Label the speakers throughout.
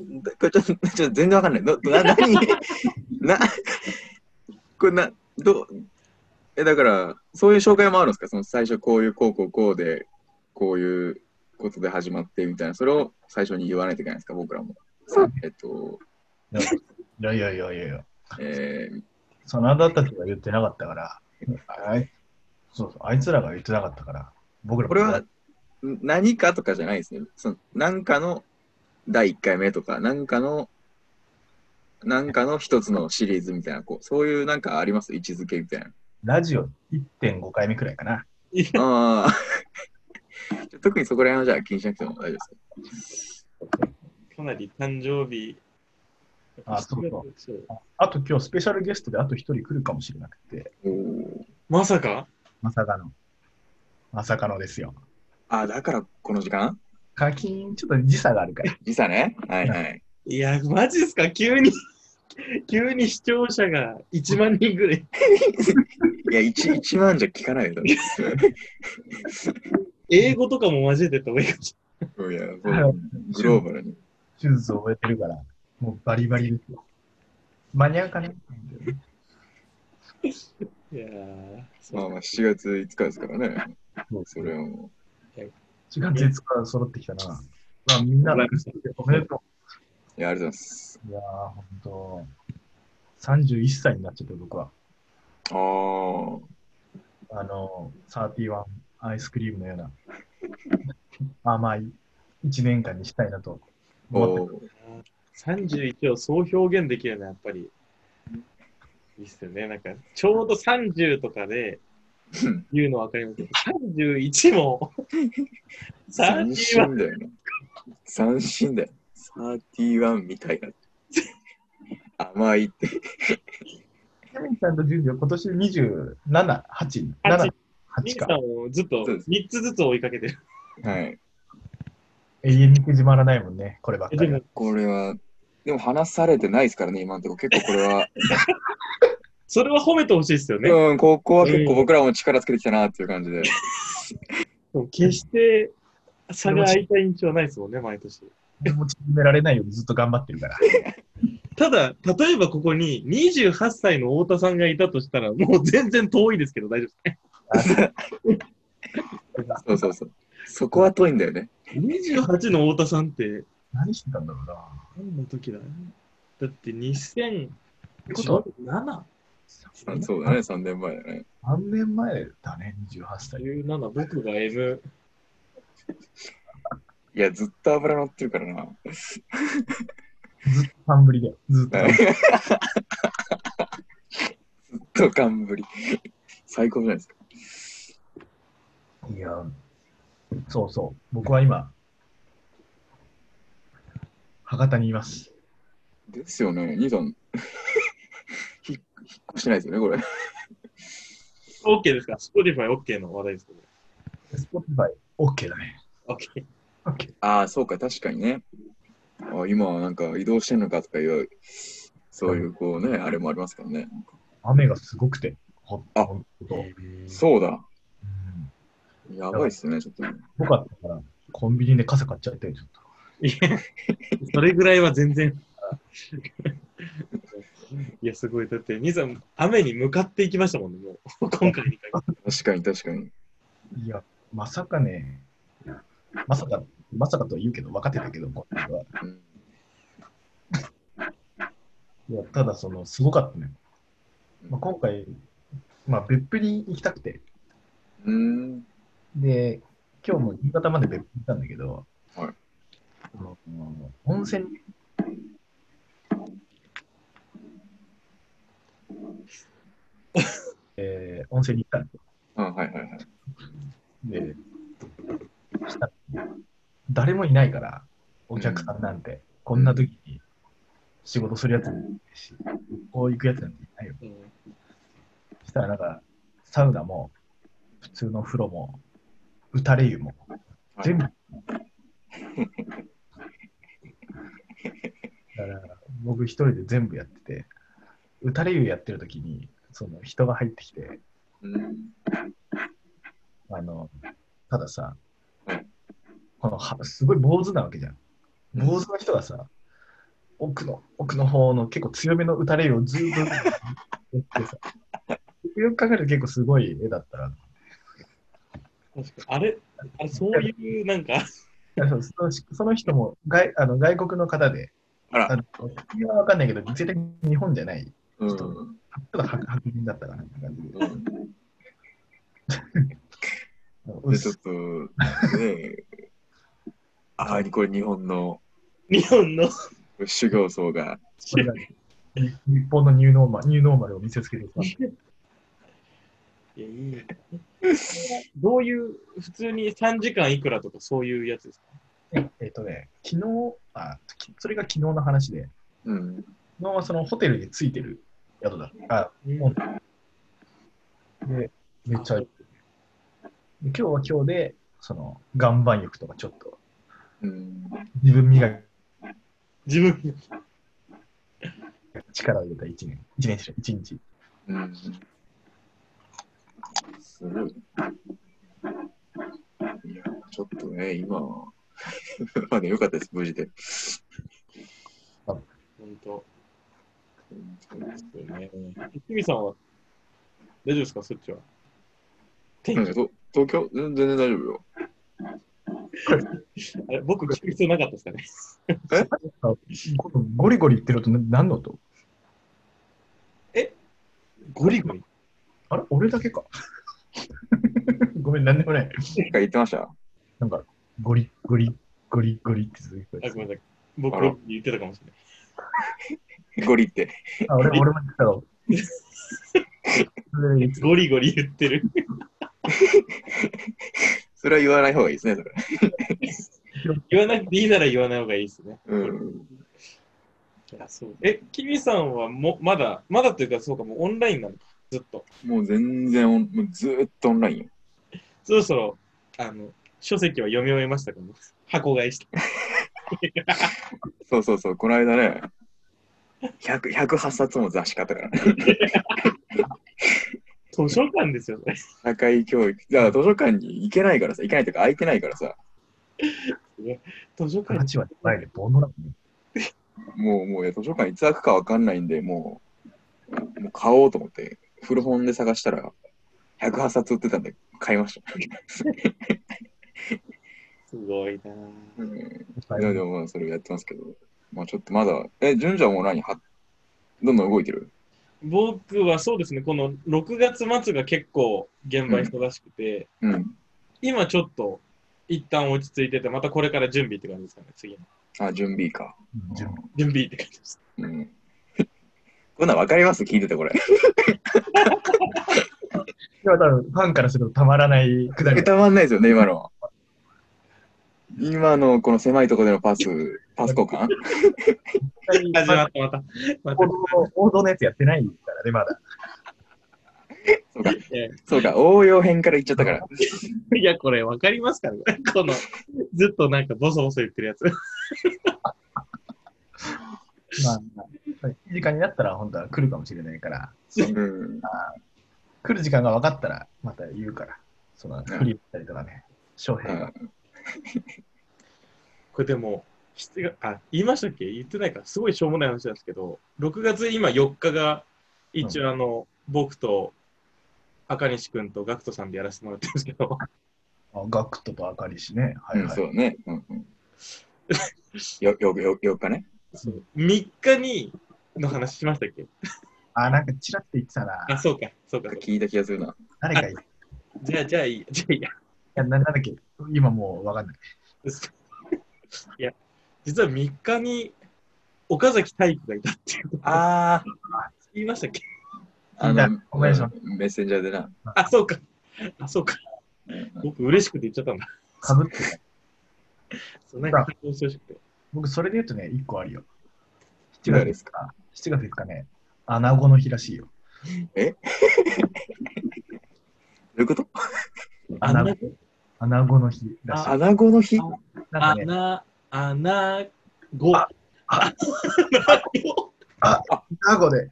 Speaker 1: これちょっと、ちょっと全然わかんない。ど、な、なに、 な、これな、どう、え、だから、そういう紹介もあるんですかその最初こういう、こうこうこうで、こういうことで始まってみたいな、それを最初に言わないといけないんですか僕らも。さえっと、
Speaker 2: いやいやいやいやいや、
Speaker 1: えー、
Speaker 2: 真田たちが言ってなかったから、あいそうそう、あいつらが言ってなかったから、僕ら
Speaker 1: これはん何かとかじゃないですね。その何かの第1回目とか、何かの何かの一つのシリーズみたいな、こうそういうなんかあります位置づけみたいな。
Speaker 2: ラジオ1.5回目くらいかな。
Speaker 1: あ あ。特にそこら辺はじゃあ気にしなくても大丈夫です。
Speaker 3: かなり誕生日。
Speaker 2: あそうそ
Speaker 3: そう
Speaker 2: あと今日スペシャルゲストであと1人来るかもしれなくて、
Speaker 1: おー
Speaker 3: まさか
Speaker 2: まさかの、まさかのですよ。
Speaker 1: あーだからこの時間
Speaker 2: 課金、ちょっと時差があるから。
Speaker 1: 時差ね。はいはい。
Speaker 3: いや、マジっすか急に、 急に視聴者が1万人ぐらい。
Speaker 1: いや、1, 1万じゃ聞かないよ。 多分
Speaker 3: 英語とかも交えてた方がいいかもし
Speaker 1: いや、そうグローバルに。
Speaker 2: 手術を終えてるから、もうバリバリですよ。間に合うかね
Speaker 3: れない。いやー、
Speaker 1: ま
Speaker 3: そ
Speaker 1: あ
Speaker 3: う
Speaker 1: まあ、7月5日ですからね。
Speaker 2: もう
Speaker 1: それはも
Speaker 2: 4月5日揃ってきたな。まあみんな、おめでと
Speaker 1: う。いや、ありがとうございます。
Speaker 2: う。いやー、ほんと。31歳になっちゃって、僕は。
Speaker 1: ああ。
Speaker 2: あの、31アイスクリームのよう な甘い1年間にしたいなと思っ
Speaker 1: お
Speaker 2: て
Speaker 1: ー
Speaker 3: 31をそう表現できるのはやっぱりいいっすよね。なんか、ちょうど30とかで
Speaker 1: うん
Speaker 3: 言うの分かり ますけど、31も
Speaker 1: 三
Speaker 3: 30は
Speaker 1: 振だよね。三振だよ。31みたいな。 甘いって。
Speaker 2: ちなみにちゃんと10秒、今年27、8、7、8
Speaker 3: 兄
Speaker 2: か
Speaker 3: さ。んをずっと
Speaker 1: そうです
Speaker 3: 3つずつ追いかけてる。
Speaker 1: はい。
Speaker 2: 永遠に縮まらないもんね、こればっか
Speaker 3: で
Speaker 2: り
Speaker 3: も
Speaker 2: は。、
Speaker 1: これは、でも話されてないですからね、今のところ。結構これは、
Speaker 3: それは褒めてほしいですよね。
Speaker 1: うん、ここは結構僕らも力つけてきたなっていう感じで。
Speaker 3: でも決して差が開いた印象はないですもんね、毎年。
Speaker 2: でも縮められないようにずっと頑張ってるから。
Speaker 3: ただ、例えばここに28歳の太田さんがいたとしたら、もう全然遠いですけど、大丈夫で
Speaker 1: そうそうそう。そこは遠いんだよね。
Speaker 3: すか ?28 の太田さんって、
Speaker 2: 何してたんだろうな。
Speaker 3: 何の時だだって2007
Speaker 2: てこと
Speaker 1: あそうだね、3年前だね。
Speaker 2: 3年前だね、28歳。
Speaker 3: 17僕が M。
Speaker 1: いや、ずっと油乗ってるからな。
Speaker 2: ずっと半ぶりだよ。ずっと。
Speaker 1: ずっと頑張り。最高じゃないですか。
Speaker 2: いや、そうそう。僕は今、博多にいます。
Speaker 1: ですよね、兄さん。ひ引っ越してないですよね、これ。
Speaker 3: OK ですか ?Spotify OK の話題ですけ
Speaker 2: スポティファイ、OK だね。
Speaker 3: ど。OK。
Speaker 2: OK。
Speaker 1: ああ、そうか、確かにね。あ今はなんか移動してんのかとかいう、そういうこうね、あれもありますからね。
Speaker 2: 雨がすごくて、ほっ
Speaker 1: あ
Speaker 2: ほんと。
Speaker 1: そうだ。
Speaker 2: うん
Speaker 1: やばいっすね、ちょっとね。
Speaker 2: よかったから、コンビニで傘買っちゃって、ちょっと。
Speaker 3: いや、それぐらいは全然。 いや、すごい。だって、兄さん、雨に向かっていきましたもんね、もう。今回に限って。
Speaker 1: 確かに、確かに。
Speaker 2: いや、まさかね、まさか、まさかとは言うけど、分かってたけど、これは。
Speaker 1: うん
Speaker 2: いや、ただ、その、すごかったね。まあ、今回、まあ、別府に行きたくて、
Speaker 1: うん。
Speaker 2: で、今日も夕方まで別府に行ったんだけど、
Speaker 1: はい
Speaker 2: あの温泉 にえー温泉に行ったんですよ
Speaker 1: あはいはいはい。
Speaker 2: で、したら誰もいないから、お客さんなんて、こんな時に仕事するやつもいないし、こう行くやつなんていないよ。
Speaker 3: うん
Speaker 2: したらなんか、サウナも、普通の風呂も、打たれ湯も、
Speaker 1: はい
Speaker 2: 全部。だから、僕一人で全部やってて、打たれ湯やってる時に、その人が入ってきて、
Speaker 1: うん
Speaker 2: あの、たださ
Speaker 1: うん、
Speaker 2: このはすごい坊主なわけじゃん。坊主の人がさ、奥の、奥の方の結構強めの打たれをずーっと打って さ、よく考えると結構すごい絵だったら、
Speaker 3: 確かにあれ、あれそういう、なんか、
Speaker 2: いやそうそのその人も外あの外国の方で、
Speaker 1: あら
Speaker 2: の国は分かんないけど、絶対日本じゃない、ち
Speaker 1: う
Speaker 2: ょっとちょ
Speaker 1: ん。
Speaker 2: っと白白人だったかなって感じで。
Speaker 1: うん
Speaker 2: うっ
Speaker 1: で、ちょっ
Speaker 2: す
Speaker 1: と、ねああ、これ日本の
Speaker 3: 日本の、
Speaker 1: 修行僧が。
Speaker 2: これが日日本のニューノーマルニューノーマルを見せつけてきた。
Speaker 3: いやいいねどういう、普通に3時間いくらとかそういうやつですか
Speaker 2: えっとね、昨日あ、きそれが昨日の話で、
Speaker 1: うん。
Speaker 2: 昨日はそのホテルについてる宿だあ、
Speaker 3: うん
Speaker 2: で、めっちゃ、で今日は今日で、その岩盤浴とかちょっと
Speaker 1: うん。
Speaker 2: 自分磨き
Speaker 3: 自分、
Speaker 2: 力を入れた一年、一年しろ、一日。
Speaker 1: うん。すごい。いや、ちょっとね、今は、 まあね、よかったです、無事で。
Speaker 3: 本当ですよね。ひみさんは、大丈夫ですかそっちは。
Speaker 1: なんかと東京全然大丈夫よ。
Speaker 3: あれ僕、聞く必要なかったですかね。
Speaker 2: ゴリゴリ言ってると何の音
Speaker 3: ゴリゴリ。
Speaker 2: あれ俺だけか。 ごめん、なんでもな
Speaker 1: な
Speaker 2: い。
Speaker 1: んか言ってました
Speaker 2: なんか、ゴリゴリゴリゴリって続い
Speaker 3: あ、
Speaker 2: て
Speaker 3: ごめんなさい。僕
Speaker 1: あら、
Speaker 3: 言ってたかもしれない。
Speaker 1: ゴリって。
Speaker 2: あ、俺俺も言ってたろ。それ
Speaker 3: ゴリゴリ言ってる。
Speaker 1: それは言わない方がいいですね、それ。
Speaker 3: 言わなくていいなら言わない方がいいですね。
Speaker 1: うん。
Speaker 3: いやそうえ、キミさんはもまだ、まだというか、そうか、もうオンラインなのか、ずっと。
Speaker 1: もう全然オン、もうずーっとオンラインよ。
Speaker 3: そろそろ、あの、書籍は読み終えましたかね箱買いして。
Speaker 1: そうそうそう、この間ね、100 108冊も雑誌買ったから、ね、
Speaker 3: 図書館ですよ、それ。す
Speaker 1: 社会教育。だから図書館に行けないからさ、行けないというか空いてないからさ、
Speaker 3: ごい 図書館
Speaker 2: 価値はないで、ボンドだもんね。
Speaker 1: もう、もういや図書館いつ開くかわかんないんで、もう、もう買おうと思って、古本で探したら、108冊売ってたんで、買いました。
Speaker 3: すごいなぁ。
Speaker 1: うん、いやでもまあ、それをやってますけど、まあちょっとまだ、え、順ちゃんも何はどんどん動いてる
Speaker 3: 僕はそうですね、この6月末が結構現場忙しくて、
Speaker 1: うん。
Speaker 3: 今ちょっと一旦落ち着いてて、またこれから準備って感じですかね、次の。
Speaker 1: あ、準備か。
Speaker 2: うん準備
Speaker 3: 準備って感じです。
Speaker 1: うん。 こんなんわかります聞いててこれ。
Speaker 2: いや、多分ファンからするとたまらないく だり。
Speaker 1: たまんないですよね、今の。今のこの狭いところでのパス、パス交換
Speaker 2: 絶対
Speaker 3: 始まった、
Speaker 2: 王
Speaker 3: また。ま
Speaker 2: 道の王道のやつやってないからね、まだ。
Speaker 1: そうか、
Speaker 3: た。いや
Speaker 1: そうか、応用編からいっちゃったから。
Speaker 3: いや、これわかりますからね。この、ずっとなんかボソボソ言ってるやつ。
Speaker 2: まあまあ、はい時間になったら本当は来るかもしれないから、
Speaker 1: うん。
Speaker 2: 来る時間が分かったらまた言うから、そのフリーったりとかね、翔平が。
Speaker 3: これでも、7月あ、言いましたっけ言ってないから、すごいしょうもない話なんですけど、6月今4日が、一応あの、僕と赤西くんとガクトさんでやらせてもらってるんですけど、
Speaker 2: あガクトとあかりしね。は
Speaker 1: う
Speaker 2: い
Speaker 1: ん、
Speaker 2: はい。
Speaker 1: そうだね。うんうん、よ、よ、よ、よっかね。
Speaker 3: そう3日に、の話しましたっけ
Speaker 2: あ、なんかちらっと言ってたな。
Speaker 3: あ、そうか、そうか。そうか
Speaker 1: 聞いた気がするな。
Speaker 2: 誰か言ってい
Speaker 3: じゃあ、じゃあいいや、じゃあいいや。
Speaker 2: やな、なんだっけ今もう分かんない。
Speaker 3: いや、実は3日に岡崎体育がいたっていうこと
Speaker 1: あ
Speaker 3: 言いましたっけ
Speaker 1: あ、あ
Speaker 2: 聞いた
Speaker 1: の、
Speaker 2: お願いしま
Speaker 1: メッセンジャーでな。
Speaker 3: あ、そうか。あ、そうか。
Speaker 1: うん
Speaker 3: 僕、嬉しくて言っちゃったんだ。
Speaker 2: かぶってた。
Speaker 3: そうなんか感動してほしくて。
Speaker 2: 僕、それで言うとね、1個あるよ。7
Speaker 1: どれで
Speaker 2: 月ですすか ?7 月ですかね。穴子の日らしいよ。
Speaker 1: どういうこと
Speaker 2: 穴
Speaker 3: 穴
Speaker 2: 子穴子の日らしい。
Speaker 1: 穴子の日
Speaker 3: あ
Speaker 2: なんかね、
Speaker 3: 穴、穴子。
Speaker 2: ああ
Speaker 3: 穴子
Speaker 2: 穴子で。
Speaker 1: う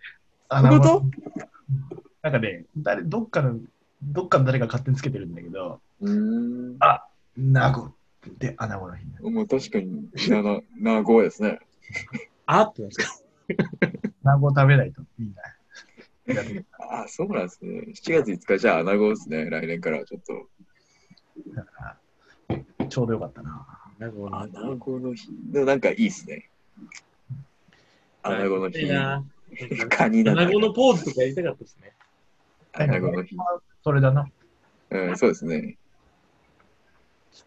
Speaker 1: いうこと
Speaker 2: のなんかね、誰、どっかの、どっかの誰か勝手につけてるんだけど、
Speaker 1: うーん。
Speaker 2: ナゴで穴子の日になる。
Speaker 1: もう確かに、な、な、な、ごですね。
Speaker 3: あってなんですか。
Speaker 2: 卵を食べないとみんな。だって
Speaker 1: あ、そうなんですね。7月5日、じゃあ、穴子ですね。来年からはちょっと。
Speaker 2: だから、ちょうどよかったな。
Speaker 3: なんかこの
Speaker 1: 穴子の日。でもなんかいいですね。穴子の
Speaker 3: い
Speaker 1: 日
Speaker 3: い。な
Speaker 1: カニだな。
Speaker 3: 穴子のポーズとかやりたかったですね。
Speaker 1: 穴子の日。
Speaker 2: それだな。
Speaker 1: うん、そうですね。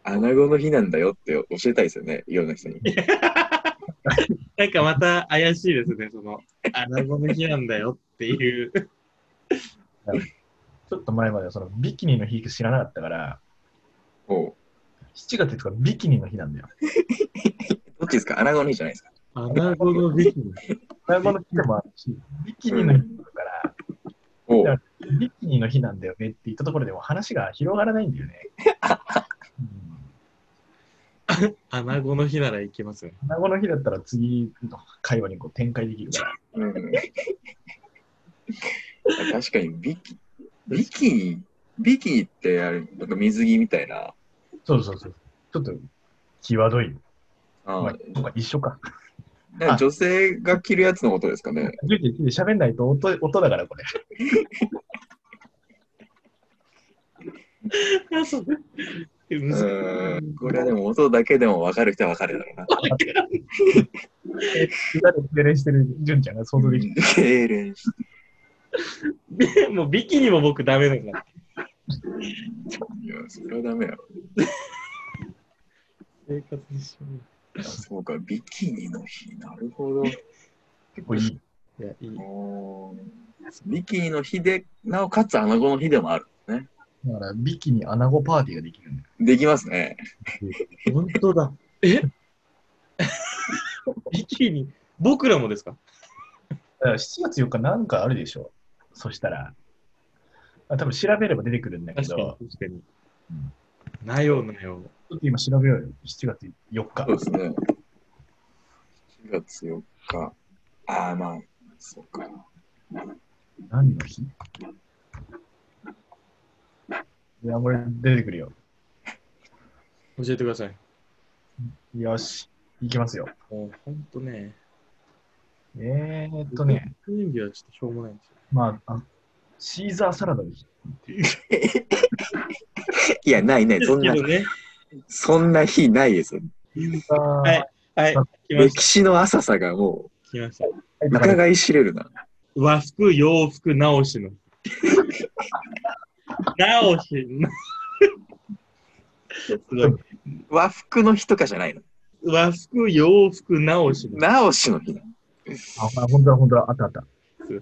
Speaker 1: 穴子の日なんだよって教えたいですよね。いろんな人に。
Speaker 3: なんかまた怪しいですね、その、穴子の日なんだよっていう。
Speaker 2: ちょっと前まではそのビキニの日知らなかったから、
Speaker 1: おう
Speaker 2: 7月とかビキニの日なんだよ。
Speaker 1: どっちですか穴子の日じゃないですか。
Speaker 3: 穴子のビキニ。
Speaker 2: 前もの日でもあるし、ビキニの日だから、
Speaker 1: おう
Speaker 2: ビキニの日なんだよねって言ったところでも話が広がらないんだよね。うん
Speaker 3: 穴子の日なら行きますよね。
Speaker 2: 穴子の日だったら次の会話にこう展開できるから。
Speaker 1: うん、確かにビキ、ビキニ、ビキニってあれ、なんか水着みたいな。
Speaker 2: そうそうそう。ちょっと、際どい。
Speaker 1: あ
Speaker 2: まあ
Speaker 1: ー、
Speaker 2: そうか一緒か。
Speaker 1: なんか女性が着るやつのことですかね。
Speaker 2: ジュリー喋んないと音音だから、これ。
Speaker 3: あ、そう。
Speaker 1: う
Speaker 3: 難
Speaker 1: ん、これはでも音だけでも分かる人は分かるだろうな。
Speaker 2: 裏で敬礼してるジュンちゃんが想像できる。
Speaker 1: 痙攣し
Speaker 3: しい。もうビキニも僕ダメだから。
Speaker 1: いや、それはダメやろ。
Speaker 3: 生活にしよ
Speaker 1: そうか、ビキニの日。なるほど。
Speaker 2: 結構いい。
Speaker 3: う。いや、いい。
Speaker 1: おービキニの日で、なおかつ穴子の日でもある。
Speaker 2: だから、ビキニ穴子パーティーができるんだよ。
Speaker 1: できますね。
Speaker 3: 本当だ。えビキニ、僕らもですか
Speaker 2: だから7月4日なんかあるでしょ。そしたら。あ多分調べれば出てくるんだけ
Speaker 3: 確かに
Speaker 2: ど、、
Speaker 3: 確かに
Speaker 2: うん。
Speaker 3: なよなよ。
Speaker 2: ちょっと今調べようよ。7月4日
Speaker 1: そう。ですね。7月4日。ああ、まあ、そうか。
Speaker 2: 何の日いや、これ出てくるよ。
Speaker 3: 教えてください。
Speaker 2: よし、いきますよ。
Speaker 3: もう本当ね、
Speaker 2: えー、っとね、
Speaker 3: 記念日はちょっとしょうもないんですよ。
Speaker 2: まあ、あシーザーサラダの日。
Speaker 1: いや、ないない。そんな
Speaker 3: け、どね、
Speaker 1: そんな日ないですよ。
Speaker 2: はい
Speaker 3: はい、来まし
Speaker 1: 歴史の浅さがも
Speaker 3: た。来ました。
Speaker 1: う、伺い知れるな。
Speaker 3: 和服、洋服、直しの。 直しの。すごい。
Speaker 1: 和服の日とかじゃないの。
Speaker 3: 和服、洋服、直しの。
Speaker 1: 直しの日なの。
Speaker 2: あ、本当だ、本当だ、あったあった。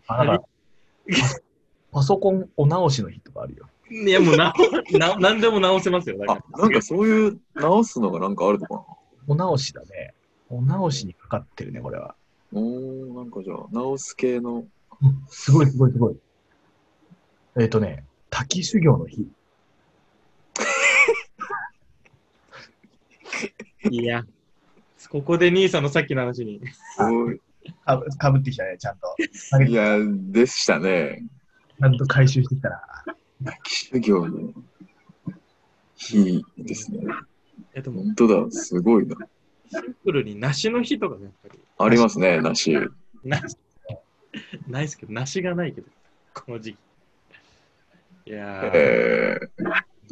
Speaker 2: あ なんかパソコンお直しの日とかあるよ。
Speaker 3: いや、もうな、 な、なんでも直せますよ。だか
Speaker 1: あ
Speaker 3: ら、
Speaker 1: なんかそういう直すのがなんかあるのかな。
Speaker 2: お直しだね。お直しにかかってるね、これは。
Speaker 1: おー、なんかじゃあ、直す系の。
Speaker 2: すごい、すごい、すごい。えーっ、とね、滝修行の日。
Speaker 3: いや、ここで兄さんのさっきの話に。
Speaker 1: おい
Speaker 2: かぶかぶってきたね、ちゃんと。あれ
Speaker 1: い
Speaker 2: ち
Speaker 1: や、でしたね。
Speaker 2: ゃんと回収してきたな。
Speaker 1: 修行の日ですね。
Speaker 3: いや、でも、
Speaker 1: 本当だ、すごいな。
Speaker 3: シンプルに梨の日とかね、やっぱり。
Speaker 1: ありますね、梨。
Speaker 3: 梨。ないですけど、梨がないけど、この時期。いやー。
Speaker 1: えー、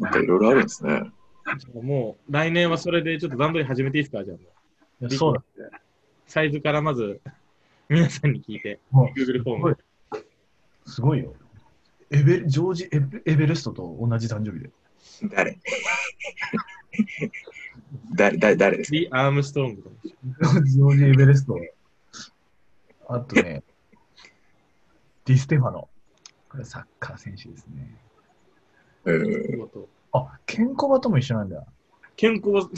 Speaker 1: なんかいろいろあるんですね。
Speaker 3: じゃあもう来年はそれでちょっと段取り始めていいですかじゃあも
Speaker 2: いうやそうだ。
Speaker 3: サイズからまず皆さんに聞いて、
Speaker 2: も
Speaker 3: Google フォーム。
Speaker 2: う、すごいよ。エベジョージエベ・エベレストと同じ誕生日で。
Speaker 1: 誰 誰誰誰ですか
Speaker 3: リー・アームストロングとかでし
Speaker 2: ジョージ・エベレスト。あとね、ディステファノ。これサッカー選手ですね。
Speaker 1: えー
Speaker 3: ょ。こと
Speaker 2: あ、ケンコバとも一緒なんだ。
Speaker 3: 健康、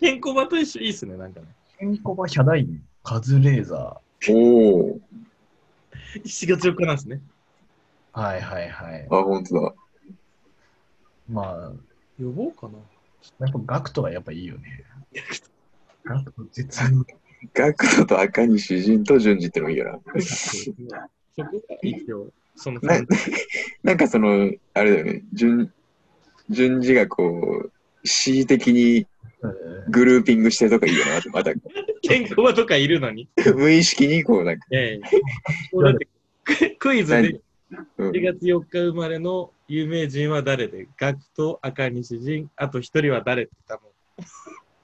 Speaker 3: 健康場と一緒いいっすね、なんかね。
Speaker 2: ケンコバ・ヒャダイン、カズレーザ
Speaker 1: おー、
Speaker 3: 7月4日なんですね。
Speaker 2: ー。はいはいはい。
Speaker 1: あ、本当だ。
Speaker 2: まあ、
Speaker 3: 呼ぼうかな。
Speaker 2: やっぱガクトがやっぱいいよね。ガクト絶対に
Speaker 1: ガクトと赤西仁と順次ってのもいいよ
Speaker 3: そこが一応、その、
Speaker 1: な。ななんかその、あれだよね、順順次がこう、恣意的にグルーピングしてるとかいいよなって、また
Speaker 3: 健康とかいるのに。
Speaker 1: 無意識にこうなんか、
Speaker 3: ええ。もうだってククイズで
Speaker 1: 何うん
Speaker 3: 1月4日生まれの有名人は誰で、ガクト、赤西仁、あと一人は誰って多分。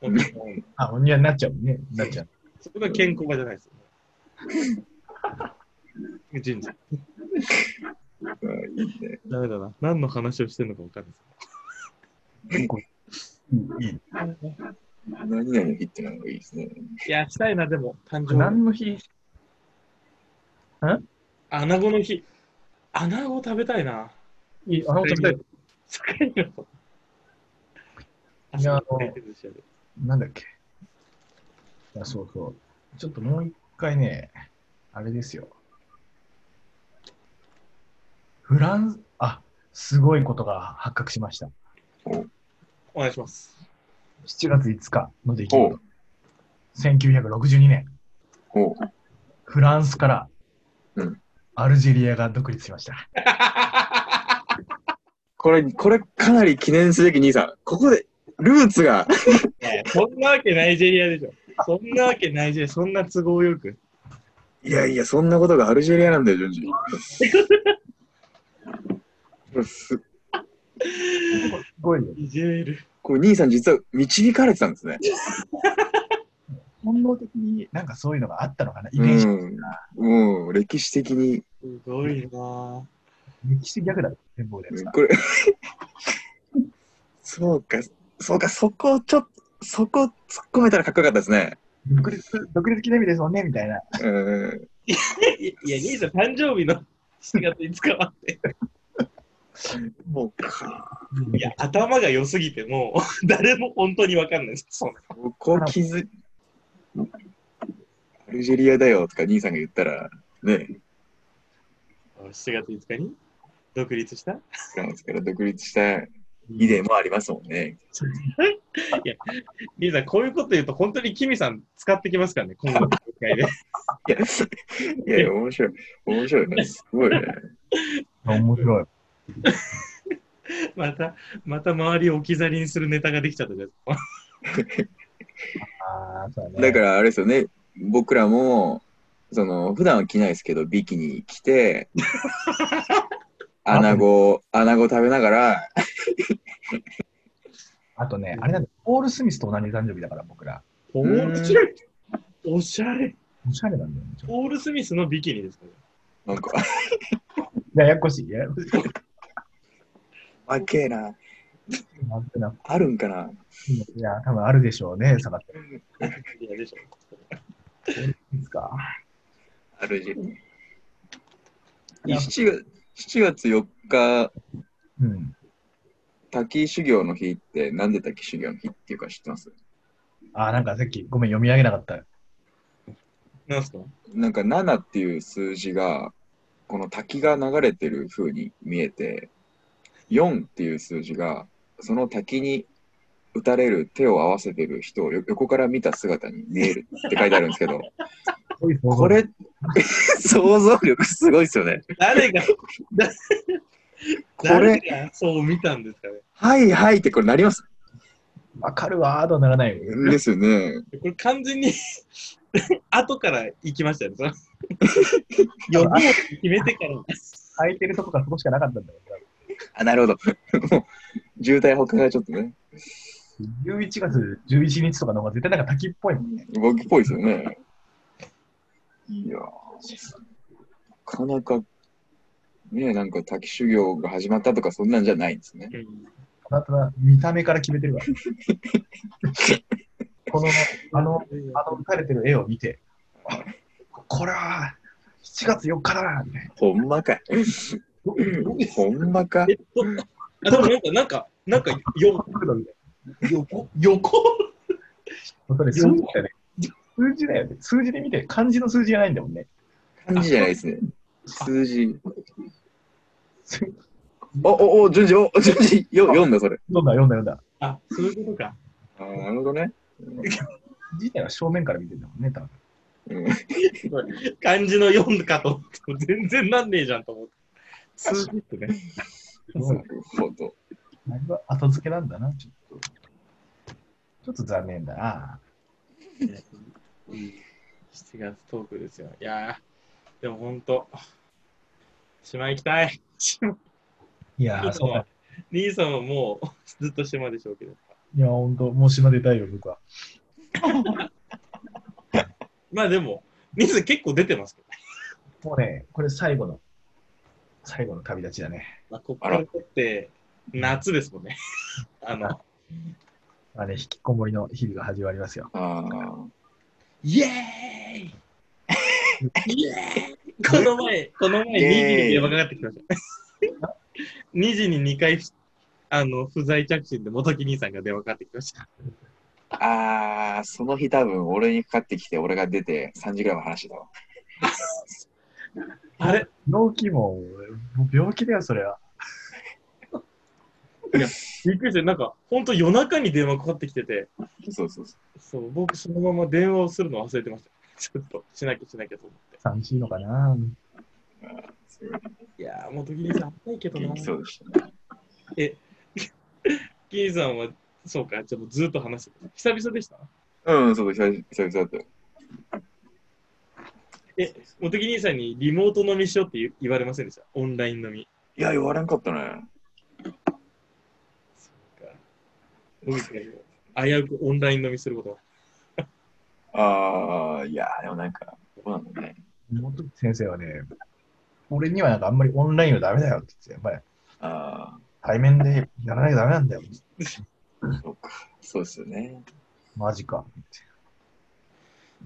Speaker 3: もうもう
Speaker 2: あ、ほんにはなっちゃうもんね。なっちゃう。
Speaker 3: そこが健康場じゃないですよね。神社。
Speaker 1: うんいいね
Speaker 3: ダメだな。何の話をしてるのか分かん
Speaker 2: 結構、いい。いい
Speaker 3: ないです。
Speaker 1: 何々の日ってのがいいですね。
Speaker 3: いや、したいな、でも、誕生日。
Speaker 2: 何の日
Speaker 3: アナゴの日。アナゴ食べたいな。
Speaker 2: いいあの食べたい。
Speaker 3: 堺の。
Speaker 2: いやあの
Speaker 3: 回転寿司屋で
Speaker 2: なんだっけ。あ、そうそう。ちょっともう一回ね、あれですよ。フランス、あ、すごいことが発覚しました。
Speaker 3: お願いします。
Speaker 2: 7月5日の出来
Speaker 1: ほ
Speaker 2: 事
Speaker 1: う。
Speaker 2: 1962年、
Speaker 1: おう
Speaker 2: フランスから
Speaker 1: うん
Speaker 2: アルジェリアが独立しました。
Speaker 1: これ、これかなり記念すべき兄さん。ここで、ルーツが、
Speaker 3: そんなわけナイジェリアでしょ。そんなわけナイジェリア、そんな都合よく。
Speaker 1: いやいや、そんなことがアルジェリアなんだよ、ジョンジ。これす
Speaker 2: すごいよ。
Speaker 3: いじめる。
Speaker 1: こう兄さん実は導かれてたんですね。
Speaker 2: 本能的になんかそういうのがあったのかな。イ
Speaker 1: う
Speaker 2: メージ、
Speaker 1: ん。もう歴史的に。
Speaker 3: すごいな
Speaker 2: 歴史逆だよ、全部で。
Speaker 1: これ そうか、そうか、そこをちょっと、そこを突っ込めたらかっこよかったですね。
Speaker 2: 独立、独立記念日ですもんね、みたいな。
Speaker 1: うん。
Speaker 3: いや、兄さん、誕生日の7月5日はって。
Speaker 1: もうか、
Speaker 3: いや、頭が良すぎて、も う、誰も本当に分かんないです。そう
Speaker 1: ここ気づアルジェリアだよとか兄さんが言ったら、ね、
Speaker 3: 7月5日に独立した
Speaker 1: フランスから独立した遺伝もありますもんね。
Speaker 3: 兄さん、こういうこと言うと、本当にキミさん使ってきますからね、今後の大会で。
Speaker 1: いや、いやいや、面白い。面白いね。すごいね。
Speaker 2: 面白い。
Speaker 3: また、また周りを置き去りにするネタができちゃったじゃない
Speaker 2: ああ、そうだね。
Speaker 1: だからあれですよね、僕らも、その、普段は着ないですけど、ビキニ着 て、アナゴ、アナゴ食べながら、
Speaker 2: あとね、あれなんだ、ポール・スミスと同じ誕生日だから、僕ら。
Speaker 3: 面白いおしゃれ
Speaker 2: おしゃれなんだよね。ちょっ
Speaker 3: ポール・スミスのビキニですかね。
Speaker 1: なんか、
Speaker 2: とややこしい。ややこしい。
Speaker 1: あっけえな、
Speaker 2: なんてな
Speaker 1: あるんかな。
Speaker 2: いや、多分あるでしょうね、下がって。
Speaker 3: いやでしょ
Speaker 2: いいですか。
Speaker 1: あるじ。
Speaker 2: いや
Speaker 1: 7月、7月4日、
Speaker 2: うん。
Speaker 1: 滝修行の日って、なんで滝修行の日っていうか知ってます
Speaker 2: ああ、なんかさっき、ごめん、読み上げなかった。
Speaker 3: なんすか
Speaker 1: なんか7っていう数字が、この滝が流れてる風に見えて、4っていう数字が、その滝に打たれる手を合わせてる人をよ横から見た姿に見えるって書いてあるんですけど、 こ
Speaker 2: こ
Speaker 1: れ、想像力すごいですよね。
Speaker 3: 誰が、だ
Speaker 1: こ
Speaker 3: 誰
Speaker 1: れ、
Speaker 3: がそう見たんですかね。
Speaker 1: はいはいってこれなります。
Speaker 2: わかるわーとはならないよ。
Speaker 1: ですよね。
Speaker 3: これ完全に 後から行きましたよね。その
Speaker 2: 多
Speaker 3: 予
Speaker 2: 分
Speaker 3: 定決めてから。
Speaker 2: 空いてるとこからそこしかなかったんだよ。
Speaker 1: あ、なるほど。 もう渋滞他がちょっとね、
Speaker 2: 11月11日とかの方が絶対なんか滝っぽいもんね。
Speaker 1: 僕っぽいですよね。いやー、なかなか、ねえ、なんか滝修行が始まったとか、そんなんじゃないんですね。
Speaker 2: ただただ見た目から決め てるわ。この、あの、あの、垂れてる絵を見て、あこれは7月4日だなみたい
Speaker 1: ほんま かい。ほんまか。
Speaker 3: えっと、あ、でもなんか、なんか、なんか、よ、
Speaker 2: な。
Speaker 3: 横横
Speaker 2: それ数字だよね。数字だよね。数字で見て、漢字の数字じゃないんだもんね。
Speaker 1: 漢字じゃないですね。数字。お、お、お、順次、お、順次、よ、読んだ、それ。
Speaker 2: 読んだ、読んだ、読んだ。
Speaker 3: あ、そういうことか。
Speaker 1: あーなるほどね。
Speaker 2: 字体は正面から見てんだもんね、多分。
Speaker 1: うん、
Speaker 3: 漢字の読んかと思って、全然なんねえじゃんと思って。数字ってね。
Speaker 2: すごい。
Speaker 1: ほんと。
Speaker 2: あれは後付けなんだな、ちょっと。ちょっと残念だな。
Speaker 3: 7月トークですよ。いやー、でも本当、島行きたい。島
Speaker 2: いやー、そうだ。
Speaker 3: 兄さんはもうずっと島でしょうけど。
Speaker 2: いや、ほんと、もう島出たいよ、僕は。
Speaker 3: まあでも、兄さん結構出てますけどね。
Speaker 2: もうね、これ最後の、最後の旅立ちだね。
Speaker 3: まあ、ここからだって夏ですもんね。あの、
Speaker 2: まあね、引きこもりの日々が始まりますよ。
Speaker 1: ああ。
Speaker 3: イエーイイエー イこの前、この前2時にやばくなってきました。2時に2回ふあの不在着信で元木兄さんが電話かかってきました。
Speaker 1: ああ、その日多分俺にかかってきて、俺が出て3時ぐらいの話してたわ。
Speaker 3: あれ
Speaker 2: 病気も、もう病気だよ、それは。
Speaker 3: びっくりして、なんか本当夜中に電話かかってきてて、
Speaker 1: そうそうそ
Speaker 3: そう、僕そのまま電話をするの忘れてました。 ちょっとしなきゃしなきゃと思っ
Speaker 2: 寂しいのかな。
Speaker 1: う。すごい
Speaker 3: て。いやー、元木兄さん、ないけどな
Speaker 1: 元気。そうでしたね。
Speaker 3: え、キーさんは、そうか、ちょっとずっと話してた。久々でした
Speaker 1: うん、そう、久々久々だったよ。
Speaker 3: え、元木兄さんにリモート飲みしようって言言われませんでしたオンライン飲み。
Speaker 1: いや、言われんかったね。
Speaker 3: 飲み会を危うくオンライン飲みすることは。
Speaker 1: ああ、いや、でもなんか、どうなんだろうね。
Speaker 2: 元木先生はね、俺にはなんかあんまりオンラインはダメだよって言って、やっ
Speaker 1: あ
Speaker 2: ぱり対面でやらなきゃダメなんだよ。
Speaker 1: あ、そうか。そうですよね。
Speaker 2: マジか。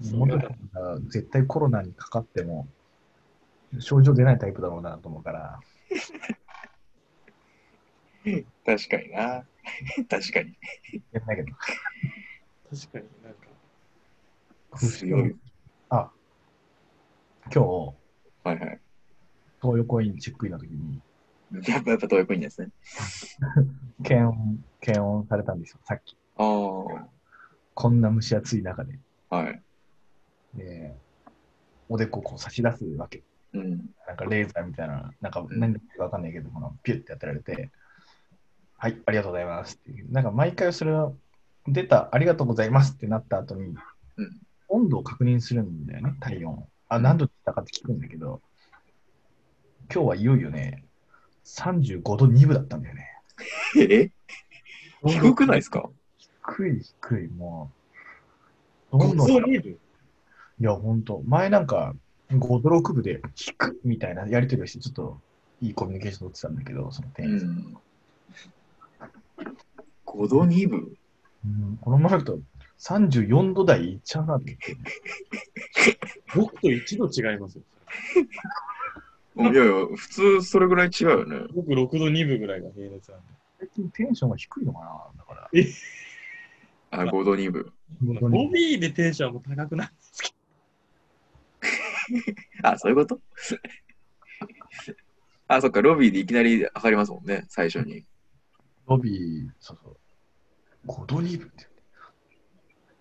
Speaker 3: そう
Speaker 2: 元木さんが絶対コロナにかかっても、症状出ないタイプだろうなと思うから、
Speaker 1: 確かにな。 確かに。
Speaker 2: やんないけど。
Speaker 3: 確かになんか、
Speaker 1: 強い。
Speaker 2: あ、今日、
Speaker 1: はいはい。
Speaker 2: 東横インチェックインの時に、
Speaker 1: やっぱ、やっぱ東横いいんですね。
Speaker 2: 検温、検温されたんですよ、さっき。
Speaker 1: ああ、
Speaker 2: こんな蒸し暑い中で。
Speaker 1: はい。
Speaker 2: でおでこをこう差し出すわけ。
Speaker 1: うん。
Speaker 2: なんかレーザーみたいな、なんか何だかわかんないけど、このピュッてやってられて、はい、ありがとうございますっていう。なんか毎回それは出た、ありがとうございますってなった後に、
Speaker 1: うん
Speaker 2: 温度を確認するんだよね、体温を。あ、何度出たかって聞くんだけど、今日はいよいよね、35度2分だったんだよね。
Speaker 1: え低くないですか
Speaker 2: 低い低い、もう。ど
Speaker 3: ご
Speaker 2: んどん、い
Speaker 3: 存知
Speaker 2: や、ほんと。前なんか、5ドロ6部で、低くみたいなやりとりをして、ちょっと、いいコミュニケーション取ってたんだけど、その
Speaker 1: う
Speaker 2: 店員さん。
Speaker 1: ん。5度2分
Speaker 2: うんこのままだと、34度台いっちゃうなって。
Speaker 3: 僕と一度違いますよ。
Speaker 1: いやいや、普通それぐらい違うよね。
Speaker 3: 僕6度2分ぐらいが平熱なんで。
Speaker 2: 最近テンションが低いのかなだから。
Speaker 1: あ、5度2分。
Speaker 2: 本当
Speaker 3: ボ
Speaker 2: に
Speaker 3: ビーでテンションも高くなる。
Speaker 1: あ、そういうこと あ、そっか、ロビーでいきなり測りますもんね、最初に。
Speaker 2: ロビー、そうそう。5度2分って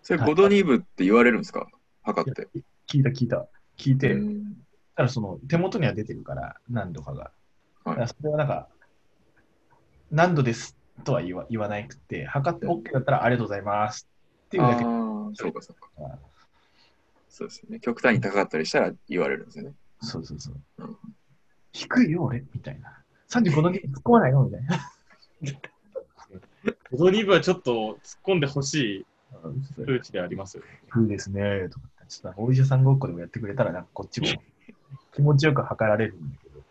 Speaker 1: それ5度2分って言われるんですか測って。
Speaker 2: 聞いた聞いた。聞いて、
Speaker 1: うん
Speaker 2: ただその手元には出てるから、何度かが。
Speaker 1: はい
Speaker 2: だからそれはなんか、何度ですとは言わ言わなくて、測って OK だったらありがとうございますっていう
Speaker 1: あ
Speaker 2: だけだか
Speaker 1: あ、そうかそうか。
Speaker 2: ら、
Speaker 1: そうですよね。極端に高かったりしたら言われるんですよね。
Speaker 2: そうそうそう
Speaker 1: うん。
Speaker 2: 低いよ、俺みたいな。35度に突っ込まないよ、みたいな。
Speaker 3: 5度2分はちょっと突っ込んでほしい
Speaker 2: 低
Speaker 3: 数値でありますよ。
Speaker 2: いですね、とか。ちょっとなんかお医者さんごっこでもやってくれたら、なんかこっちも気持ちよく測られるんだけど。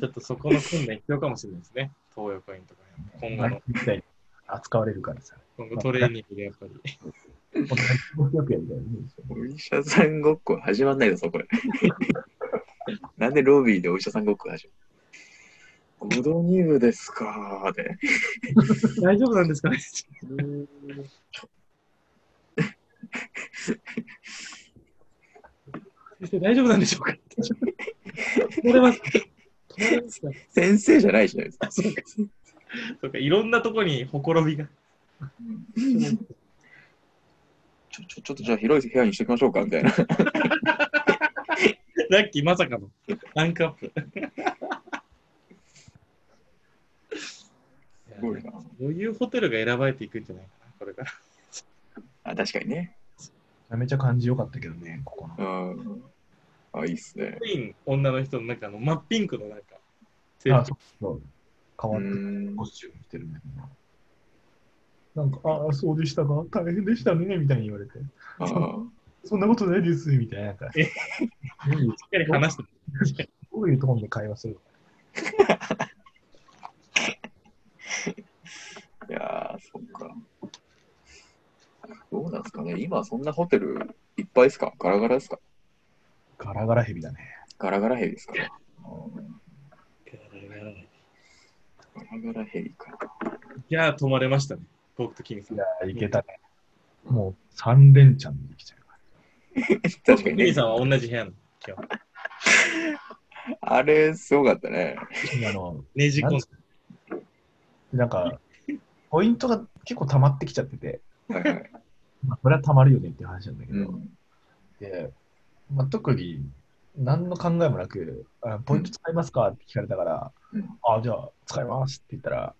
Speaker 3: ちょっとそこの訓練必要かもしれないですね。東横インとか、今後の、
Speaker 2: みたいに扱われるから さ。
Speaker 3: 今後トレーニングでやっぱり。
Speaker 2: もっと気持ちよくやりたいね。
Speaker 1: お医者さんごっこ始まんないぞ、そこで。なんでロビーでお医者さんごっこ始まる ?5 度2分ですかーで。
Speaker 3: 大丈夫なんですかね先生大丈夫なんでしょうか取れますか取れますか
Speaker 1: 先生じゃないじゃないですか。
Speaker 3: そうかそうかいろんなとこにほころびが。
Speaker 1: ちょ、ちょ、ちょっとじゃあ広い部屋にしときましょうか、みたいな。
Speaker 3: ラッキーまさかのランクアップ。
Speaker 1: ごいな
Speaker 3: こういうホテルが選ばれていくんじゃないかな。これから。
Speaker 1: あ、確かにね。
Speaker 2: めちゃめちゃ感じ良かったけどね、ここの。
Speaker 1: うん。あ、いいっすね。
Speaker 3: スペイン女の人のなんかあの真っピンクのなんか制
Speaker 2: あ、
Speaker 3: 服
Speaker 2: そうそう。変
Speaker 1: う
Speaker 2: わった
Speaker 1: ん
Speaker 2: コ。スチューム着てるんだけど。なんか、ああ、そうでしたか大変でしたね、みたいに言われて。
Speaker 1: あー
Speaker 2: そんなことないです、みたいな。なんか
Speaker 3: え
Speaker 2: どういう
Speaker 3: しっかり話して
Speaker 2: どういうトーンで会話するの
Speaker 1: いやー、そっか。どうなんですかね。今、そんなホテルいっぱいですかガラガラですか
Speaker 2: ガラガラヘビだね。
Speaker 1: ガラガラヘビですかうんガラガラヘビか。
Speaker 3: いやー、止まれましたね。僕とキミさん。
Speaker 2: いやー、いけたね。もう3連チャンできちゃう。
Speaker 1: 確かに
Speaker 3: キミ
Speaker 1: ね
Speaker 3: さ。んは同じ部屋の。
Speaker 1: あれ、すごかったね。
Speaker 2: あの、
Speaker 3: ねじ込んで。
Speaker 2: なんか、ポイントが結構溜まってきちゃってて、
Speaker 1: はいはい。
Speaker 2: まあ、これは溜まるよねっていう話なんだけど、
Speaker 1: うん。
Speaker 2: で、まあ、特に何の考えもなく、あポイント使いますかって聞かれたから、
Speaker 1: うん
Speaker 2: あじゃあ使いますって言ったら、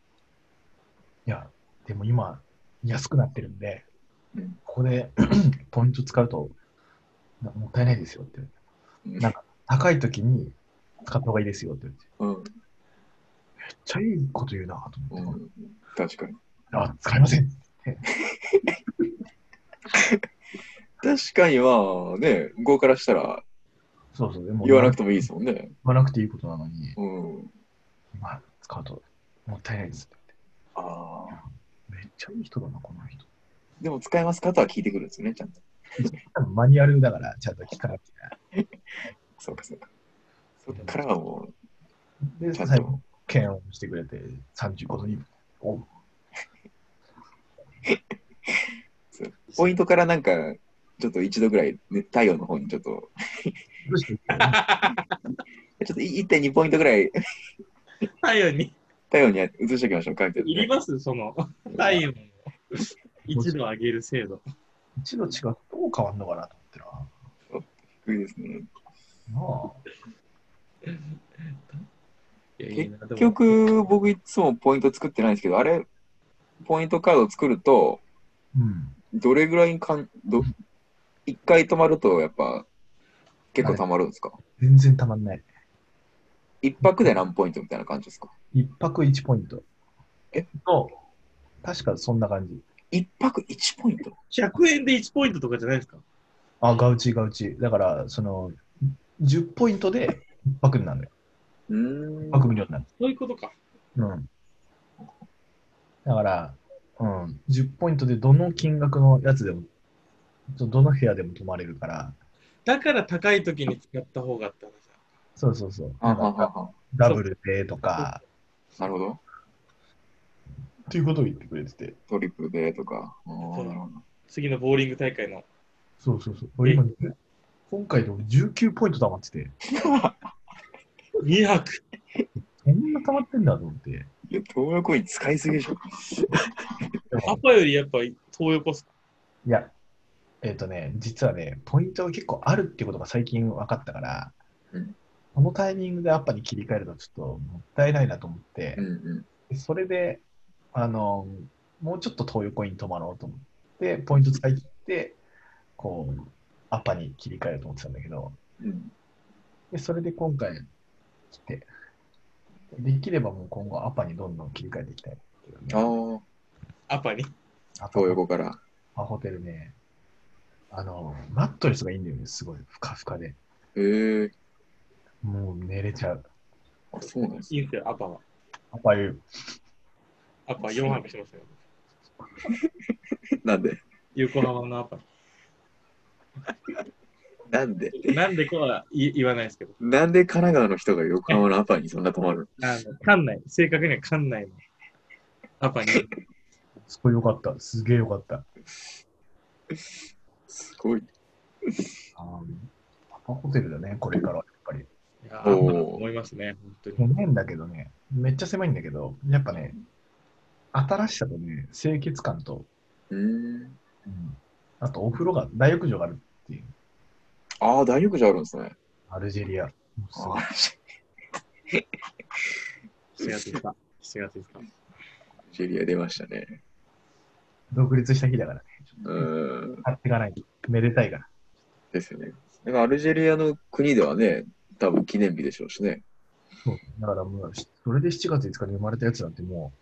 Speaker 2: いや、でも今、安くなってるんで、
Speaker 1: うん
Speaker 2: ここで ポイント使うとなもったいないですよって言われて。なんか高い時に使った方がいいですよって言われ
Speaker 1: う
Speaker 2: て。
Speaker 1: ん。
Speaker 2: めっちゃいいこと言うなと
Speaker 1: う
Speaker 2: 思って、
Speaker 1: ん、確かに。
Speaker 2: あ使いません
Speaker 1: 確かにまあね、語からしたら
Speaker 2: そうそう、でも
Speaker 1: 言わなくてもいいですもんね。
Speaker 2: 言わなくていいことなのに、
Speaker 1: うん。
Speaker 2: 今使うともったいないですって
Speaker 1: ああ。
Speaker 2: 言って。めっちゃいい人だな、この人。
Speaker 1: でも使えますかとは聞いてくるんですね、ちゃんと。
Speaker 2: 多分マニュアルだから、ちゃんと聞かなきゃ
Speaker 1: そうかそうか。そっからはもう、
Speaker 2: いけない。
Speaker 1: ちゃ
Speaker 2: で、
Speaker 1: んと
Speaker 2: 最後、検温してくれて、35度に。おう
Speaker 1: そうポイントからなんか、ちょっと一度ぐらい、ね、太陽の方にちょっと、
Speaker 2: どうして
Speaker 1: ちょっと1.2ポイントぐらい
Speaker 3: 太陽に。
Speaker 1: 太陽に移しておきましょう、書いて
Speaker 3: いりますその、太陽を一度上げる制度。
Speaker 2: 一度違う、どう変わんのかなと思っ
Speaker 1: 低いですね。
Speaker 2: てな。ない
Speaker 3: やいい
Speaker 1: 結
Speaker 3: なでも
Speaker 1: 局、僕いつもポイント作ってないんですけど、あれ、ポイントカード作ると、
Speaker 2: あ。うん。
Speaker 1: どれぐらいにかん、ど、一回止まると、やっぱ、結構溜まるんですか
Speaker 2: 全然たまんない。
Speaker 1: 一泊で何ポイントみたいな感じですか
Speaker 2: 一泊1ポイント。
Speaker 1: え
Speaker 2: と、確かそんな感じ。
Speaker 1: 一泊一ポイント
Speaker 3: 100円で1ポイントとかじゃないですか
Speaker 2: あ、ガウチガウチ。だから、その、10ポイントで1泊になるのよ。
Speaker 1: うーん
Speaker 2: 1泊無料になる。
Speaker 3: そういうことか。
Speaker 2: うん。だから、うん、10ポイントでどの金額のやつでも、どどの部屋でも泊まれるから、
Speaker 3: だから高い時に使った方がって話だ
Speaker 2: そうそうそう。
Speaker 1: あ
Speaker 2: なん
Speaker 1: は
Speaker 2: か
Speaker 1: はは
Speaker 2: ダブルでとか、
Speaker 1: なるほど。
Speaker 2: っていうことを言ってくれてて。
Speaker 1: トリプルでとか。あーなるほど
Speaker 3: 次のボーリング大会の。
Speaker 2: そうそうそう。俺今、今回でも19ポイント溜まってて、
Speaker 3: 2泊。
Speaker 2: そんな溜まってんだと思って。
Speaker 1: いや、東横に使いすぎでしょ。
Speaker 2: で
Speaker 3: パ
Speaker 2: も
Speaker 3: パよりやっぱ東横っす
Speaker 2: いや、えっ、とね、実はね、ポイントが結構あるっていうことが最近分かったから、
Speaker 1: うん
Speaker 2: このタイミングでアッパに切り替えるのはちょっともったいないなと思って、
Speaker 1: うんうん。
Speaker 2: でそれで、あの、もうちょっと東横に泊まろうと思って、ポイント使い切って、こう、アッパに切り替えようと思ってたんだけど、
Speaker 1: うん、
Speaker 2: でそれで今回来て、できればもう今後アッパにどんどん切り替えていきたいけどね。
Speaker 1: ああ、
Speaker 3: アパに。
Speaker 2: あ
Speaker 1: 東
Speaker 2: と、
Speaker 1: 横から。
Speaker 2: アホテルね、あの、マットレスがいいんだよね、すごい、ふかふかで。
Speaker 1: えー、
Speaker 2: もう寝れちゃう。
Speaker 1: あ、そうなんです
Speaker 3: いいんですよ、アパは。
Speaker 2: アパユ
Speaker 3: アパ4泊しますよ。
Speaker 1: なんで
Speaker 3: 横浜のアパ。
Speaker 1: なんで
Speaker 3: なんでこうはい言わないですけど。
Speaker 1: なんで神奈川の人が横浜のアパにそんな泊まる
Speaker 3: あの、館内、正確には館内のアパに。
Speaker 2: すごい良かった。すげえ良かった。
Speaker 1: すごい。
Speaker 2: あのアパホテルだね、これからはやっぱり。
Speaker 3: いやー
Speaker 1: おー
Speaker 3: まあ思いますね、本当に。
Speaker 2: ごめんだけどね、めっちゃ狭いんだけど、やっぱね、新しさとね、清潔感と、
Speaker 1: うーん。
Speaker 2: あとお風呂が、大浴場があるっていう、
Speaker 1: ああ、大浴場あるんですね。
Speaker 2: アルジェリア。すごい
Speaker 1: あー
Speaker 3: 7月5日。7月5日。
Speaker 1: ジェリア出ましたね。
Speaker 2: 独立した日だからね。ちょっと
Speaker 1: うん。
Speaker 2: 買っていかないと。めでたいから。
Speaker 1: ですよね。なんかアルジェリアの国ではね、多分記念日でしょうしね。
Speaker 2: そうだからもう、しそれで7月5日に生まれたやつなんても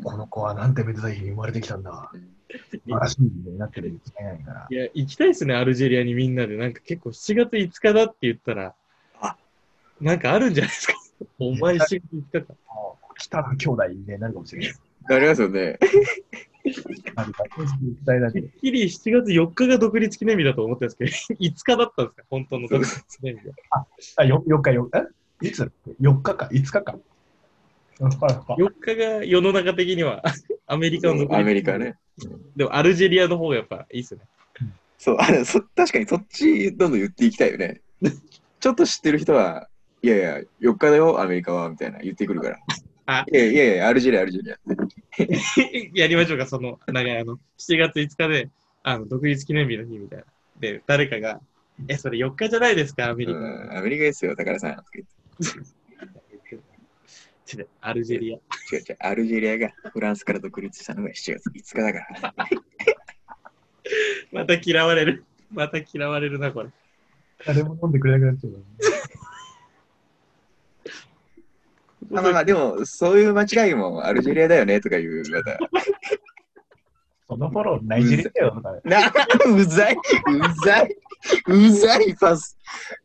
Speaker 2: う、この子はなんてめでたい日に生まれてきたんだ。素晴らしい日になってるに違いないから
Speaker 3: い。や、行きたいですね、アルジェリアにみんなで。なんか結構7月5日だって言ったら、
Speaker 1: あ
Speaker 3: なんかあるんじゃな いですか。お前7月5日か。
Speaker 2: もう来たら兄弟になるかもしれ ない。
Speaker 1: なりますよね。
Speaker 2: あるから絶対だけ
Speaker 3: てっきり7月4日が独立記念日だと思ったんですけど、5日だったんですか、本当の独立記念日が。
Speaker 2: あ、よ4日、よえいつ ?4 日か、5日か。うんはいはい
Speaker 3: 4日が世の中的には アメリカの独立記念日
Speaker 1: アメリカ。ね。
Speaker 3: でもアルジェリアの方がやっぱいいっすね。
Speaker 1: そう、あれそ確かにそっちどんどん言っていきたいよね。 ちょっと知ってる人は、いやいや、4日だよ、アメリカは、みたいな言ってくる から。
Speaker 3: あ
Speaker 1: いやいやいや、アルジェリア、アルジェリア。
Speaker 3: やりましょうか、その、なんかあの、7月5日で、あの、独立記念日の日みたいな。で、誰かが、え、それ4日じゃないですか、アメリカ。
Speaker 1: うん、アメリカですよ、高田さん。
Speaker 3: ちょっとアルジェリア。
Speaker 1: 違う違う、アルジェリアがフランスから独立したのが7月5日だから。
Speaker 3: また嫌われる。また嫌われるな、これ。
Speaker 2: 誰も飲んでくれなくなっちゃうからね。
Speaker 1: まあまあまあ、でも、そういう間違いもアルジェリアだよねとかいう、また。
Speaker 2: その頃、ナイジェリアだよとかね。
Speaker 1: なうざい、うざい、うざいパス。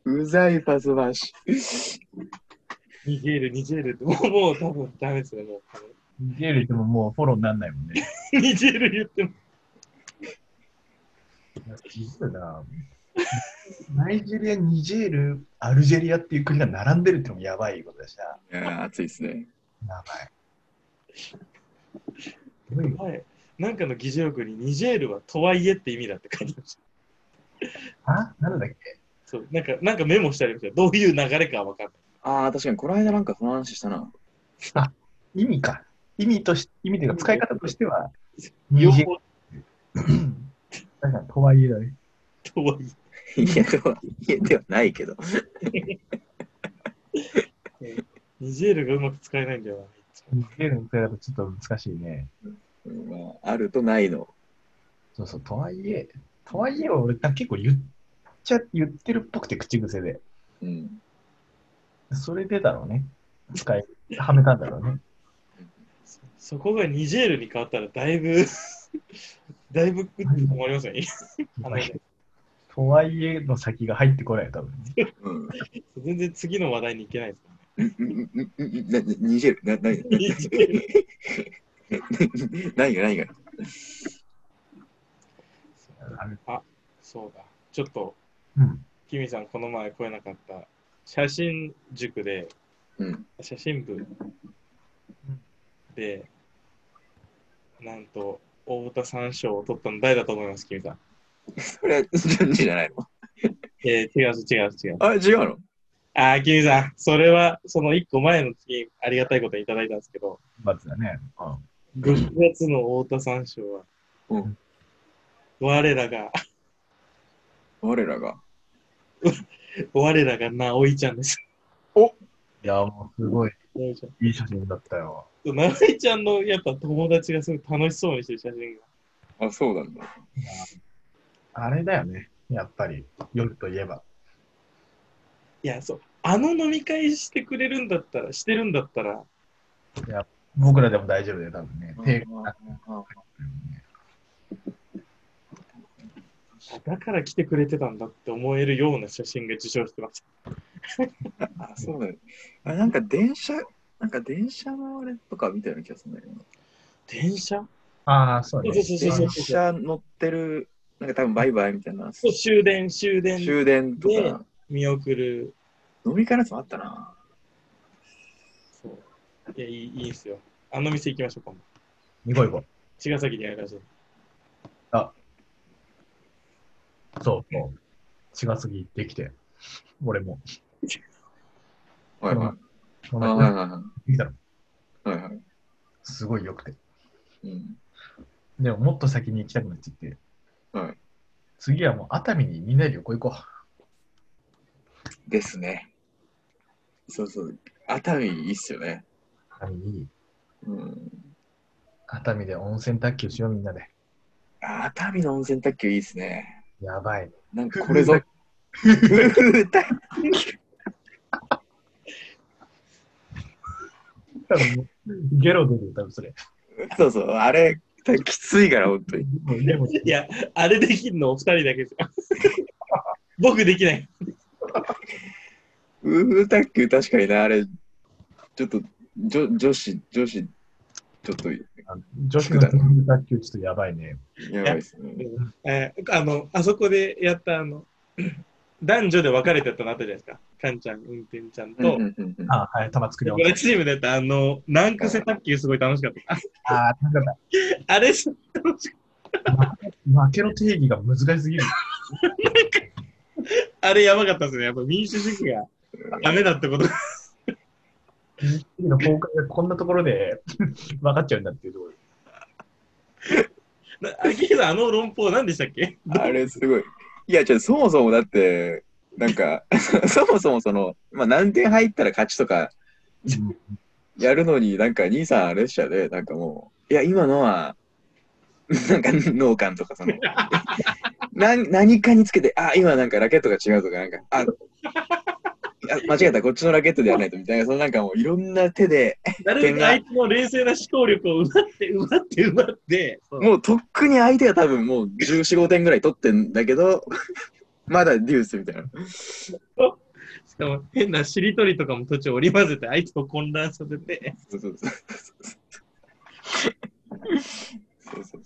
Speaker 1: うざいパス回し。
Speaker 3: ニジェール、ニジェールって、もう、もう多分ダメですね、もう多分。
Speaker 2: ニジェリアでももうフォローにならないもんね。
Speaker 3: ニジェール言っても。
Speaker 2: 実はな、ナイジェリア、ニジェール、アルジェリアっていう国が並んでるってのもやばいことだしな。や
Speaker 1: いやー、熱いですね。
Speaker 2: ばい。どういうこ
Speaker 3: はい。なんかの議事録に、ニジェールはとはいえって意味だって書いてました。
Speaker 2: とあなんだっけ
Speaker 3: そう、なんか、なんかメモしてありました。どういう流れかは分かんない。
Speaker 1: ああ、確かに、この間なんかその話したな。
Speaker 2: 意味か。意味とし意味というか、使い方としては、
Speaker 3: 両
Speaker 2: ニジェ
Speaker 3: 方
Speaker 2: 確かに、とはいえだね。
Speaker 3: とはい
Speaker 1: 家では、家ではないけど。
Speaker 3: え。ニジェールがうまく使えないんだよな。いつ
Speaker 2: ニ
Speaker 3: も
Speaker 2: ジェールの使い方ちょっと難しいね。
Speaker 1: うんまあ、あるとないの。
Speaker 2: そうそう、とはいえ、とはいえは俺、結構言っちゃ、言ってるっぽくて口癖で。
Speaker 1: うん。
Speaker 2: それでだろうね。使い、はめたんだろうね。
Speaker 3: そそこがニジェールに変わったら、だいぶ、 だいぶグッと困りますよね。あの
Speaker 2: とはいえの先が入ってこないよ、多分。
Speaker 1: うん。
Speaker 3: 全然次の話題に行けないですから
Speaker 1: うんうんうんうんうんななニジェール、な、な、
Speaker 3: ね。ニジェール
Speaker 1: 何が何が。
Speaker 3: そうだ。ちょっと、
Speaker 2: うん。
Speaker 3: キミさん、この前来れなかった写真塾で、
Speaker 1: うん。
Speaker 3: 写真部で、なんと、太田三賞を取ったの誰だと思います、キミさん。
Speaker 1: それ、順次じゃないの。
Speaker 3: えー、違う違う違う。
Speaker 1: あ、違うの
Speaker 3: あー、キミさん、それは、その一個前の次、ありがたいこといただいたんですけど、
Speaker 2: 罰だね。う
Speaker 3: 6月の太田三賞は、
Speaker 1: うん
Speaker 3: 我らが、
Speaker 1: 我らが。
Speaker 3: 我らがなおいちゃんです。
Speaker 2: ん。いや、もうすごい、
Speaker 3: なおいちゃん
Speaker 2: いい写真だったよ。
Speaker 3: そうなおいちゃんのやっぱ友達がすごい楽しそうにしてる写真が。
Speaker 1: あ、そうなんだ。
Speaker 2: あれだよね。やっぱり、夜といえば。
Speaker 3: いや、そう、あの飲み会してくれるんだったら、してるんだったら、
Speaker 2: 僕らでも大丈夫だよ、多分ね。手がなくてもね
Speaker 3: だから来てくれてたんだって思えるような写真が受賞してます。
Speaker 1: あ、そうだよ。あ、なんか電車、なんか電車のあれとかみたいな気がするんだけどな。
Speaker 3: 電車
Speaker 2: ああ、そうね。
Speaker 3: そうそうそうそう
Speaker 1: 電車乗ってる、なんか多分バイバイみたいな。
Speaker 3: そう終電、終電
Speaker 1: 終電と
Speaker 3: ね
Speaker 1: か、
Speaker 3: 見送る。
Speaker 1: 飲み会のやつもあったな。
Speaker 3: そういや、いいいいんすよ。あの店行きましょうか。今度
Speaker 2: 行こう行こ
Speaker 3: 茅ヶ崎にあるらしい。
Speaker 2: う。そう、そう。茅ヶ崎行ってきて。俺も。
Speaker 1: はいはい。
Speaker 2: 友
Speaker 1: あ
Speaker 2: 達
Speaker 1: はい
Speaker 2: が
Speaker 1: はいは
Speaker 2: 見たの。
Speaker 1: い。はいはい。
Speaker 2: すごい良くて。
Speaker 1: うん。
Speaker 2: でも、もっと先に行きたくなっちゃって。
Speaker 1: はい。
Speaker 2: 次はもう熱海にみんなで旅行行こ
Speaker 1: ですね。そうそう。熱海いいっすよね。
Speaker 2: う。熱海に、
Speaker 1: うん。
Speaker 2: 熱海で温泉卓球しよう、みんなで。
Speaker 1: あ熱海の温泉卓球いいですね。
Speaker 2: やばい ね。
Speaker 1: なんかこれぞ。
Speaker 2: 多分、ゲロ出るよ、多分 それ。
Speaker 1: そうそう、あれ、きついから、本当に。
Speaker 2: でも、
Speaker 3: いや、あれできるのお二人だけじゃん。 僕できない。
Speaker 1: ウーフー卓球、確かにな、あれ、ちょっと、女女子、女子、ちょっと、
Speaker 2: あの女子の卓球ちょっとやばいね。
Speaker 1: やばいですね。
Speaker 3: えーあの、あそこでやったあの、男女で分かれてたのあったじゃないですか。カンちゃん、運転ちゃんと。
Speaker 1: うんうんうん
Speaker 2: あはい、玉作り
Speaker 3: こ
Speaker 2: を。
Speaker 3: れチームでやったあの、難癖卓球すごい楽しかった。
Speaker 2: あーなんか
Speaker 3: ああれす、
Speaker 2: 負けの定義が難しすぎる。
Speaker 3: あれやばかったですね。やっぱ民主主義がダメだってこと。
Speaker 2: 民主主義の崩壊がこんなところで 分かっちゃうんだっていうところ。
Speaker 3: なあきひさん、あの論法何でしたっけ
Speaker 1: あれ、すごい。いや、ちょっとそもそもだって、なんか、 そもそもその、まあ、何点入ったら勝ちとか、やるのに、なんか、兄さんあれでしたよね、なんかもう、いや、今のは、 なんか、脳幹とか、その、 なん何かにつけて、あ、今なんかラケットが違うとか、なんか、あ、あ間違えた、こっちのラケットでやらないと、みたいな、そのなんかもう、いろんな手で、
Speaker 3: 誰べく相手の冷静な思考力を奪って、奪って、奪って、
Speaker 1: もう、とっくに相手は多分もう、14、5点ぐらい取ってんだけど、 まだデュースみたいな。
Speaker 3: しかも変なしりとりとかも途中織り交ぜて、相手を混乱させて、
Speaker 1: そうそうそうそうそ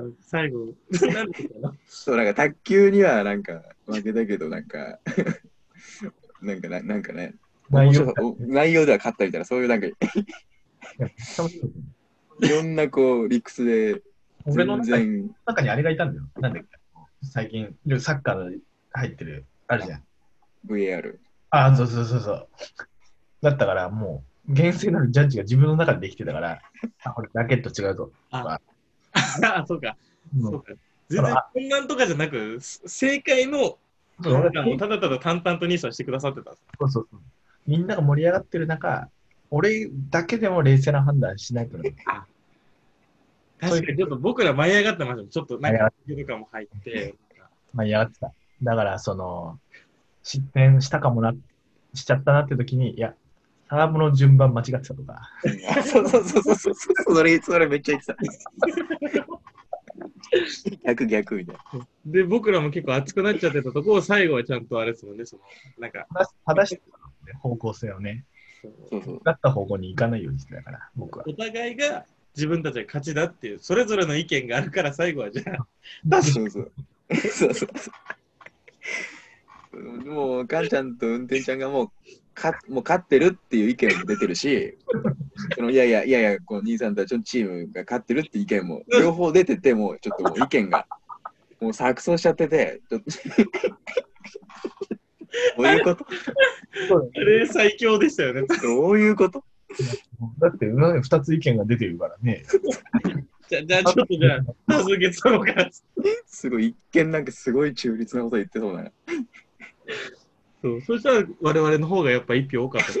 Speaker 1: う
Speaker 3: 最後、なんていうのかな
Speaker 1: そうなんか卓球にはなんか負けたけどなんか なんかななんかね面
Speaker 2: 内
Speaker 1: 白
Speaker 2: 容
Speaker 1: さ
Speaker 2: が
Speaker 1: お内容では勝ったみたいなそういうなんかいろんなこう理屈で
Speaker 2: 俺の
Speaker 1: 全
Speaker 2: 中
Speaker 1: 然
Speaker 2: に中にあれがいたんだよ。なんだっけ最近、サッカーで入ってる、あるじゃん。
Speaker 1: VAR
Speaker 2: あー、そうそうそうそう。だったから、もう、厳正なるジャッジが自分の中でできてたから、あ、これラケット違うぞ。
Speaker 3: あ、そうか、
Speaker 2: も
Speaker 3: そう
Speaker 2: う
Speaker 3: か。全然混乱とかじゃなく、す正解の
Speaker 2: そう俺
Speaker 3: なんかもうただただ淡々と兄さんしてくださってたんです。
Speaker 2: そうそうそう。みんなが盛り上がってる中、俺だけでも冷静な判断しないとね。
Speaker 3: 確かに、ちょっと僕ら舞い上がってましたもんちょっとなんか、とかも入って、
Speaker 2: まあ、嫌がってた。だから、その、失点したかもな、しちゃったなって時に、いや、サーブの順番間違ってたとか、
Speaker 1: そうそうそうそうそうそうそれそれめっちゃ言ってた逆逆みたいな
Speaker 3: で、僕らも結構熱くなっちゃってたとこを、最後はちゃんとあれですもんね、その、なんか、
Speaker 2: 正し正してたのね方向性をね、
Speaker 1: そうそう
Speaker 2: だった方向に行かないようにしてたから、僕は。
Speaker 3: お互いが自分たちが勝ちだっていう、それぞれの意見があるから、最後はじゃあ、
Speaker 1: そうそう。そうそうそう。もう、かんちゃんと運転ちゃんがもう、かもう勝ってるっていう意見も出てるし、そのいやいや、いやいや、こう兄さんたちのチームが勝ってるって意見も、両方出てて、もうちょっともう意見が、もう錯綜しちゃってて、ちょっと。どういうこと
Speaker 2: そう
Speaker 3: あれ最強でしたよね。
Speaker 1: どういうこと
Speaker 2: だって、2つ意見が出てるから ね。
Speaker 3: じゃあ、じゃあちょっとじゃあ、続けたのから。
Speaker 1: すごい、一見なんかすごい中立なこと言ってそうな。
Speaker 3: そう、そしたら我々の方がやっぱ一票多かった。
Speaker 1: ちょ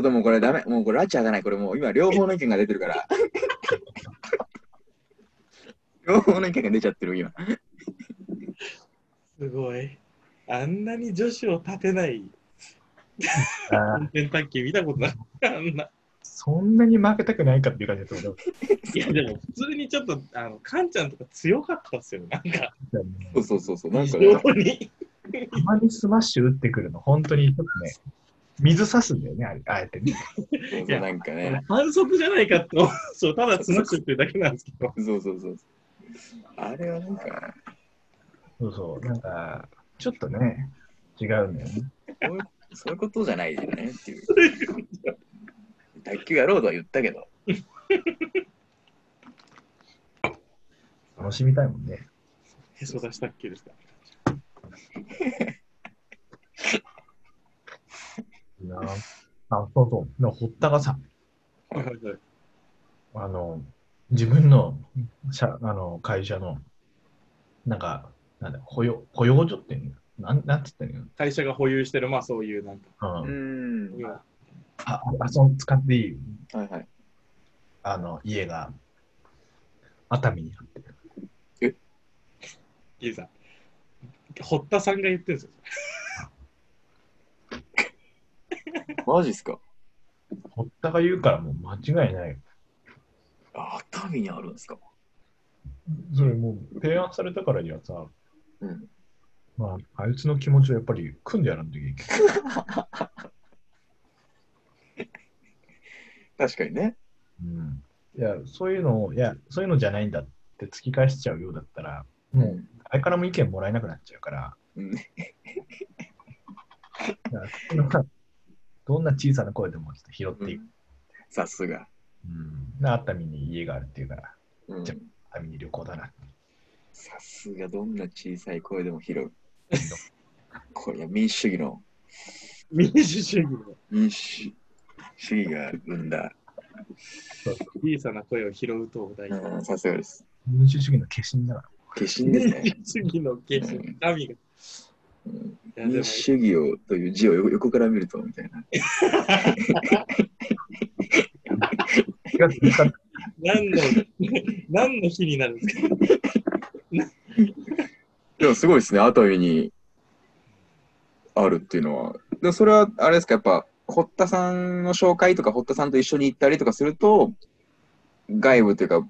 Speaker 1: っともうこれダメ、もうこれラチ開かない、これもう今両方の意見が出てる から。両方の意見が出ちゃってる今。
Speaker 3: すごい。あんなに女子を立てない
Speaker 2: あー
Speaker 3: 運転卓球見たことない。あんな。
Speaker 2: そんなに負けたくないかっていう感じだと思
Speaker 3: いや、でも普通にちょっと、あの、カンちゃんとか強かったっすよね。なんか、
Speaker 2: う。
Speaker 1: そうそうそうそう、なんかね、
Speaker 3: 両方に。
Speaker 2: たまにスマッシュ打ってくるの、本当にちょっとね、水差すんだよね、あれあえてね。
Speaker 1: そうそうなんかね、
Speaker 3: 反則じゃないかと。 そう、ただスマッシュっていうだけなんですけど。
Speaker 1: そうそうそう。あれはなんか、
Speaker 2: そうそう、なんか、ちょっとね、違うんだよね。
Speaker 1: そういうそういうことじゃないよねっていう。卓球やろうとは言ったけど、
Speaker 2: 楽しみたいもんね。
Speaker 3: へそ出し卓球ですか。
Speaker 2: いいなあ、そうそう。でも堀田がさ、
Speaker 3: はいはいはい
Speaker 2: あの、自分の社あの会社の、なんか、なんだ、保養、保養所っていうのなん、なんて言ったらいい
Speaker 3: 会社が保有してる、まあそういう、なんか、
Speaker 2: の
Speaker 1: う
Speaker 2: うん。
Speaker 1: ん、
Speaker 3: 要は
Speaker 2: あ、あ、その使っていい、
Speaker 1: はいはい。
Speaker 2: あの、家が、熱海にあって。
Speaker 3: いいさん。堀田さんが言ってるんですよ。
Speaker 1: マジっすか
Speaker 2: 堀田が言うからもう間違いない。
Speaker 1: あ熱海にあるんですか
Speaker 2: それもう提案されたからにはさ、
Speaker 1: うん。
Speaker 2: まあ、あいつの気持ちをやっぱり組んでやらんといけない。
Speaker 1: 確かにね。
Speaker 2: うん、いや、そういうのを、いや、そういうのじゃないんだって突き返しちゃうようだったら、もう、誰からも意見もらえなくなっちゃうから、
Speaker 1: うん。
Speaker 2: だからそんなどんな小さな声でもちょっと拾っていく。
Speaker 1: さすが。
Speaker 2: うん、な熱海に家があるっていうから、
Speaker 1: うん
Speaker 2: じゃ熱海に旅行だな。
Speaker 1: さすがどんな小さい声でも拾う。これは民主主義の、
Speaker 3: 民主主義の
Speaker 1: 民主主義が生んだ。
Speaker 3: 小さな声を拾うと大事。
Speaker 1: うん、さすがです。
Speaker 2: 民主主義の化身だから。
Speaker 1: 化身で
Speaker 3: 民
Speaker 1: すね。
Speaker 3: 主主義の形式、神が。い
Speaker 1: うん
Speaker 3: やで
Speaker 1: 民
Speaker 3: も
Speaker 1: 主主義をという字を横横から見ると、みたいな。
Speaker 3: 何の何の日になるんですか
Speaker 1: でもすごいですね、熱海にあるっていうのは。でそれは、あれですか、やっぱ、堀田さんの紹介とか、堀田さんと一緒に行ったりとかすると、外部というか、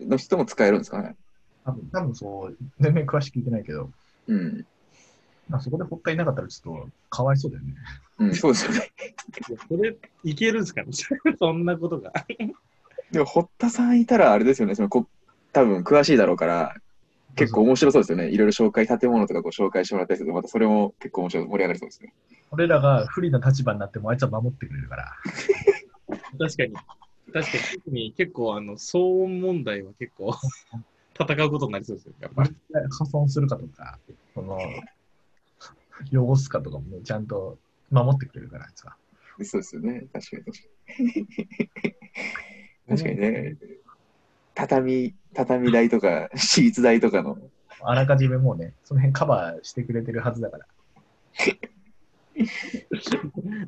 Speaker 1: の人も使えるんですかね。
Speaker 2: 多分多分そう、全然詳しく聞いてないけど、
Speaker 1: うん。
Speaker 2: まあ、そこで堀田いなかったらちょっとかわいそうだよね。
Speaker 1: うん、そうですよね。
Speaker 3: いやそれ、いけるんですかねそんなことが。
Speaker 1: でも、堀田さんいたら、あれですよね、そのこ多分詳しいだろうから、結構面白そうですよね。いろいろ紹介、建物とかご紹介してもらったりすると、またそれも結構面白い、盛り上がりそうですね。
Speaker 2: 俺らが不利な立場になってもあいつは守ってくれるから。
Speaker 3: 確かに。確かに、特に結構、あの、騒音問題は結構、戦うことになりそうですよ、やっぱ
Speaker 2: あ
Speaker 3: り。
Speaker 2: れ破損するかとか、その、汚すかとかもねちゃんと守ってくれるから、あいつは。
Speaker 1: そうですよね。確かに確かに。確かにね。畳、畳台と か、シーツ台とかの。
Speaker 2: あらかじめもうね、その辺カバーしてくれてるはずだから。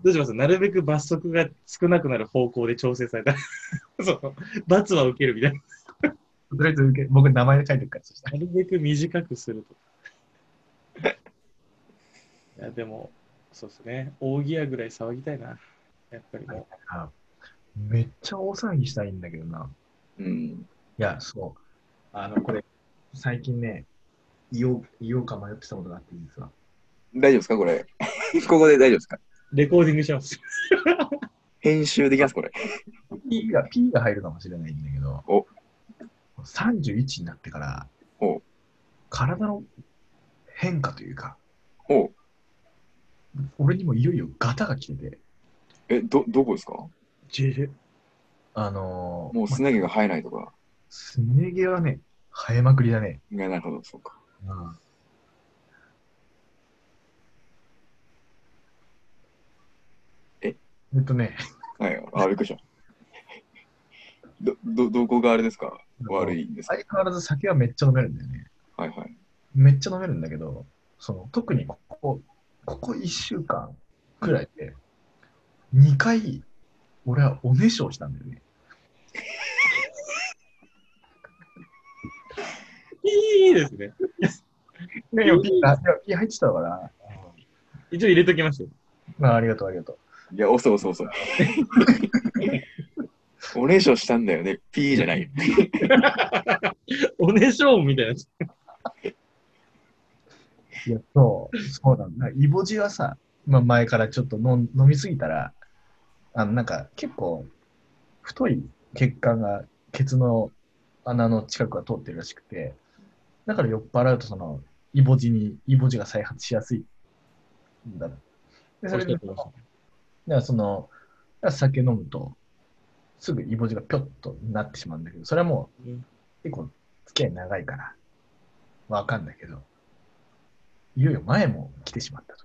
Speaker 3: どうしますなるべく罰則が少なくなる方向で調整された。その罰は受けるみたいな。
Speaker 2: とりあえず受け僕、名前で書いてるから、そしたら。
Speaker 3: なるべく短くすると か。いや、でも、そうですね。扇屋ぐらい騒ぎたいな。やっぱりも
Speaker 2: めっちゃ大騒ぎしたいんだけどな。
Speaker 1: うん。
Speaker 2: いや、そう。あの、これ、最近ね、言おう言おうか迷ってたことがあって、実は。
Speaker 1: 大丈夫ですかこれ。 ここで大丈夫ですか
Speaker 3: う、レコーディングします。
Speaker 1: 編集できますこれ。
Speaker 2: P が、P が入るかもしれないんだけど、
Speaker 1: お
Speaker 2: 31になってから
Speaker 1: おう、
Speaker 2: 体の変化というか、
Speaker 1: おう
Speaker 2: 俺にもいよいよガタが来てて、
Speaker 1: え、ど、どこですか
Speaker 2: あのー
Speaker 1: もうす
Speaker 2: まあ
Speaker 1: ね毛が生えないとか。
Speaker 2: すね毛はね、生えまくりだね。
Speaker 1: いやなるほど、そうか。え
Speaker 2: えっとね、
Speaker 1: はい。あ、びっくりした。 ど、ど、どこがあれですか悪
Speaker 2: い。
Speaker 1: いんですか
Speaker 2: 相変わらず酒はめっちゃ飲めるんだよね。
Speaker 1: はいはい。
Speaker 2: めっちゃ飲めるんだけど、その特にここ、ここ1週間くらいで、2回、俺はおねしょをしたんだよね。
Speaker 3: いいですね。
Speaker 2: いや、いやピーがいやピー入ってたから、
Speaker 3: 一応入れときましたよ。
Speaker 2: まあ、ありがとう、ありがと
Speaker 1: いや、遅い遅い 遅い。おねしょしたんだよね。ピーじゃない。
Speaker 3: おねしょうみたいな。
Speaker 2: う。いや、そう、そうなんだ。イボジはさ、まあ、前からちょっと飲ん飲みすぎたら、あの、なんか結構、太い血管が、ケツの穴の近くが通ってるらしくて、だから酔っ払うと、その、イボジに、イボジが再発しやすいんだな。で、それで、だからその、だから酒飲むと、すぐイボジがぴょっとなってしまうんだけど、それはもう、結構付き合い長いから、わかんないけど、いよいよ前も来てしまった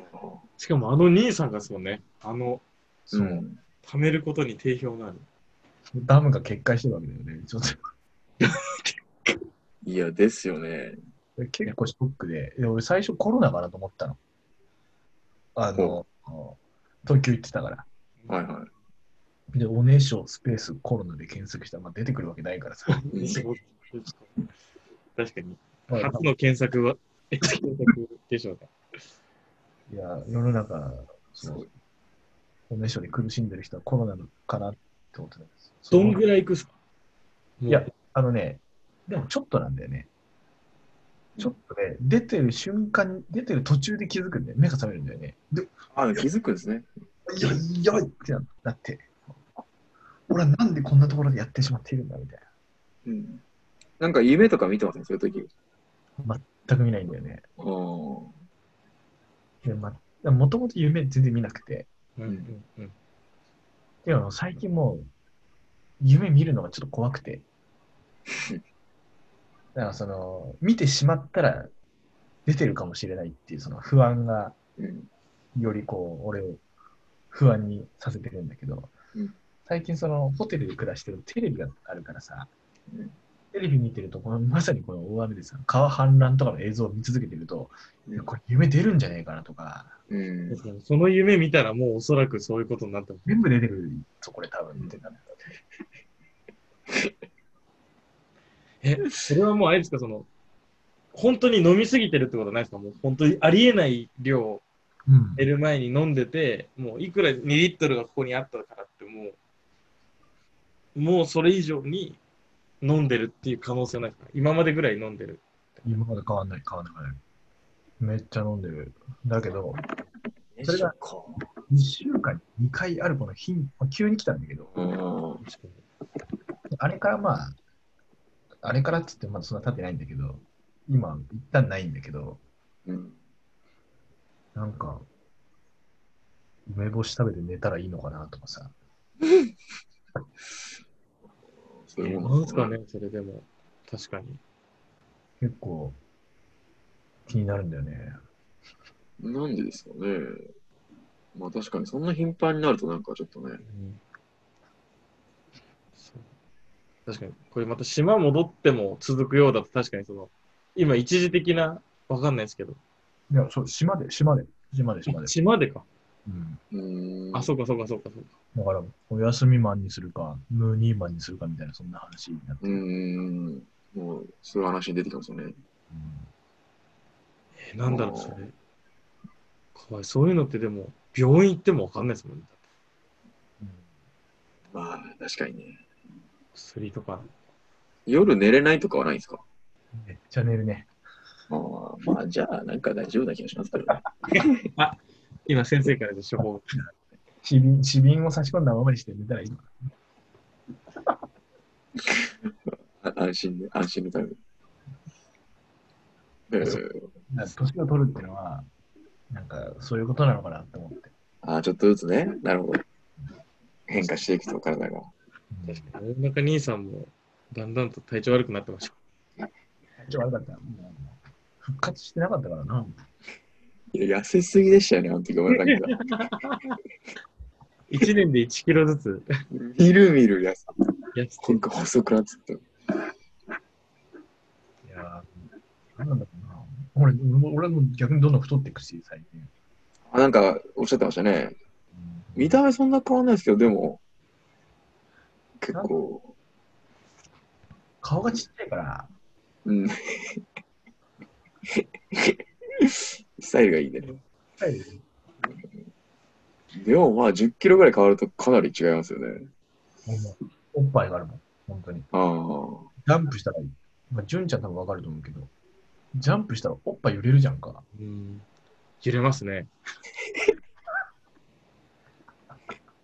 Speaker 2: と。
Speaker 3: しかもあの兄さんがですもんね。あの、
Speaker 1: うん。
Speaker 3: 貯めることに定評のある。
Speaker 2: ダムが決壊してるわけだよね。ちょっ
Speaker 1: いや、ですよね。
Speaker 2: と 結構ショックで、で俺最初コロナかなと思ったの。あの、東京行ってたから。
Speaker 1: はいは
Speaker 2: で、おねしょスペースコロナで検索したら、まあ、出てくるわけないから さ。
Speaker 1: うん
Speaker 3: 確かに。
Speaker 2: まあ
Speaker 3: 初の検索 は、検索でしょうか。
Speaker 2: いや、世の中、そう、おねしょで苦しんでる人はコロナかなって思ってたんです。
Speaker 3: どんぐらいいくっすか
Speaker 2: いや、あのね、でもちょっとなんだよね。ちょっとね、出てる瞬間に、出てる途中で気づくんだよ。目が覚めるんだよね。で、
Speaker 1: あ、でも気づくんですね。
Speaker 2: やばいやばいってなって、俺はなんでこんなところでやってしまっているんだみたい
Speaker 1: うん。なんか夢とか見てますね、そういう時。
Speaker 2: な。全く見ないんだよね。
Speaker 1: あー
Speaker 2: で、まあ、もともと夢全然見なくて、
Speaker 3: うんうんうん。
Speaker 2: でも最近もう、夢見るのがちょっと怖 くて。だからその、見てしまったら出てるかもしれないっていうその不安が
Speaker 1: うん。
Speaker 2: よりこう、俺を不安にさせてるんだけど、
Speaker 1: うん
Speaker 2: 最近そのホテルで暮らしてるテレビがあるからさ、
Speaker 1: うん
Speaker 2: テレビ見てるとこの、まさにこの大雨でさ、川氾濫とかの映像を見続けてると、いやこれ夢出るんじゃねえかなとか、
Speaker 1: うん。
Speaker 3: 確かにその夢見たらもうおそらくそういうことになった。
Speaker 2: 全部出てくるとこれ多分出てたんだよ
Speaker 3: え、それはもうあれですか、その、本当に飲みすぎてるってことはないですかもう本当にありえない量
Speaker 2: うん
Speaker 3: 寝る前に飲んでて、もういくら2リットルがここにあったからってもう、もうそれ以上に飲んでるっていう可能性はないですか今までぐらい飲んでる。
Speaker 2: 今まで変わんない、変わんない変わんない。めっちゃ飲んでる。だけど、それが1週間に2回あるこの頻、急に来たんだけど、
Speaker 1: あー
Speaker 2: あれからまあ、あれからっつってまだそんな経ってないんだけど、今、一旦ないんだけど、
Speaker 1: うん。
Speaker 2: なんか、梅干し食べて寝たらいいのかなとかさ、
Speaker 1: そういうも
Speaker 3: なん
Speaker 1: ん
Speaker 3: ですか。ね、それでも。確かに。
Speaker 2: 結構気になるんだよね。
Speaker 1: なんでですかね。まあ確かに、そんな頻繁になるとなんかちょっとね。
Speaker 3: そう確かに、これまた島戻っても続くようだと、確かにその、今一時的な、わかんないですけど、
Speaker 2: いや、そう、島で、島で、島で、島で。
Speaker 3: 島でか。
Speaker 2: うん。
Speaker 1: うーん。
Speaker 3: あ、そうかそうかそうかそうか。
Speaker 2: だから、お休みマンにするか、ムーニーマンにするかみたいな、そんな話になって。
Speaker 1: うーん。もう、そういう話に出てきますよね。
Speaker 3: え、なんだろう、それ。怖い。そういうのってでも、病院行ってもわかんないですもんね。
Speaker 2: うん
Speaker 1: まあ、確かにね。
Speaker 3: 薬とか。
Speaker 1: 夜寝れないとかはないんですか
Speaker 2: めっちゃ寝るね。
Speaker 1: あーまあ、じゃあ、なんか大丈夫な気がしますけどね。
Speaker 3: 今、先生からで処方。
Speaker 2: 死瓶、死瓶を差し込んだままにして寝たらいいのか
Speaker 1: あ安心で、安心のために。えー、
Speaker 2: な。だから年を取るっていうのは、なんか、そういうことなのかなって思って。
Speaker 1: あーちょっとずつね、なるほど。変化していくと、体が。
Speaker 2: うん
Speaker 3: 確かに、大中兄さんも、だんだんと体調悪くなってました。
Speaker 2: 体調悪かった。もう復活してなかったからな。
Speaker 1: いや、痩せすぎでしたよね、あの時、俺だけが。
Speaker 3: 1年で1キロずつ、
Speaker 1: みるみる痩せ、
Speaker 3: 痩せて
Speaker 1: 今回細くなってった。
Speaker 2: いやー、なんなんだろうな。俺、俺も逆にどんどん太っていくし、最近。
Speaker 1: あなんか、おっしゃってましたね。見た目そんな変わんないですけど、でも、結構、
Speaker 2: 顔がちっちゃいから、
Speaker 1: うん。スタイルがいいね。でもまあ、10キロぐらい変わるとかなり違いますよね。
Speaker 2: おっぱいがあるもん、本当に。
Speaker 1: ああ、
Speaker 2: ジャンプしたらいい。まあ、純ちゃん多分わかると思うけど、ジャンプしたらおっぱい揺れるじゃんか。
Speaker 3: うん揺れますね。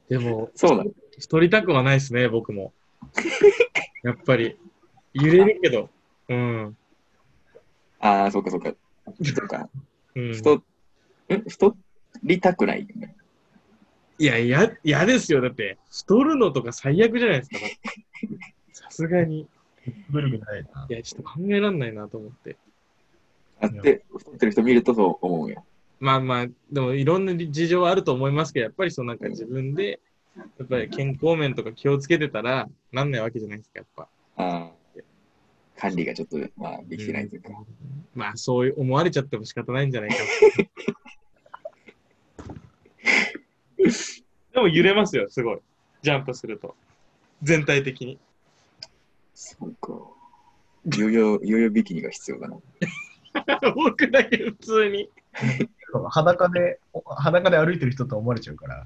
Speaker 3: でも、
Speaker 1: そうなの。
Speaker 3: 太りたくはないですね、僕も。やっぱり。揺れるけど。うん。
Speaker 1: ああ、そうかそうか。そうか。
Speaker 3: うん、
Speaker 1: 太、ん太りたくない。
Speaker 3: いや、いや、嫌ですよ。だって、太るのとか最悪じゃないですか。だってさすがに。
Speaker 2: ブルブルないな。
Speaker 3: いや、ちょっと考えられないなと思って。
Speaker 1: あって、太ってる人見るとそう思うよ。
Speaker 3: まあまあ、でもいろんな事情はあると思いますけど、やっぱりそのなんか自分で、やっぱり健康面とか気をつけてたら、なんないわけじゃないですか、やっぱ。
Speaker 1: ああ。管理がちょっと、まあ、できてないというか。
Speaker 3: まあ、そういう思われちゃっても仕方ないんじゃ ないか。でも揺れますよ、すごい。ジャンプすると。全体的に。
Speaker 1: そうか。ヨーヨー、ヨーヨービキニが必要だな。
Speaker 3: 僕だけ普通に。
Speaker 2: 裸で、お裸で歩いてる人と思われちゃうから。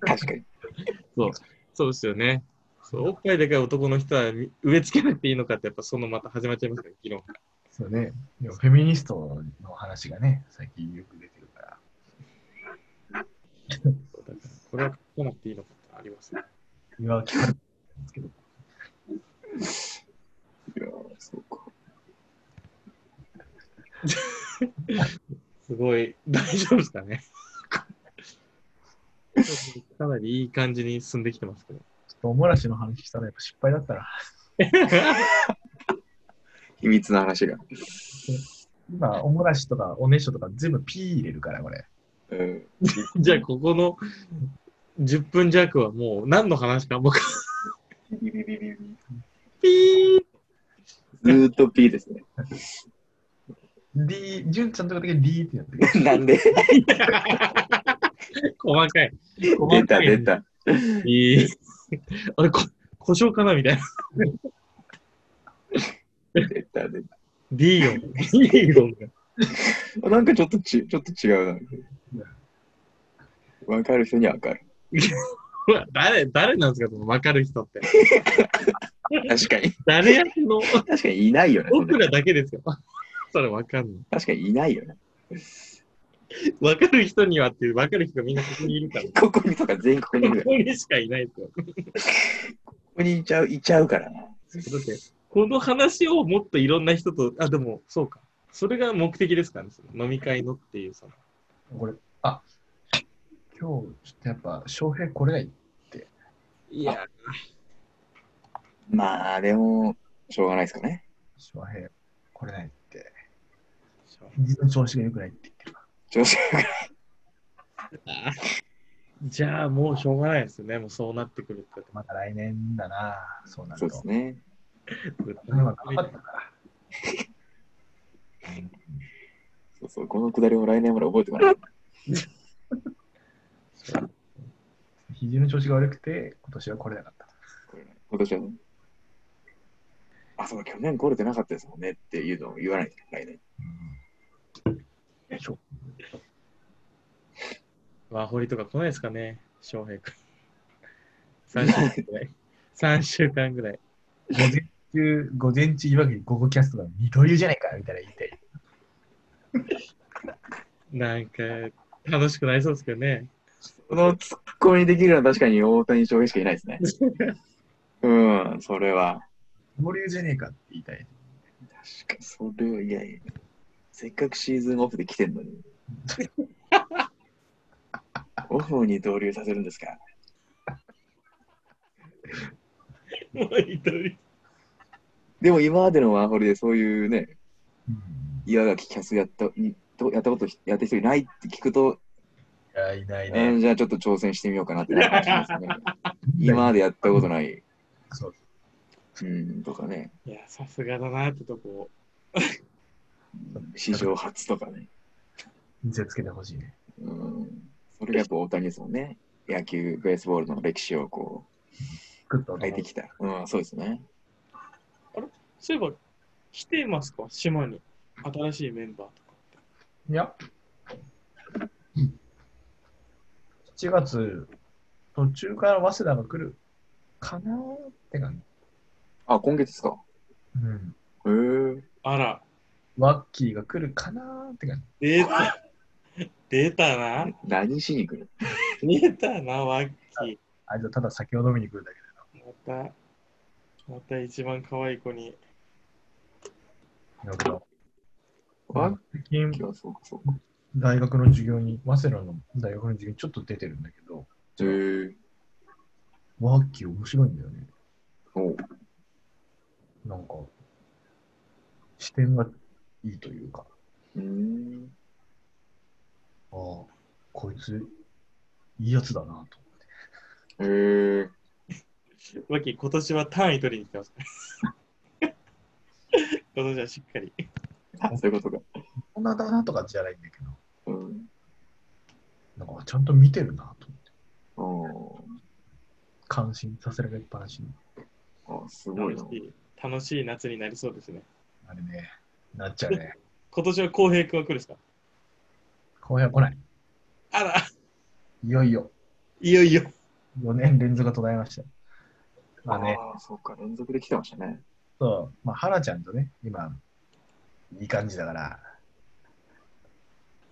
Speaker 1: 確かに。
Speaker 3: そうですよね。そうおっぱいでかい男の人はみ植え付けなくていいのかって、やっぱそのまた始まっちゃいますよ、議論が。
Speaker 2: そうね。でもフェミニストの話がね、最近よく出てるから。
Speaker 3: そうだからこれは書かなくていいのかってありますね。
Speaker 2: いや、聞かれてるんですけ
Speaker 1: い
Speaker 2: ど。
Speaker 1: やーそうか。
Speaker 3: すごい、大丈夫ですか ね。かなりいい感じに進んできてますけど。
Speaker 2: ちょっとおもらしの話したらやっぱ失敗だったら、
Speaker 1: 秘密の話が。
Speaker 2: 今、おもらしとかおねしょとか全部ピー入れるから、これ。
Speaker 1: うん。
Speaker 3: じゃあ、ここの10分弱はもう何の話か僕、
Speaker 1: ビビビビビ
Speaker 3: ピー
Speaker 1: ずーっと P です ね。
Speaker 2: D、じゅんちゃんとかだけ D ってやってる。
Speaker 1: なんで
Speaker 3: 細かい。
Speaker 1: 出
Speaker 3: 細
Speaker 1: た
Speaker 3: かい。
Speaker 1: 出た。
Speaker 3: いい。 あれ、こ故障かなみたいな。
Speaker 1: 出た出
Speaker 3: D 音。D 音が。
Speaker 1: た。なんかちょっとち、ちょっと違うな。わかる人にはわかる。
Speaker 3: うわ誰、誰なんですか、その分かる人って。
Speaker 1: 確かに。
Speaker 3: 誰やけ の
Speaker 1: 確かにいないよね。そんな
Speaker 3: 僕らだけですよ。 それ分かんない。
Speaker 1: 確かにいないよね。
Speaker 3: 分かる人にはっていう、分かる人がみんなここにいる から。こ
Speaker 1: ここにとか全員ここにいるよ
Speaker 3: こにしかいないですよ。
Speaker 1: ここにいちゃう、いちゃうからな。
Speaker 3: だって、この話をもっといろんな人と、あ、でも、そうか。それが目的ですからね、その飲み会のっていう、その。
Speaker 2: これ、あ今日、ちょっとやっぱ、翔平これがいい。
Speaker 3: いや、
Speaker 1: まあ、でも、しょうがないですかね。
Speaker 2: 翔平これないって。自分の調子が良くないって言ってるか
Speaker 1: 調子が
Speaker 3: じゃあもうしょうがないですよね、もうそうなってくるって
Speaker 2: ら。また来年だな、そうなる
Speaker 1: そ
Speaker 2: と。
Speaker 1: うですね。
Speaker 2: 今頑張ったから。
Speaker 1: そうそう、このくだりを来年まで覚えてもらう。
Speaker 2: 肘の調子が悪くて、今年は来れなかった。
Speaker 1: これ今年はね。あ、そうだ、去年来れてなかったですもんねっていうのを言わないと、来年。
Speaker 2: 翔
Speaker 3: ワーホリとか来ないですかね、翔平君。3週間ぐらい。3週間ぐらい。
Speaker 2: 午前中、午前中、いわゆる午後キャストが二刀流じゃないかみたいな言いたい。
Speaker 3: なんか、楽しくなりそうですけどね。
Speaker 1: このツッコミできるのは確かに大谷翔平しかいないです ね。うん、それは。
Speaker 2: 二刀流じゃねえかって言いたい。
Speaker 1: 確かに、それは、いやいや。せっかくシーズンオフで来てんの に。オフを二刀流させるんですか
Speaker 3: もう一人。
Speaker 1: でも今までのワンホリでそういうね、
Speaker 2: うん、
Speaker 1: 岩垣キャスやったにとやったことやってる人いないって聞くと、
Speaker 2: いや、いない
Speaker 1: え
Speaker 2: ね。
Speaker 1: ーじゃあちょっと挑戦してみようかなってなるかもしれ ないですね。今までやったことない、
Speaker 2: そう
Speaker 1: うん、とかね、
Speaker 3: いや、さすがだなってとこ。
Speaker 1: 史上初とかね、
Speaker 2: 見せつけてほしいね。
Speaker 1: うん、それがやっぱ大谷ですもんね。野球、ベースボールの歴史をこ
Speaker 2: グッと
Speaker 1: う変えてきた。うん、そうですね。
Speaker 3: そういえば、来てますか島に。新しいメンバーとか。
Speaker 2: いや。7月、途中から早稲田が来るかなーって感
Speaker 1: あ、今月ですか。
Speaker 2: じ。うん。
Speaker 1: へえ。
Speaker 3: あら、
Speaker 2: ワッキーが来るかなーって感じ。
Speaker 3: 出た。出たな。
Speaker 1: 何しに来る
Speaker 3: 出たな、ワッキ
Speaker 2: あいつはただ酒を飲みに来るだけ
Speaker 3: ー。また、また一番可愛い子に。
Speaker 2: だけど。
Speaker 1: わ
Speaker 2: 最近、
Speaker 1: 今日そうかそうか。
Speaker 2: 大学の授業に、早稲田の大学の授業にちょっと出てるんだけど、
Speaker 1: へえ。
Speaker 2: ワッキー面白いんだよね。
Speaker 1: おう
Speaker 2: なんか、視点がいいというか、
Speaker 1: うん。
Speaker 2: ああ、こいつ、いいやつだなと思って。
Speaker 1: へえ。
Speaker 3: ワッキー、今年は単位取りに来てます。 今年はしっかり。
Speaker 1: あそういうことか。
Speaker 2: 女だなとかじゃないんだけど、
Speaker 1: うん。
Speaker 2: なんかちゃんと見てるなと思って。
Speaker 1: おー
Speaker 2: 感心させられっぱなしに。
Speaker 1: あ、すごいな
Speaker 3: 楽。しい楽しい夏になりそうですね。
Speaker 2: あれね、なっちゃうね。
Speaker 3: 今年は浩平君は来るんですか
Speaker 2: 後輩は来ない。
Speaker 3: あら、
Speaker 2: いよいよ、
Speaker 3: いよいよ。
Speaker 2: 4年連続が途絶えました。まあね、
Speaker 1: あーそっか、連続で来てましたね。
Speaker 2: そう、まあ、花ちゃんとね、今、いい感じだから、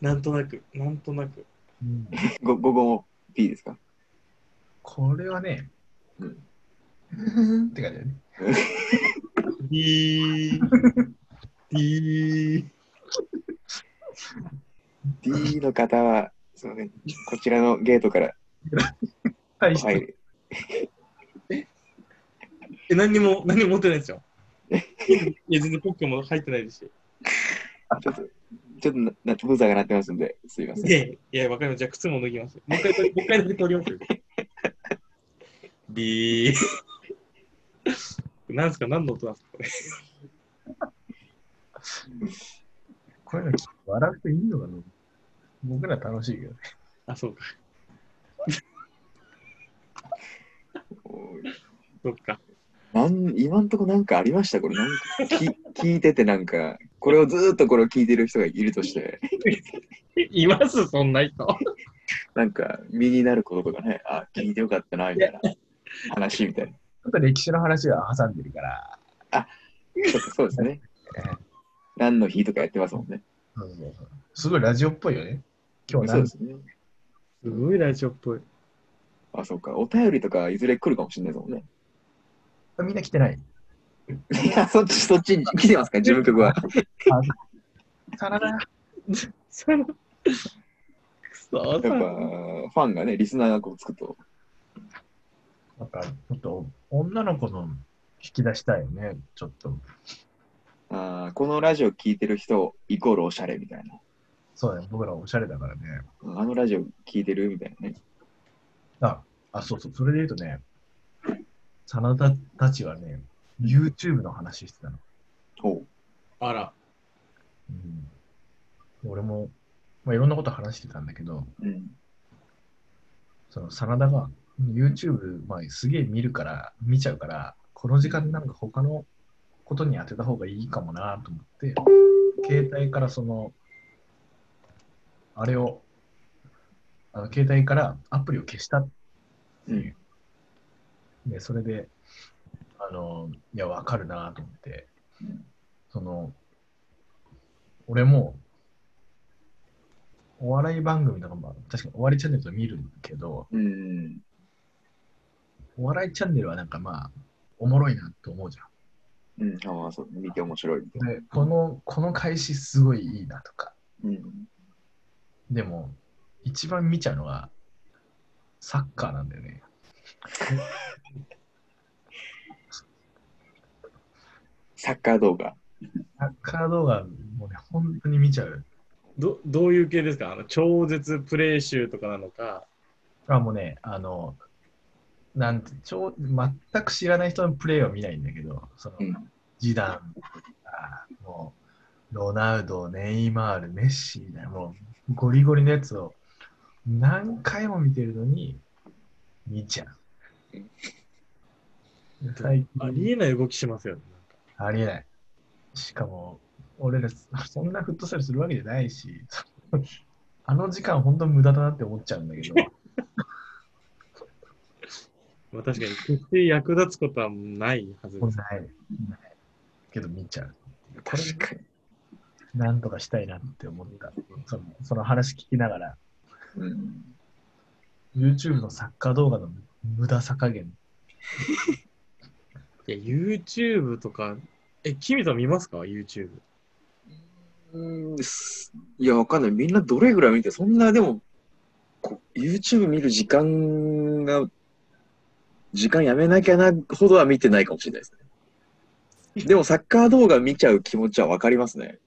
Speaker 3: なんとなく、なんとなく。
Speaker 2: うん、
Speaker 1: ご午後も P ですか
Speaker 2: これはね、
Speaker 1: う
Speaker 2: うんん、って感じだね。
Speaker 3: D ー。D ー。
Speaker 1: ?D の方は、すみません、こちらのゲートから
Speaker 2: はい、
Speaker 1: お入り。
Speaker 3: え、何にも、何も持ってないですよ。いや、全然ポッケも入ってないですし。
Speaker 1: ちょっと、ちょっとな、なブザーが鳴ってますんで、すいません。
Speaker 3: いやいや、いやわかります。じゃあ、靴も脱ぎます。もう一回、もう一回だけ取りますよ。ビー。 なんですか何の音なんですかこ
Speaker 2: こ
Speaker 3: れ。
Speaker 2: ういうの笑っていいのかな僕ら楽しいけどね。
Speaker 3: あ、そうか。
Speaker 1: おい
Speaker 3: そうか。
Speaker 1: なん今んとこなんかありましたこれなんかき聞いててなんかこれをずーっとこれを聞いてる人がいるとして
Speaker 3: いますそんな人。
Speaker 1: なんか身になることとかねあ聞いてよかったなみたいな話みたいな
Speaker 2: ちょっと歴史の話は挟んでるから、
Speaker 1: そうそうですね何の日とかやってますもんね
Speaker 2: そうそうそうすごいラジオっぽいよね。今日
Speaker 1: そう
Speaker 2: 何
Speaker 1: ですね
Speaker 3: すごいラジオっぽい。
Speaker 1: あそうかお便りとかいずれ来るかもしれないですもんね
Speaker 2: みんな来てない。
Speaker 1: いやそっちそっちに来てますか事務局は
Speaker 2: サラダ
Speaker 3: そのくそ、
Speaker 1: やっぱファンがねリスナーがこうつくと
Speaker 2: なんか、ちょっと女の子の引き出したいよね、ちょっと。
Speaker 1: あーこのラジオ聞いてる人イコールおしゃれみたいな
Speaker 2: そうだね、僕らおしゃれだからね。
Speaker 1: あのラジオ聞いてるみたいなね
Speaker 2: あ、あそうそう、それで言うとね、真田たちはね、YouTube の話してたの。
Speaker 1: ほ
Speaker 3: あら、
Speaker 2: うん、俺も、まあ、いろんなこと話してたんだけど、
Speaker 1: う、うん、
Speaker 2: その真田が YouTube、まあ、すげえ見るから、見ちゃうから、この時間なんか他のことに当てた方がいいかもなと思って、携帯からその、あれを、あの携帯からアプリを消したっていう。で、それで、あの、いや、わかるなと思って
Speaker 1: うん、
Speaker 2: その、俺も、お笑い番組とかも、確かにお笑いチャンネルとか見るけど、
Speaker 1: うん
Speaker 2: お笑いチャンネルはなんかまあ、おもろいなと思うじゃ
Speaker 1: うん、ああ、そう、見て面白いみたい
Speaker 2: ん。で、この、この返しすごいいいなとか。
Speaker 1: な。うん。
Speaker 2: でも、一番見ちゃうのは、サッカーなんだよね。
Speaker 1: サッカー動画。
Speaker 2: サッカー動画、もうね、本当に見ちゃう。
Speaker 3: どどういう系ですかあの超絶プレイ集とかなのか、
Speaker 2: あ、もうね、あの、なんて、超、全く知らない人のプレーは見ないんだけど、その
Speaker 1: うん、
Speaker 2: ジダン、あもう、ロナウド、ネイマール、メッシみたいな、もう、ゴリゴリのやつを何回も見てるのに、見ちゃう。最近
Speaker 3: ありえない動きしますよね。なんか
Speaker 2: ありえない。しかも、俺ら、そんなフットサルするわけじゃないし、あの時間、本当無駄だなって思っちゃうんだけど。
Speaker 3: まあ、確かに、決して役立つことはないはず
Speaker 2: もう
Speaker 3: です。
Speaker 2: ない。ないけど見ちゃう。これ
Speaker 1: 確かに。
Speaker 2: なんとかしたいなって思った。そのその話聞きながら、
Speaker 1: うん。
Speaker 2: YouTube のサッカー動画の無駄さ加減。
Speaker 3: いや、YouTube とか、え、キミさん見ますか ?YouTube。
Speaker 1: うんすいや、わかんない。みんなどれぐらい見て、そんなでも、こ YouTube 見る時間が、時間やめなきゃなほどは見てないかもしれないですね。でも、サッカー動画見ちゃう気持ちはわかりますね。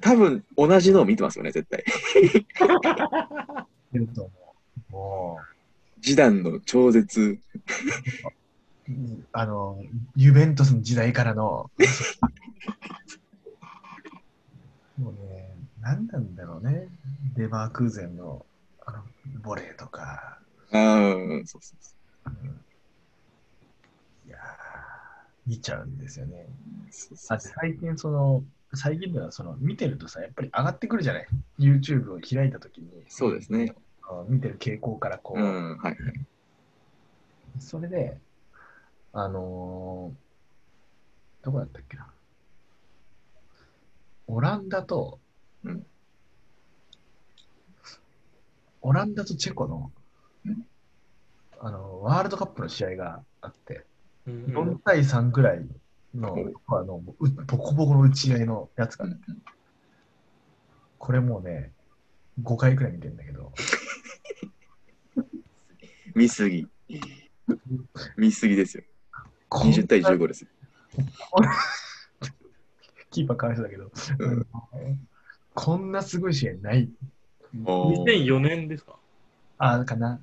Speaker 1: 多分、同じのを見てますよね、絶対。
Speaker 2: 出ると思う。も
Speaker 1: ジダンの超絶。
Speaker 2: う、あの、ユベントスの時代から の。もうね、何なんだろうね。デバークーゼンのあのボレーとか、
Speaker 1: ああ、そうそうそ
Speaker 2: うんいやー見ちゃうんですよね。
Speaker 1: そうそ
Speaker 2: あ
Speaker 1: う
Speaker 2: 最近その、最近ではその見てるとさ、やっぱり上がってくるじゃない ?YouTube を開いたときに、
Speaker 1: そうですね。
Speaker 2: あの見てる傾向からこう、
Speaker 1: うん、はい。
Speaker 2: それで、あのーどこだったっけな。オランダと、
Speaker 1: うん
Speaker 2: オランダとチェコの、
Speaker 1: うん
Speaker 2: あのワールドカップの試合があって、
Speaker 3: うんう
Speaker 2: 4
Speaker 3: ん
Speaker 2: 対3ぐらいの、あのもううボコボコの打ち合いのやつが、
Speaker 1: うん
Speaker 2: これもうね、5回くらい見てるんだけど、
Speaker 1: 見すぎ。見すぎですよ。
Speaker 2: こんな
Speaker 1: 20対15ですよ。
Speaker 2: キーパーかわいそうだけど、
Speaker 1: うん
Speaker 2: こんなすごい試合ない。
Speaker 1: おー
Speaker 3: 2004年ですか
Speaker 2: あ、かな。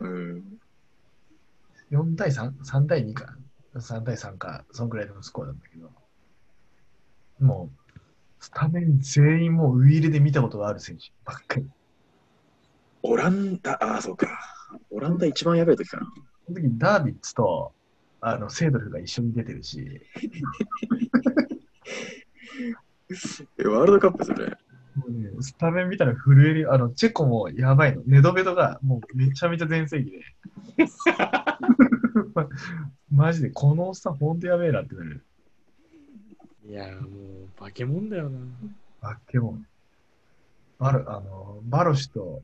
Speaker 1: うん。
Speaker 2: 4対3、3対2か。3対3か、そんくらいのスコアなんだけど。もう、スタメン全員もうウイイレで見たことがある選手ばっかり。
Speaker 1: オランダ、ああ、そうか。オランダ一番やべえ時かな。
Speaker 2: その時、ダービッツと、あの、セードルフが一緒に出てるし、
Speaker 1: え、ワールドカップそれ。
Speaker 2: もうね、スタメン見たら震えるよ。あの、チェコもやばいの。ネドベドがもうめちゃめちゃ全盛 期で。マジで、このおっさんほんとやべえなってなる。
Speaker 3: いやーもう化け物だよな。
Speaker 2: あ、でも、バル、あの、バロシと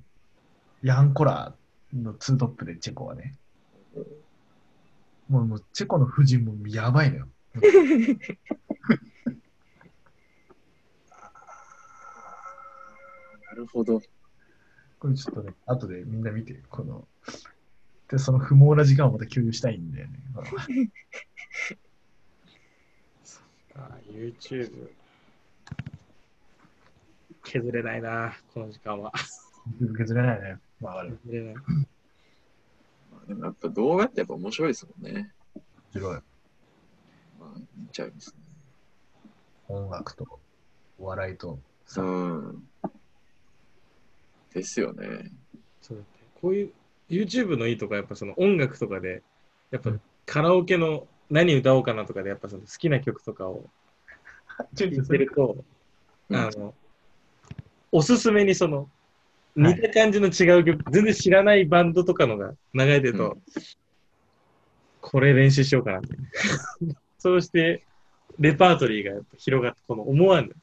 Speaker 2: ヤンコラのツートップでチェコはね。もう、もうチェコの夫人もやばいのよ。
Speaker 1: なるほど。
Speaker 2: これちょっとね、後でみんな見て、この、で、その不毛な時間をまた共有したいんだよね。
Speaker 3: あー YouTube。削れないな、この時間は。
Speaker 2: 受けずれないね。まあ、あれ
Speaker 3: 削、れない。
Speaker 1: まあでもやっぱ動画ってやっぱ面白いですもんね。
Speaker 2: 白い。
Speaker 1: まあ、見ちゃうんですね。
Speaker 2: 音楽と、お笑いと、さ、
Speaker 1: うん。ですよね。
Speaker 3: そうだってこういう YouTube のいいとか、やっぱその音楽とかで、やっぱカラオケの何歌おうかなとかで、やっぱその好きな曲とかを
Speaker 2: ちょいち
Speaker 3: 聴
Speaker 2: ょ
Speaker 3: い
Speaker 2: い
Speaker 3: てると、
Speaker 1: うん
Speaker 3: あの、おすすめにその、
Speaker 2: はい
Speaker 3: 似た感じの違う曲、全然知らないバンドとかのが流れてると、
Speaker 1: う
Speaker 3: これ練習しようかなって。 そうして、レパートリーがやっぱ広がって、この思わぬ、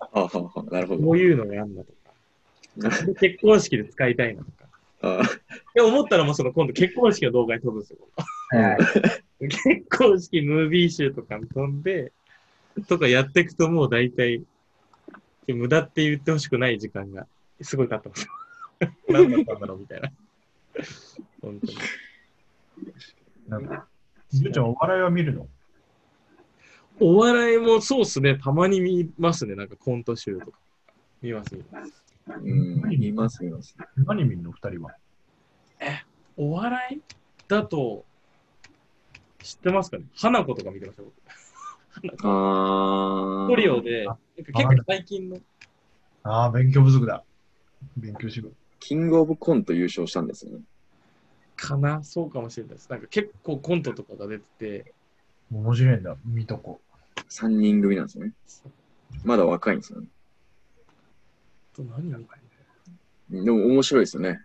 Speaker 1: ああ、はあはあなるほ
Speaker 3: こ
Speaker 1: ど。
Speaker 3: ういうのがあるんだと
Speaker 1: な
Speaker 3: か、結婚式で使いたいなとか。
Speaker 1: あ
Speaker 3: で、思ったらもうその今度結婚式の動画に飛ぶんですよ。
Speaker 2: はい
Speaker 3: 結婚式ムービー集とかに飛んで、とかやっていくともう大体、無駄って言ってほしくない時間がすごい経ってます。何だったんだろうみたいな。本当に。
Speaker 2: なんか、ゆうちゃん、お笑いは見るの
Speaker 3: お笑いもそうっすね、たまに見ますね、なんかコント集とか。見ます、見ます。
Speaker 1: あうん、見ます、見ます。
Speaker 2: 何見るの、二人は。
Speaker 3: お笑いだと、知ってますかね花子とか見てました、僕。
Speaker 1: ああ。
Speaker 3: トリオで、なんか結構最近の。
Speaker 2: ああ、勉強不足だ。勉強しろ。
Speaker 1: キングオブコント優勝したんですよね。
Speaker 3: かなそうかもしれないです。なんか結構コントとかが出てて、
Speaker 2: 面白いんだ、見とこ。
Speaker 1: 3人組なんですよね。まだ若いんですよね。
Speaker 3: と何やるか
Speaker 1: でも面白いですよね。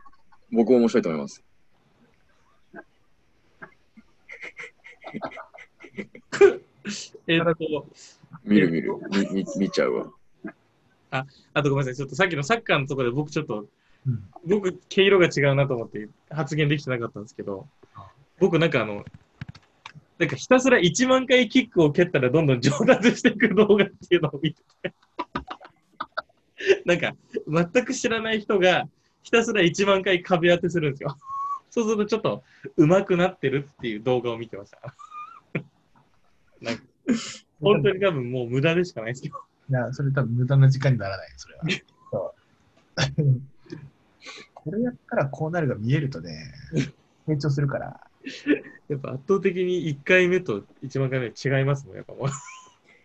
Speaker 1: 僕面白いと思います。
Speaker 3: えっと、
Speaker 1: 見る見る。み見見ちゃうわ。
Speaker 3: あとごめんなさい、ちょっとさっきのサッカーのところで僕ちょっと、
Speaker 2: うん
Speaker 3: 僕、毛色が違うなと思って発言できてなかったんですけど
Speaker 2: あ、
Speaker 3: 僕なんかあの、なんかひたすら1万回キックを蹴ったらどんどん上達していく動画っていうのを見てて、なんか全く知らない人がひたすら1万回壁当てするんですよ。そうするとちょっと上手くなってるっていう動画を見てました。なんか本当に多分もう無駄でしかないですけど。
Speaker 2: いや、それ多分無駄な時間にならない、それは。そうこれやったらこうなるが見えるとね、成長するから。
Speaker 3: やっぱ圧倒的に1回目と1万回目違いますもん、やっぱもう。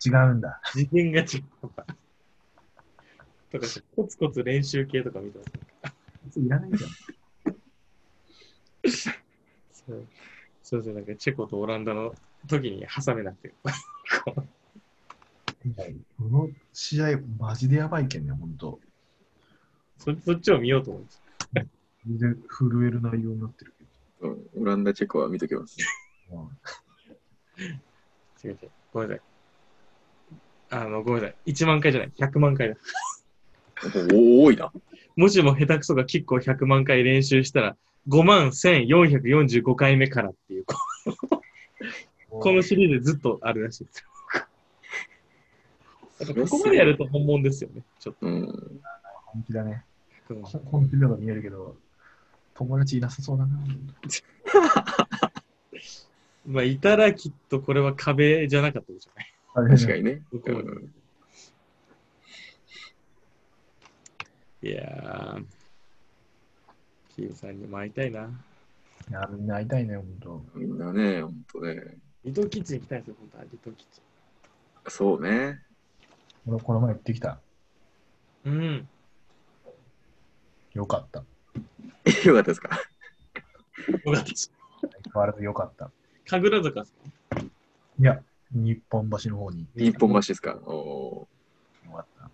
Speaker 2: 違うんだ。
Speaker 3: 次元が違うから。とか、コツコツ練習系とか見てます、ね。
Speaker 2: いらないじゃん。
Speaker 3: うんそうですね、なんかチェコとオランダの時に挟めなくて。
Speaker 2: この試合、マジでやばいけんね、ほんと。
Speaker 3: そそっちを見ようと思うんです。
Speaker 2: 全然震える内容になってるけ
Speaker 1: うんオランダ、チェコは見ときます。
Speaker 2: ど。まあ
Speaker 3: すいません。ごめんなさい。あの、ごめんなさい。1万回じゃない、100万回だ。
Speaker 1: お多いな。
Speaker 3: もしも下手くそがキックを100万回練習したら、5万1445回目からっていう、ここのシリーズずっとあるらしいです。やっぱここまでやると本物ですよね、ちょっ
Speaker 1: うん。
Speaker 2: 本気だね。
Speaker 3: と。うん
Speaker 2: ほ本気なのが見えるけど、友達いなさそうだな。
Speaker 3: まあ、いたらきっとこれは壁じゃなかったでしょうね。
Speaker 1: 確かにね。
Speaker 3: 向
Speaker 1: う
Speaker 3: こうんにいやー、キムさんにも会いたいな。
Speaker 2: いや、みんな会いたいね、ほんと。
Speaker 1: みんなね、ほんとね。
Speaker 3: リトーキッチン行きたいですよ、本当はリトーキッチ
Speaker 1: そうね。
Speaker 2: 俺、この前行ってきた。
Speaker 3: ン。うん。
Speaker 2: よかった。
Speaker 1: よかったですか。
Speaker 3: よかったです。
Speaker 2: 変わらずよかった。
Speaker 3: 神楽坂っすね
Speaker 2: いや、日本橋の方に
Speaker 1: 日本橋ですか。お
Speaker 2: よかった。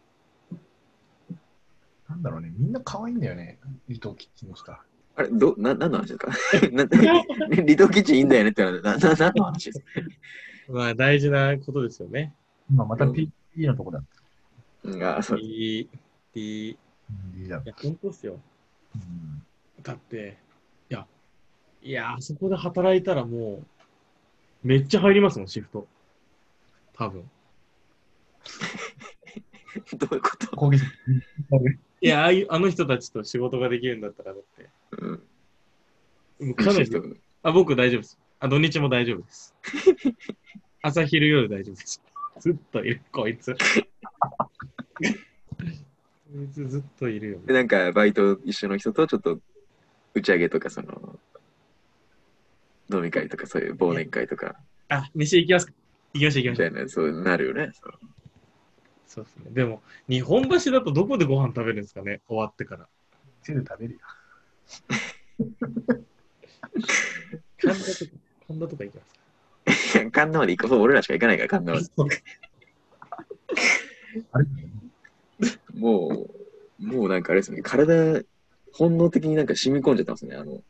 Speaker 2: なんだろうね、みんな可愛いんだよね、伊藤キッチンの人。
Speaker 1: ーあれ、ど、な、何の話です かな離島キッチンいいんだよねってのは、な、な、何の話ですか
Speaker 3: まあ、大事なことですよね。
Speaker 2: 今また PP のとこだった。
Speaker 1: うんあ、そう。
Speaker 3: いい、いい。い
Speaker 2: うん、いいじゃん。
Speaker 3: や、本当っすよ。
Speaker 2: うん
Speaker 3: だって、いや、いや、あそこで働いたらもう、めっちゃ入りますもん、シフト。多分。
Speaker 1: どういうこと
Speaker 2: 攻撃
Speaker 3: いや、ああいう、あの人たちと仕事ができるんだったら、だって。
Speaker 1: うん。
Speaker 3: もうかなり
Speaker 1: 人々
Speaker 3: あ、僕大丈夫です。あ、土日も大丈夫です。朝昼夜大丈夫です。ずっといる、こいつ。こいつずっといるよ、
Speaker 1: で、
Speaker 3: ね。
Speaker 1: なんか、バイト一緒の人と、ちょっと、打ち上げとか、その、飲み会とか、そういう忘年会とか、
Speaker 3: あ、飯行きますか行きましょう行き
Speaker 1: み
Speaker 3: ましょ
Speaker 1: た
Speaker 3: う。
Speaker 1: いな、そうなるよね。そう
Speaker 3: そうですね。でも、日本橋だとどこでご飯食べるんですかね終わってから。
Speaker 2: 手で食べるよ。
Speaker 3: 神田とか、神田とか行きますか
Speaker 1: いや神田まで行こう。俺らしか行かないから、神田まで。
Speaker 2: あれ
Speaker 1: もう、もうなんかあれですね、体、本能的になんか染み込んじゃったんですね。あの、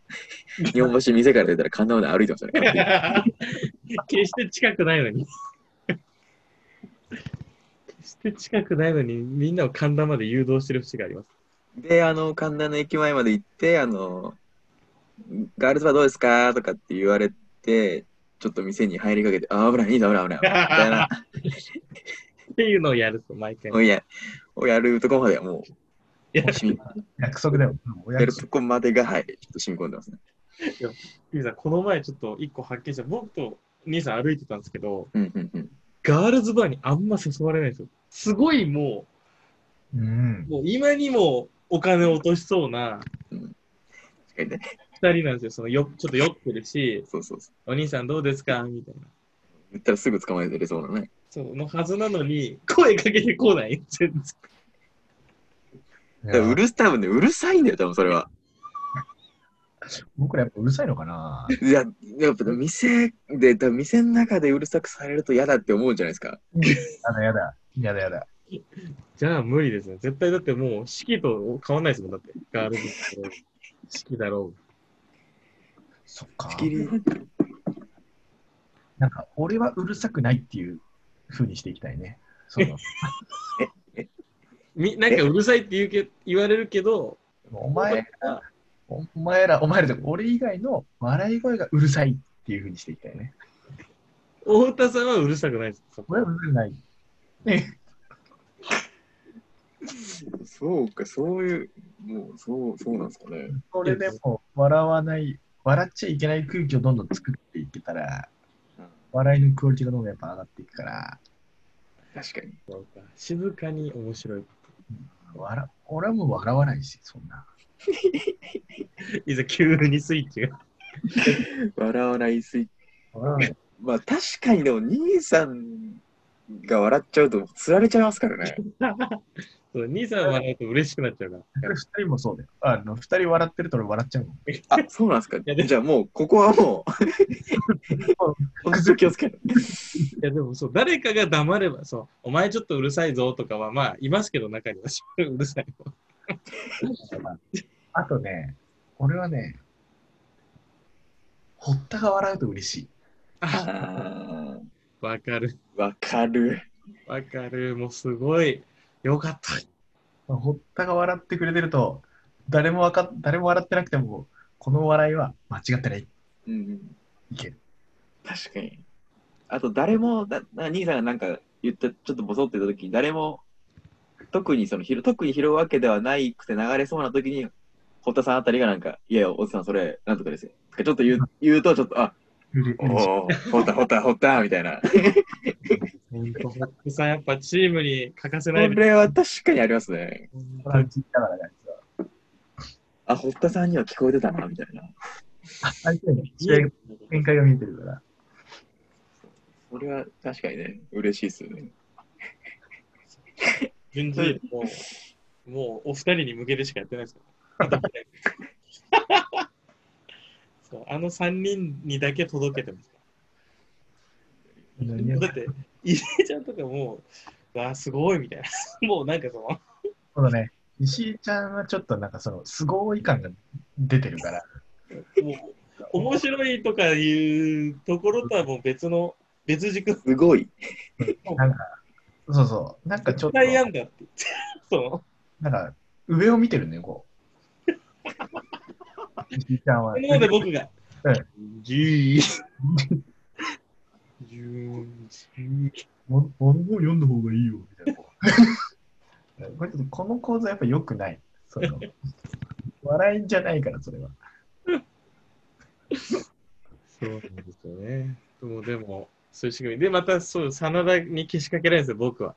Speaker 1: 日本橋店から出たら神田まで歩いてましたね完全に。
Speaker 3: 決して近くないのに。決して近くないのに、みんなを神田まで誘導してる節があります。
Speaker 1: で、あの、神田の駅前まで行って、あの、ガールズバーどうですかとかって言われて、ちょっと店に入りかけて、あ、危ない、いいぞ、危ない、危ない、みたい な、
Speaker 3: っていうのをやると、毎回。
Speaker 1: おや、おやるとこまではも
Speaker 3: や
Speaker 1: う、染み
Speaker 2: 約束だよ。お
Speaker 1: やる
Speaker 2: 約
Speaker 1: と
Speaker 2: 束。
Speaker 1: こまでが、はい、ちょっと染み込んでますね。
Speaker 3: ゆうさん、この前ちょっと一個発見した。僕と兄さん歩いてたんですけど、
Speaker 1: うん、うん、うん。
Speaker 3: ガールズバーにあんま誘われないんですよ。すごいも
Speaker 2: うん
Speaker 3: う、。もう今にもお金を落としそうな
Speaker 1: 確かにね、
Speaker 3: 二人なんですよ。そのよちょっと酔ってるし、
Speaker 1: そうそうそう。
Speaker 3: お兄さんどうですかみたいな。
Speaker 1: 言ったらすぐ捕まえてれそうなね。
Speaker 3: そう、のはずなのに、声かけてこない。全然。
Speaker 1: だからうるす、多分ね、うるさいんだよ、多分それは。
Speaker 2: 僕らやっぱうるさいのかない
Speaker 1: や、やっぱ店で、多分店の中でうるさくされると嫌だって思うんじゃないですか。
Speaker 2: やだやだ。やだやだ。
Speaker 3: じゃあ無理ですね。絶対だってもう、式と変わんないですもん。だって、ガールズバーと式だろ
Speaker 2: そっか
Speaker 1: 仕。切り、
Speaker 2: なんか、俺はうるさくないっていう風にしていきたいね。そう。
Speaker 3: う。みなんかうるさいって言うけ言われるけど、
Speaker 2: お前ら、お前ら、お前らでも俺以外の笑い声がうるさいっていう風にしていきたいね。
Speaker 3: 太田さんはうるさくないです。そこ
Speaker 2: 俺はうるさくない。ね。
Speaker 1: そうか、そういう、もう、そう、そうなんですかね。
Speaker 2: これでも笑わない、笑っちゃいけない空気をどんどん作っていけたら、笑いのクオリティがどんどんやっぱ上がっていくから、
Speaker 1: 確かに。
Speaker 3: そうか静かに面白い。
Speaker 2: 笑俺はもう笑わないし、そんな。
Speaker 3: いざ急にスイッチが。
Speaker 1: 笑わないスイッチ。
Speaker 2: 笑わない。
Speaker 1: まあ、確かにでも、兄さんが笑っちゃうと、つられちゃいますからね。
Speaker 3: そう兄さん笑うと嬉しくなっちゃうから。
Speaker 2: 二人もそうだよ。あの、二人笑ってると俺笑っちゃうもん。
Speaker 1: あ、そうなんですか。
Speaker 3: やでも
Speaker 1: じゃあもう、ここはもう、本当気をつけて。
Speaker 3: いやでもそう誰かが黙ればそうお前ちょっとうるさいぞとかはまあいますけど中にはうるさいの
Speaker 2: あとね、俺はね、堀田が笑うと嬉しい。
Speaker 3: あ
Speaker 1: あ
Speaker 3: わかる
Speaker 1: ーわかる。
Speaker 3: わかるもうすごいよかった
Speaker 2: まあ堀田が笑ってくれてると、誰もわか誰も笑ってなくても、この笑いは間違ってない。
Speaker 1: うん、
Speaker 2: いける。
Speaker 1: 確かに。あと、誰も、だな兄さんがなんか言った、ちょっとボソって言った時に、誰も、特にその、ひろ特に拾うわけではないくて流れそうな時に、堀田さんあたりがなんか、いや、おじさん、それ、なんとかですよ。とかちょっと言う言うと、ちょっと、あ、
Speaker 2: うれ
Speaker 1: お
Speaker 2: 嬉しい
Speaker 1: お、堀田、堀田、堀田、みたいな。
Speaker 3: 本当ホックさんやっぱチームに欠かせ
Speaker 1: こ
Speaker 3: ない
Speaker 1: れは確かにありますね。
Speaker 2: 腹打ちだからね。
Speaker 1: あ、堀田さんには聞こえてたな、みたいな。
Speaker 2: 相手に試合の展開が見えてるから。
Speaker 1: それは確かにね、嬉しいですよね。
Speaker 3: 順次もうもうお二人に向けてしかやってないですからそうあの三人にだけ届けてます
Speaker 2: 何やっ
Speaker 3: だ
Speaker 2: て
Speaker 3: って、入江ちゃんとかもう、わあ、すごいみたいな。 もうなんかその、
Speaker 2: このね、石井ちゃんはちょっとなんかその、すごい感が出てるから。
Speaker 3: もう、面白いとかいうところとはもう別の、別軸、
Speaker 1: すごい。
Speaker 2: なんか、そうそう、なんかちょっと、
Speaker 3: 絶対やんだって。その、
Speaker 2: なんか、上を見てるね、こ う。石井ちゃんは。
Speaker 3: 今まで僕が
Speaker 2: うん、
Speaker 3: じー。じゅーん
Speaker 2: 番号読んだ方がいいよ、みたいな。 これちょっとこの構図はやっぱ良くない。その 笑いじゃないから、それは。
Speaker 3: そうなんですよね。もうでも、そういう仕組み。で、また、そう、真田にけしかけられるんですよ、僕は。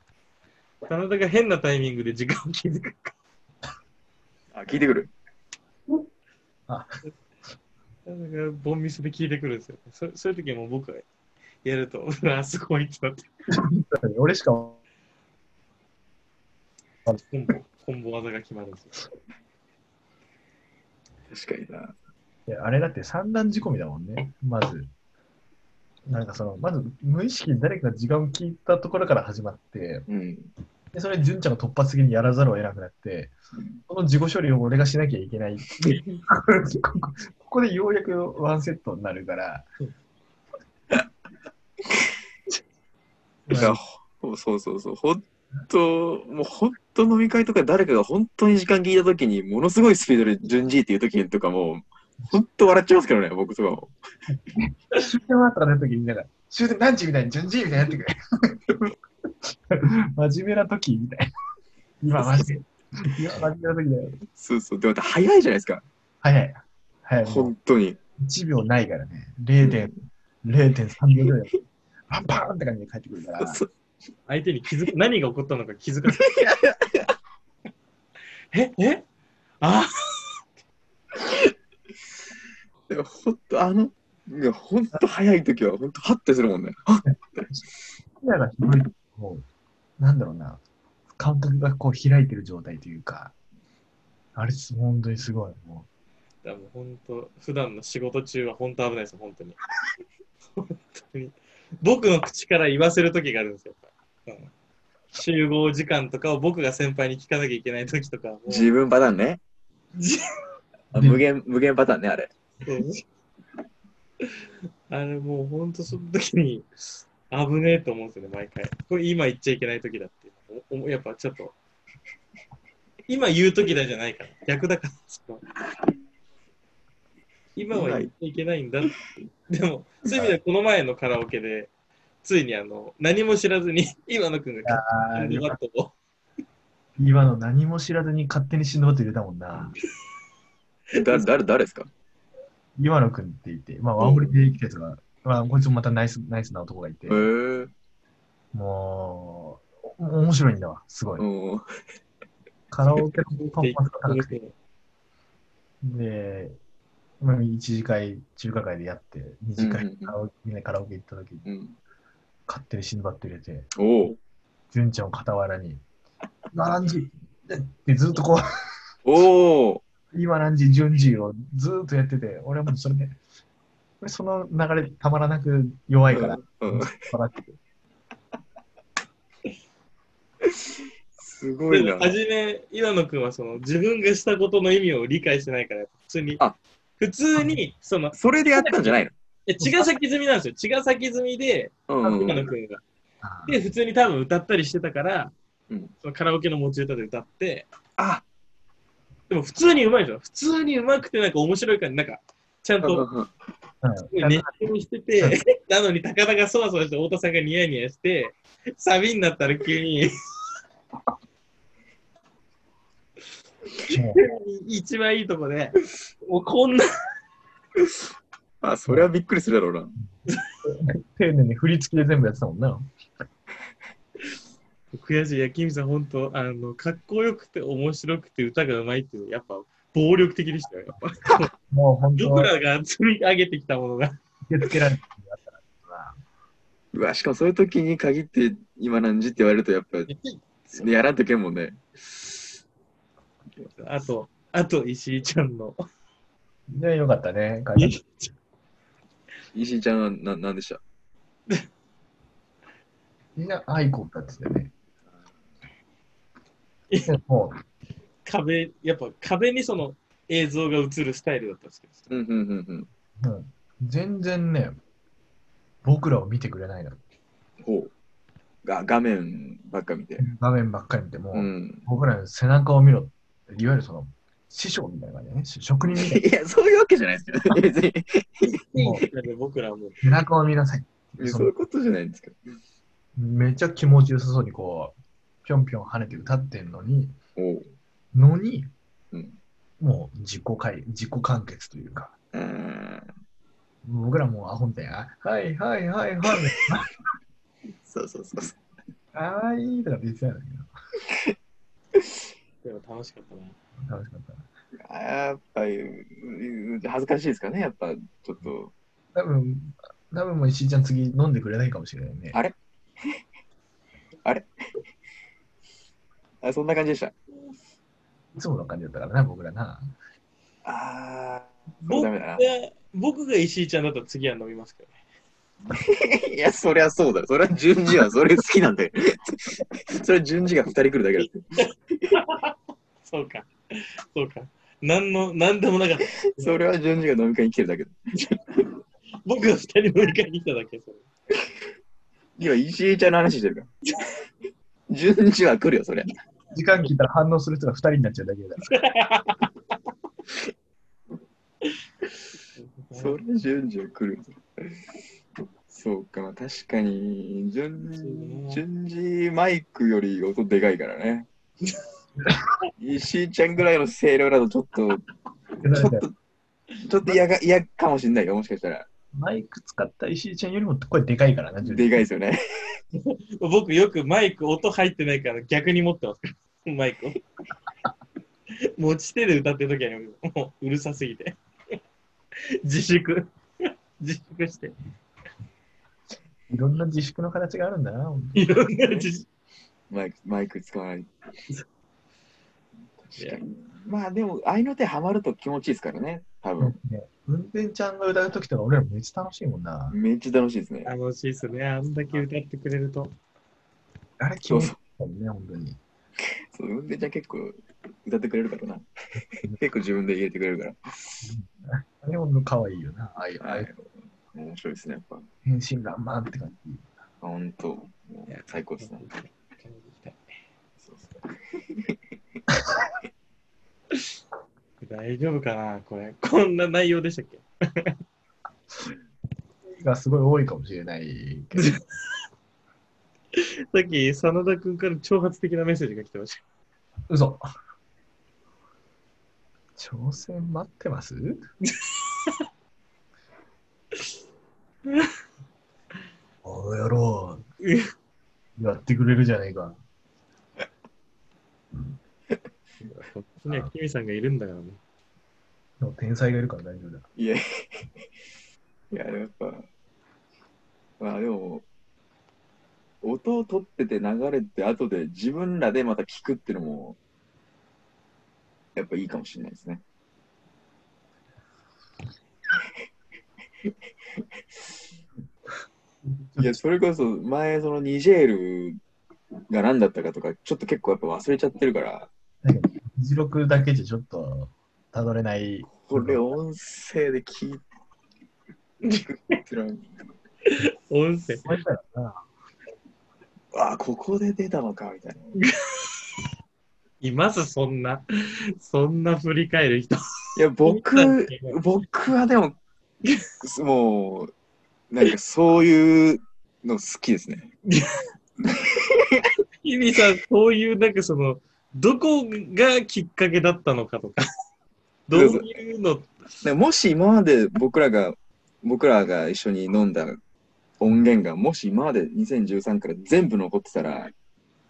Speaker 3: 真田が変なタイミングで時間を気づく。
Speaker 1: あ、聞いてくる。
Speaker 3: なんかボンミスで聞いてくるんですよ。そそういう時も僕がやると、 うわ、すごいってなって、
Speaker 2: 俺しか、
Speaker 3: コンボ、コンボ技が決まるんですよ。
Speaker 1: 確かにな。
Speaker 2: いやあれだって三段仕込みだもんね、まず。なんかその、まず無意識に誰かが時間を聞いたところから始まって、
Speaker 1: うん。
Speaker 2: でそれ純ちゃんが突発的にやらざるを得なくなって、この自己処理を俺がしなきゃいけ ない。ここここでようやくワンセットになるから。
Speaker 1: いや、ほそうそうそう、本当、もう本当飲み会とか誰かが本当に時間聞いたときに、ものすごいスピードで順次っていうときとかも、本当笑っちゃいますけどね、僕とかも。
Speaker 2: 終電終わったら出た時に、なんか、終電何時みたいに、順次みたいにやってくれ。 真面目な時みたいな。今、マジで。今、真面目な時だよ。
Speaker 1: そうそう、でまた早いじゃないですか、
Speaker 2: 早い。早い。もう
Speaker 1: 本当に。
Speaker 2: 1秒ないからね。0.3秒ぐらいだよ。パンパーンって感じで帰ってくるから。
Speaker 1: そう
Speaker 3: 相手に気づく、何が起こったのか気づかない。ええあ
Speaker 1: でも本当、あの、いや本当早いときは、本当、ハッてするもんね。あ
Speaker 2: 視野が広いと、もう、なんだろうな、感覚がこう開いてる状態というか、あれ、本当にすごい。も
Speaker 3: でも本当、普段の仕事中は本当危ないですよ、本当に。本当に。僕の口から言わせる時があるんですよ。やっぱうん集合時間とかを僕が先輩に聞かなきゃいけない時とかはもう
Speaker 1: 自分パターンね。
Speaker 3: じ
Speaker 1: あ無限、無限パターンね、あれ。
Speaker 3: あれもう本当その時に危ねえと思うんですよね、毎回。これ今言っちゃいけない時だって。おおやっぱちょっと。今言う時だじゃないから。逆だから。その今は言っちゃいけないんだって。でも、そういう意味ではこの前のカラオケで、ついにあの、何も知らずに、今野くん
Speaker 2: う、
Speaker 3: が
Speaker 2: あ
Speaker 3: ハンドバットを
Speaker 2: 今の何も知らずに勝手に死のうと入れたもんな。
Speaker 1: えだ誰、誰ですか
Speaker 2: 今野くんって言って、まあ、ワンフリで生きたやつが、まあ、こいつもまたナイス、ナイスな男がいて
Speaker 1: へ、ぇ、
Speaker 2: もう、お面白いんだわ、すごい。
Speaker 1: うん。
Speaker 2: カラオケのパフォーマンスが高くて。
Speaker 3: て
Speaker 2: で、まあ、一次会、中華会でやって、二次会、カラオケみんなでカラオケ行った時に、
Speaker 1: うん、
Speaker 2: 勝手に死ぬばって入れて、
Speaker 1: おお。
Speaker 2: 純ちゃんを傍らに、ラランジ、でずっとこ
Speaker 1: おお
Speaker 2: う、 今何時、順時をずーっとやってて、俺はもうそれで、俺その流れたまらなく弱いから、
Speaker 1: うん
Speaker 2: 笑って
Speaker 1: すごい
Speaker 3: で
Speaker 1: な
Speaker 3: も。初め、岩野くんはその自分がしたことの意味を理解してないから、普通に
Speaker 1: あ、
Speaker 3: 普通に、その、
Speaker 1: それでやったんじゃないの
Speaker 3: え茅ヶ崎済みなんですよ。茅ヶ崎済みで、
Speaker 1: うんうん
Speaker 3: 今
Speaker 1: う
Speaker 3: 野
Speaker 1: ん
Speaker 3: くんが。
Speaker 2: あー
Speaker 3: で、普通に多分歌ったりしてたから、
Speaker 1: うん
Speaker 3: そのカラオケの持ち歌で歌って、
Speaker 1: あ
Speaker 3: でも普通にうまいでしょ。普通にうまくて、なんか面白いから、なんか、ちゃんと
Speaker 2: うん
Speaker 3: 熱唱してて、 なのに高田がそわそわして、太田さんがニヤニヤして、サビになったら急に、
Speaker 2: も
Speaker 3: 一番いいとこで、もうこんな、
Speaker 1: あ、そりゃびっくりするだろうな。
Speaker 2: う丁寧に振り付きで全部やってたもんな。
Speaker 3: 悔しい、いや、キミさん、本当あの、かっこよくて、面白くて、歌がうまいっていうのは、やっぱ、暴力的でしたよ、やっぱ。
Speaker 2: もう本当
Speaker 3: 僕らが積み上げてきたものが。
Speaker 2: 受け付けられて
Speaker 1: うわ、しかもそういう時に限って今何時って言われるとやっぱやらんといけんもんね。
Speaker 3: あと、あと、石井ちゃんの。
Speaker 2: ね、よかったね。
Speaker 3: い
Speaker 1: 石井ちゃんはななんでした
Speaker 2: みんなアイコンだってたよね。でも
Speaker 3: 壁、やっぱ壁にその映像が映るスタイルだったんですけど、
Speaker 1: うんうんうん
Speaker 2: う、うん、全然ね、僕らを見てくれないの。
Speaker 1: うん。ほう。が画面ばっか見て。
Speaker 2: 画面ばっかり見ても、
Speaker 1: うん。
Speaker 2: 僕らの背中を見ろ。いわゆるその、師匠みたいな感じね。し職人み たい
Speaker 1: いや、そういうわけじゃないです よ。別に。
Speaker 2: もう
Speaker 3: で僕らはもう、
Speaker 2: な。背中を見なさい。
Speaker 1: いやそういうことじゃないんですけど。
Speaker 2: めちゃ気持ちよさそうにこう、ぴょんぴょん跳ねて歌ってんのに、
Speaker 1: おう。
Speaker 2: のに、
Speaker 1: うん
Speaker 2: もう自己解、自己完結というか、
Speaker 1: あー
Speaker 2: 僕らもうアホみたいな、はいはいはいはい、
Speaker 1: そうそうそうそう。
Speaker 2: ああいいとかって言ってたんだけ
Speaker 3: でも楽しかったな。
Speaker 2: ど、楽しかった。
Speaker 1: あーやっぱりうう恥ずかしいですかね、やっぱちょっと。
Speaker 2: 多分、多分もう石井ちゃん次飲んでくれないかもしれないね。
Speaker 1: ああそんな感じでした。
Speaker 2: いつもの感じだったからな、僕らな。
Speaker 1: あー、もう
Speaker 3: 僕
Speaker 1: ダメだな
Speaker 3: が。、僕が石井ちゃんだったら次は飲みますけどね。
Speaker 1: いや、そりゃそうだ。そりゃ順次はそれ好きなんで。それ順次が2人来るだけだって。
Speaker 3: そうか、そうか。なんの、なんでもなかった。
Speaker 1: それは順次が飲み会に来てるだけだ。
Speaker 3: 僕が二人乗り換えに来ただけ、それ。
Speaker 1: 今、石井ちゃんの話してるから。順次は来るよ、そりゃ。
Speaker 2: 時間聞いたら反応する人が2人になっちゃうだけだから。
Speaker 1: それ順次は来るよ。そうか、まあ、確かに順次、順次マイクより音でかいからね。石井ちゃんぐらいの声量だとちょっと、ちょっと、ちょっと嫌が嫌かもしんないよ、もしかしたら。
Speaker 2: マイク使った石井ちゃんよりも声でかいからな、
Speaker 1: でかいですよね。
Speaker 3: 僕よくマイク音入ってないから逆に持ってますからマイ クを持ち手で歌ってる時はもううるさすぎて自粛自粛して
Speaker 2: いろんな自粛の形があるんだな、本当に
Speaker 3: いろんな自粛
Speaker 1: マイクマイク使わない。
Speaker 3: いや
Speaker 1: まあでも、合いの手ハマると気持ちいいですからね、多分。
Speaker 2: ね運転ちゃんが歌うときとか俺らめっちゃ楽しいもんな。
Speaker 1: めっちゃ楽しいですね。
Speaker 3: 楽しいですねあんだけ歌ってくれると
Speaker 2: あれ気持ちいいもんね、本当に。
Speaker 1: そう、運転ちゃん結構歌ってくれる からな。結構自分で入れてくれるから。
Speaker 2: あれほんと可愛いよな。ああいう、ああ
Speaker 1: は
Speaker 2: いう
Speaker 1: い。面白いですね、やっぱ。
Speaker 2: 変身頑張って感じ。
Speaker 1: ほんと、もう最高ですね。そうそう
Speaker 3: 大丈夫かなこれこんな内容でしたっけ
Speaker 2: がすごい多いかもしれないけど。
Speaker 3: さっき真田君から挑発的なメッセージが来てました
Speaker 2: 嘘。挑戦待ってますおやろう。やってくれるじゃねえか。
Speaker 3: こっちにはキミさんがいるんだからね
Speaker 2: でも天才がいるから大丈夫だ。
Speaker 1: い や、いや、やっぱ、まあでも、音を取ってて流れて、後で自分らでまた聞くっていうのも、やっぱいいかもしれないですね。 いや、それこそ前、そのニジェールが何だったかとか、ちょっと結構やっぱ忘れちゃってるから、
Speaker 2: なんか、議事録だけじゃちょっと、たどれない。
Speaker 1: これ音声で聞いてるのに。
Speaker 3: 音声。
Speaker 2: そうしたらな、
Speaker 1: ああ、ここで出たのかみたいな。い
Speaker 3: いますそんな、そんな振り返る人。
Speaker 1: や、僕、僕はでも、 もう、なんかそういうの好きですね。
Speaker 3: 日々さん、そういう、なんかその、どこがきっかけだったのかとか、どういうの、
Speaker 1: でもし今まで僕らが、僕らが一緒に飲んだ音源が、もし今まで2013から全部残ってたら、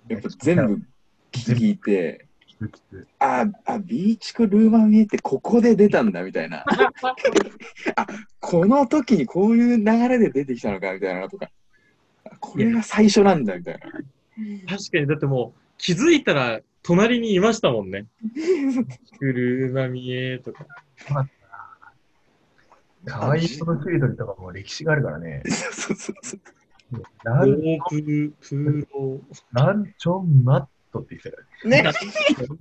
Speaker 1: やっぱ全部聞いて、
Speaker 2: 部きつ
Speaker 1: あ、あ、ビーチクルーマミーってここで出たんだみたい な。あ、この時にこういう流れで出てきたのかみたいなのとか。あこれが最初なんだみた いな。
Speaker 3: 確かに、だってもう、気づいたら、隣にいましたもんね。くるまみえとか。
Speaker 2: かわいい人のしりとりとかも歴史があるからね。
Speaker 1: そうそうそう
Speaker 3: オ
Speaker 2: なん、
Speaker 3: ープンプロ。
Speaker 2: なんちょんマットって言ってたからね。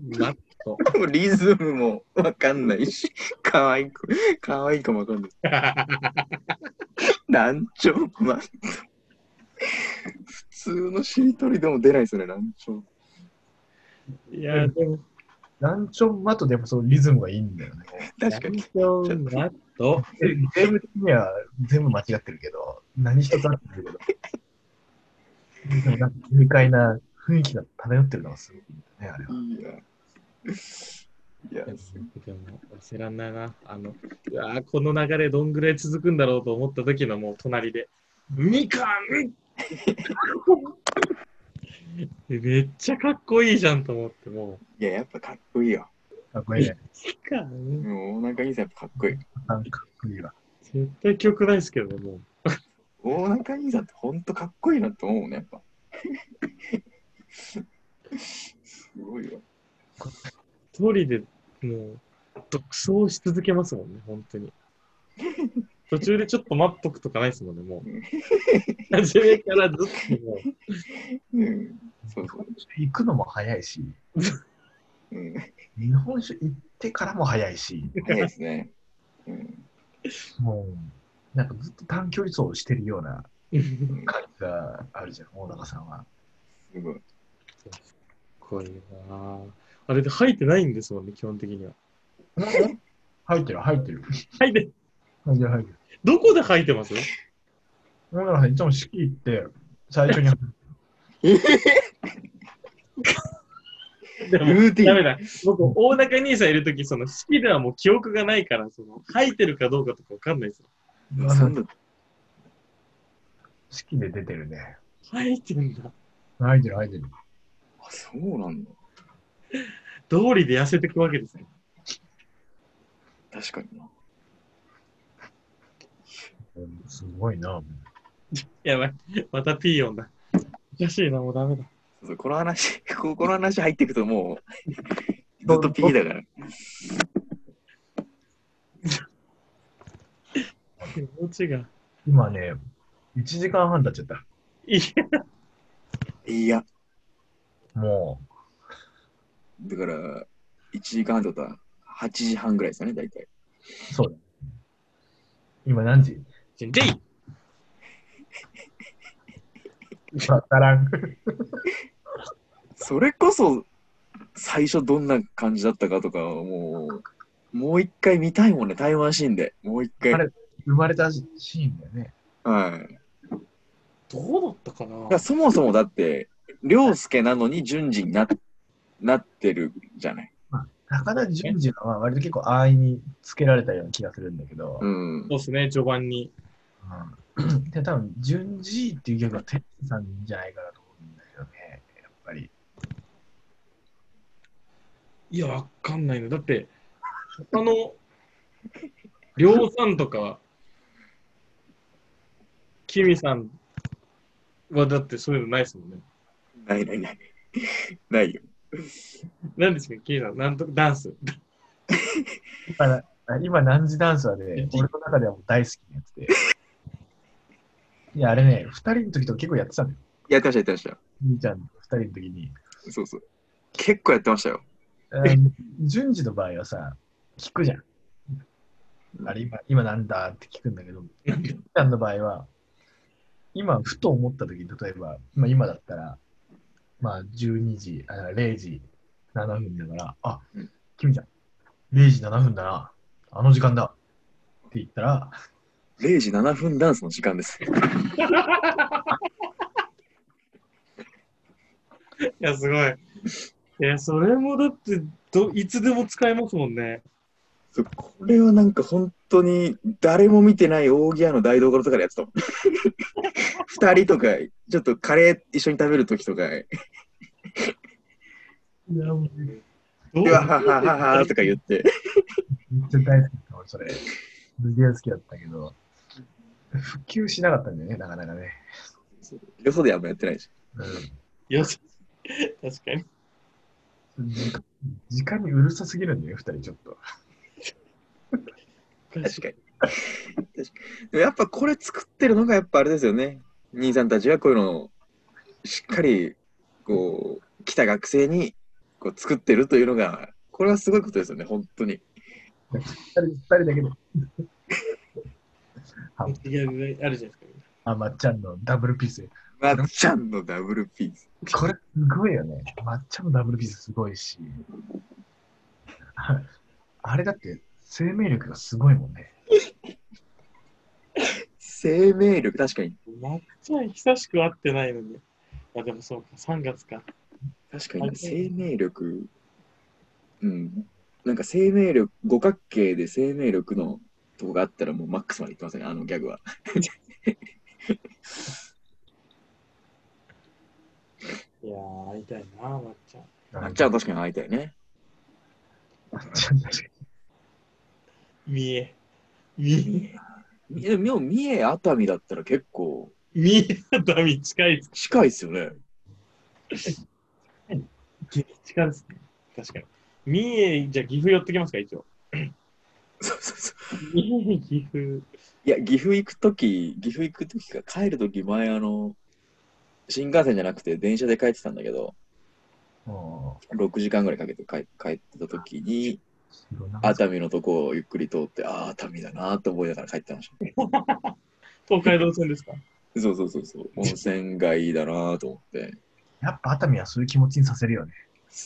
Speaker 1: ね、
Speaker 3: なっと。
Speaker 1: もうリズムもわかんないし、かわいい子、かわいい子もわかんない。なんちょ、ま、普通のしりとりでも出ないですよね、なんちょ。
Speaker 3: いや、でも、
Speaker 2: なんちょんマットでもそのリズムがいいんだよね。
Speaker 1: 確かに。
Speaker 3: なっと。
Speaker 2: ゲーム的には全部間違ってるけど、何一つ合ってるけど。でもなんか軽快な雰囲気が漂ってるのがすごいんだね、あれは。
Speaker 1: いや。いや、
Speaker 3: でも忘れらんないな。あの、うわーこの流れどんぐらい続くんだろうと思った時のもう隣で、みかん めっちゃかっこいいじゃんと思って、も
Speaker 1: いや、やっぱかっこいいよ。
Speaker 2: かっこいいね。
Speaker 3: う、みかん
Speaker 1: もう大中兄さんやっぱかっこいい。
Speaker 2: なんかかっこいいわ。
Speaker 3: 絶対記憶ないですけど、もう。
Speaker 1: 大中兄さんってほんとかっこいいなと思うね、やっぱ。 すごいわ。
Speaker 3: 一人でもう、独走し続けますもんね、本当に。途中でちょっと待っとくとかないですもんね、もう。初めからずっともう。
Speaker 1: うん。そうそう。
Speaker 2: 行くのも早いし、
Speaker 1: うん、
Speaker 2: 日本酒行ってからも早いし、
Speaker 1: 早いですね。うん。
Speaker 2: もう、なんかずっと短距離走をしてるような感じがあるじゃん、大高さんは。
Speaker 1: すごい。
Speaker 3: これなあれで吐いてないんですもんね、基本的には。
Speaker 2: 入ってる、入ってる。
Speaker 3: 吐いて、
Speaker 2: 入ってる、入ってる。
Speaker 3: どこで吐いて ます
Speaker 2: 大高さん、いつも式行って、最初に 入ってる。
Speaker 3: でも
Speaker 1: ルーティン
Speaker 3: ダメだ。僕、大中兄さんいるとき、その式ではもう記憶がないから、その吐いてるかどうかとかわかんないですよ。
Speaker 1: そんな
Speaker 2: 式で出てるね。
Speaker 3: 吐いてんだ。
Speaker 2: 入ってる、入ってる。
Speaker 1: あ、そうなんだ。
Speaker 3: 通りで痩せてくわけですね。
Speaker 1: 確かにな。
Speaker 2: うんすごいな。
Speaker 3: やばい。またピーヨンだ。おかしいな、もうダメだ。
Speaker 1: そうそうこの話、ここの話入っていくともう、ずっと P だから。
Speaker 3: 気持ちが。
Speaker 2: 今ね、1時間半経っちゃった。
Speaker 3: い
Speaker 1: いや、
Speaker 2: も
Speaker 1: だから、1時間半とか、8時半ぐらいですよね、大体。
Speaker 2: う、そうだ。今何時
Speaker 3: や、でい
Speaker 2: わからん。
Speaker 1: それこそ最初どんな感じだったかとかはもうもう一回見たいもんね台湾シーンでもう一回
Speaker 2: あれ生まれたシーンだよね。
Speaker 1: はいだか
Speaker 3: どうだったかな
Speaker 1: らそもそもだって涼介なのに順次にななってるじゃない
Speaker 2: 高田純次のは割と結構安易につけられたような気がするんだけど、
Speaker 1: う
Speaker 2: うん
Speaker 1: ん
Speaker 3: そうですね、序盤に。
Speaker 2: で多分純次っていう曲は天使さんじゃないかなと思うんだけどね、やっぱり。
Speaker 3: いや、わかんないの。だって、他の、りょうさんとか、きみさんはだってそういうのないですもんね。
Speaker 1: ないないないないよ
Speaker 3: 何ですか、キーさん。なんとダンス。
Speaker 2: 今、今何時ダンサーで、俺の中ではもう大好きなやつで。いや、あれね、二人の時とか結構やってたのよ。
Speaker 1: やってました、やってました。
Speaker 2: 兄ちゃん、二人の時に。
Speaker 1: そうそう。結構やってましたよ。
Speaker 2: あの順次の場合はさ、聞くじゃん。あれ今、今なんだって聞くんだけど、順ちゃんの場合は、今、ふと思った時に、例えば、まあ、今だったら、まあ、12時、あ0時7分だから、あ
Speaker 1: うん、
Speaker 2: 君ちゃん、0時7分だな、あの時間だって言ったら、
Speaker 1: 0時7分ダンスの時間です。
Speaker 3: いや、すごい。いや、それもだってど、いつでも使えますもんね。
Speaker 1: そうこれはなんか本当に誰も見てない扇屋の台所とかでやってたもん。二人とか、ちょっとカレー一緒に食べるときとか、で
Speaker 2: いや、もう
Speaker 3: どう
Speaker 1: はははははとか言って。
Speaker 2: めっちゃ大好きだった、俺、それ。すげえ好きだったけど、普及しなかったんだよね、なかなかね。
Speaker 1: よそであんまやってないし。
Speaker 3: よし。確かに。
Speaker 2: うん、時間時間にうるさすぎるんだよね、二人ちょっと。
Speaker 1: 確かに。確かにでもやっぱこれ作ってるのがやっぱあれですよね。兄さんたちはこういうのをしっかりこう来た学生にこう作ってるというのがこれはすごいことですよね、本当に。
Speaker 2: 二人二人だけで。
Speaker 3: いや、あるじゃないですか。
Speaker 2: あ、まっちゃんのダブルピース。
Speaker 1: まっちゃんのダブルピース。
Speaker 2: これすごいよね。まっちゃんのダブルピースすごいし。 ああれだって生命力がすごいもんね。
Speaker 1: 生命力、確かに。
Speaker 3: まっちゃん、久しく会ってないのに。あ、でもそうか、3月か。
Speaker 1: 確かに、生命力。うん。なんか生命力、五角形で生命力のとこがあったらもうマックスまでいってますね、あのギャグは。
Speaker 3: いやー、会いたいな、まっちゃん。
Speaker 1: まっち
Speaker 2: ちゃ
Speaker 1: ゃん
Speaker 2: ん
Speaker 1: は確かに会いたいね。
Speaker 2: まっちゃん確かに
Speaker 3: 見え。見え。
Speaker 1: いやでも三重、熱海だったら結構
Speaker 3: 見えたみ近いです。
Speaker 1: 近いですよね。
Speaker 3: 激近いですね。確かに。三重、じゃあ岐阜寄ってきますか、一応。
Speaker 1: そうそうそう。
Speaker 3: 三重、岐阜。
Speaker 1: いや、岐阜行くとき、岐阜行くときか、帰るとき前、あの、新幹線じゃなくて電車で帰ってたんだけど、
Speaker 2: も
Speaker 1: 6時間ぐらいかけて帰帰ってたときに、
Speaker 2: ういろんな
Speaker 1: 熱海のとこをゆっくり通って、ああ、熱海だなと思いながら帰ってました。
Speaker 3: 東海道線ですか。
Speaker 1: そうそうそう そう。温泉街だなと思って。
Speaker 2: やっぱ熱海はそういう気持ちにさせるよね。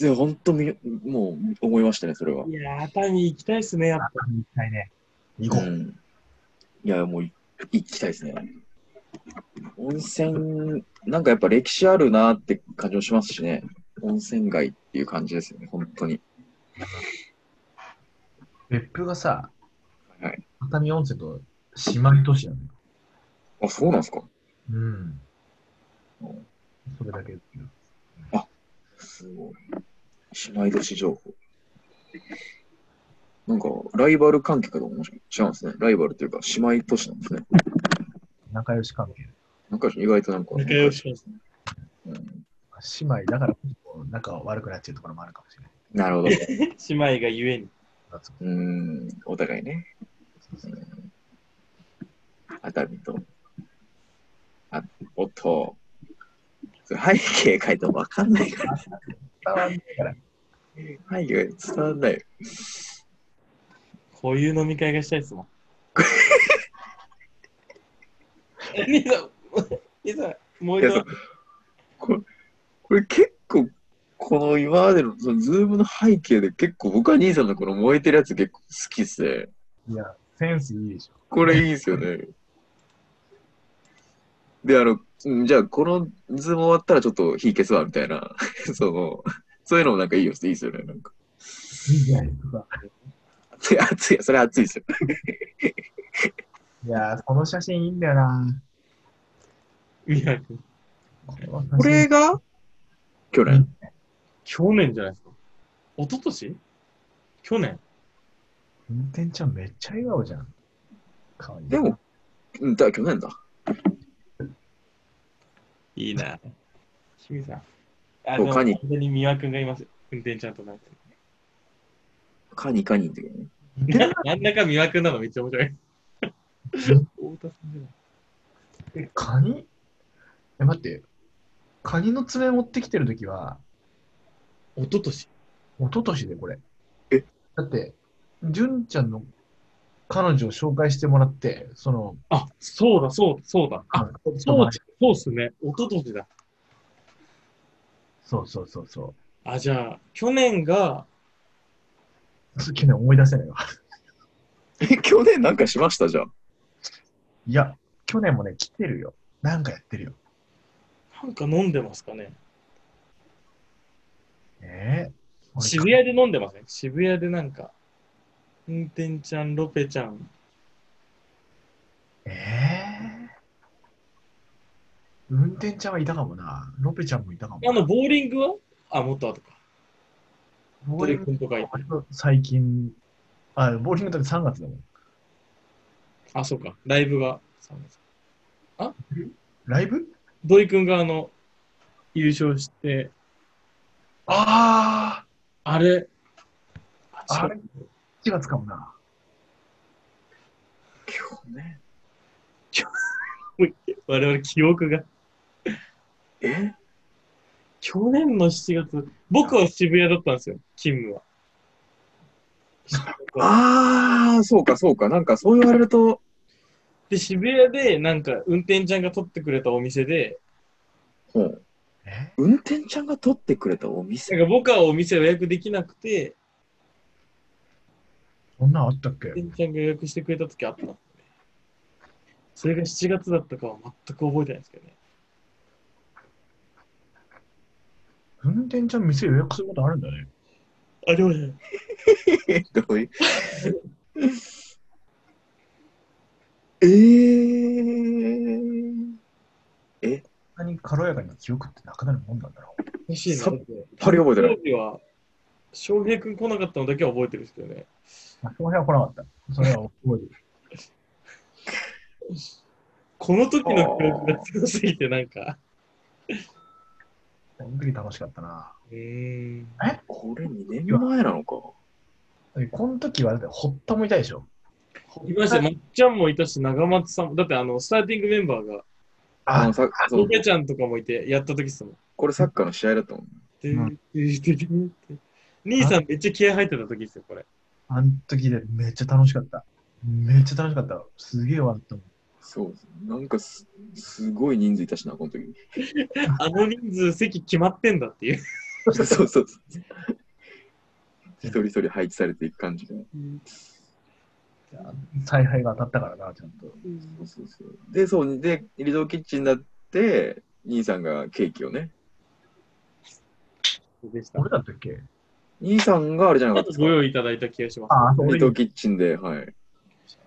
Speaker 1: いや、本当に、もう思いましたね、それは。
Speaker 3: いやー、熱海行きたいですね、やっぱ。
Speaker 2: 熱海行きたいね。行こ
Speaker 1: う
Speaker 2: う。
Speaker 1: ん。いや、もうい行きたいですね。温泉、なんかやっぱ歴史あるなって感じもしますしね。温泉街っていう感じですよね、本当に。
Speaker 2: 別府がさ、
Speaker 1: はい
Speaker 2: 熱海温泉と姉妹都市なのよ。
Speaker 1: あ、そうなんですか。
Speaker 2: うん
Speaker 1: うん。
Speaker 2: それだけですよ。
Speaker 1: すごい。姉妹都市情報。なんか、ライバル関係かと思いましたけど違うんですね。ライバルというか、姉妹都市なんですね。
Speaker 2: 仲良し関係。
Speaker 1: なんか意外となんか、
Speaker 3: 仲良しですね。
Speaker 1: うん
Speaker 2: 姉妹だからこう仲悪くなっちゃうところもあるかもしれな
Speaker 1: な
Speaker 2: い。
Speaker 1: るほど。
Speaker 3: 姉妹がゆえに。
Speaker 2: 夏
Speaker 1: うーん、お互いね。うん熱海と。あ、おっと。それ背景書いてもわかんないから。
Speaker 2: 伝わんないから。
Speaker 1: 背景伝わんないよ。
Speaker 3: こういう飲み会がしたいですもん。兄さん、兄さん、もう
Speaker 1: い
Speaker 3: 一
Speaker 1: やそ
Speaker 3: 度
Speaker 1: う。これ結構、この今までの、そのズームの背景で結構僕は兄さんのこの燃えてるやつ結構好きっすね。
Speaker 2: いや、センスいいでしょ。
Speaker 1: これいいですよね。で、あの、うんじゃあこのズーム終わったらちょっと火消すわみたいな、その、そういうのもなんかいいよ、いいですよね。なんか
Speaker 2: いいじゃないですか。
Speaker 1: 熱い、熱い、それ熱いですよ。
Speaker 2: いやー、この写真いいんだよな。
Speaker 3: いや、
Speaker 2: この
Speaker 1: これが去年、
Speaker 3: 去年じゃないですか。一昨年去年
Speaker 2: 運転ちゃんめっちゃ笑顔じゃん。かわいい。
Speaker 1: でも、、うん、だ、去年だ。
Speaker 3: いいな。清水さん。
Speaker 1: 他
Speaker 3: あ、でも
Speaker 1: に
Speaker 3: 完全に三輪君がいます。運転ちゃんとなんか。
Speaker 1: カニカニって言うね。
Speaker 3: 真ん中魅惑なのめっちゃ面白い。太田さんじゃない
Speaker 2: え、カニえ、待って。カニの爪持ってきてるときは、
Speaker 3: おととし。
Speaker 2: 一昨年でこれ。
Speaker 1: え
Speaker 2: だって、純ちゃんの彼女を紹介してもらって、その、
Speaker 3: あ、そうだ、そうだ、そうだ。あ、
Speaker 2: うん
Speaker 3: そうだ、そうっすね。おととしだ。
Speaker 2: そうそうそうそ
Speaker 3: あ、じゃあ、去年が、
Speaker 2: う。去年思い出せないわ。
Speaker 1: え、去年なんかしましたじゃん。
Speaker 2: いや、去年もね、来てるよ。なんかやってるよ。
Speaker 3: なんか飲んでますかね。
Speaker 2: ええ
Speaker 3: 渋谷で飲んでません渋谷でなんか、運転ちゃん、ロペちゃん、
Speaker 2: ええ運転ちゃんはいたかもな。ロペちゃんもいたかも。
Speaker 3: あの、ボーリングはあ、もっと後か。
Speaker 2: ボー
Speaker 3: ボー
Speaker 2: リ
Speaker 3: リ
Speaker 2: ン
Speaker 3: ン
Speaker 2: グ
Speaker 3: グとかいて。
Speaker 2: 割と最近、あ、ボーリングだって3月だもん。
Speaker 3: あ、そうか。ライブが。
Speaker 2: ライブ
Speaker 3: 土井くんがあの、優勝して、
Speaker 2: あ
Speaker 3: あれ、
Speaker 2: あ
Speaker 3: あ
Speaker 2: れ !4 月かもな。
Speaker 1: 去年
Speaker 3: 我々記憶が。
Speaker 1: え
Speaker 3: 去年の7月、僕は渋谷だったんですよ、勤務は。
Speaker 1: ああ、そうかそうか。なんかそう言われると、
Speaker 3: で、渋谷で、なんか、運転ちゃんが取ってくれたお店で、
Speaker 1: ほう
Speaker 2: え
Speaker 1: 運転ちゃんが取ってくれたお
Speaker 3: な
Speaker 1: 店。
Speaker 3: んか僕はお店予約できなくて、
Speaker 2: そんなんあったっけ
Speaker 3: 運転ちゃんが予約してくれた時あったんですよね。それが7月だったかは全く覚えてないですけどね。
Speaker 2: 運転ちゃん店予約することあるんだね。
Speaker 3: ありましたね。
Speaker 1: えどういうえー、
Speaker 2: そんなに軽やかに記憶ってなくなるもんなんだろう。
Speaker 3: 欲しいな。
Speaker 1: さっぱり覚えてない
Speaker 3: 当時は、翔平くん来なかったのだけは覚えてるんですけどね。
Speaker 2: まあ、その辺は来なかった。それは覚えてる。
Speaker 3: この時の記憶が強すぎて、なんか。
Speaker 2: その時楽しかったな。
Speaker 3: うーん。
Speaker 1: これ2年前なのか。
Speaker 2: だってこの時はだって、ホッタもいたでしょ。
Speaker 3: いました、まっちゃんもいたし、長松さんも、だってあの、スターティングメンバーが、
Speaker 1: あ
Speaker 2: あ
Speaker 1: の、さそ
Speaker 3: ロ
Speaker 1: う
Speaker 3: ペちゃんとかもいて、やった時っすもん。
Speaker 1: これサッカーの試合だと思う。
Speaker 3: で
Speaker 2: う
Speaker 3: でで兄さんめっちゃ気合入ってた時っすよ、これ。
Speaker 2: あの時でめっちゃ楽しかった。めっちゃ楽しかった。すげえ笑ったもん。
Speaker 1: そう。なんかすすごい人数いたしな、この時。
Speaker 3: あの人数席決まってんだっていう。
Speaker 1: そうそうそう。一人一人配置されていく感じが。
Speaker 2: 采配が当たったからな、ちゃんと。
Speaker 1: そうそうそうで、そう、で、リゾーキッチンだって、兄さんがケーキをね。
Speaker 3: でした。
Speaker 2: 俺だったっけ
Speaker 1: 兄さんがあれじゃなか
Speaker 3: あ
Speaker 1: った
Speaker 3: と
Speaker 1: ですか
Speaker 3: ご。用意いただいた気がします。
Speaker 2: あ、そう
Speaker 1: リ
Speaker 2: 俺
Speaker 1: ゾーキッチンで、はい。
Speaker 3: そ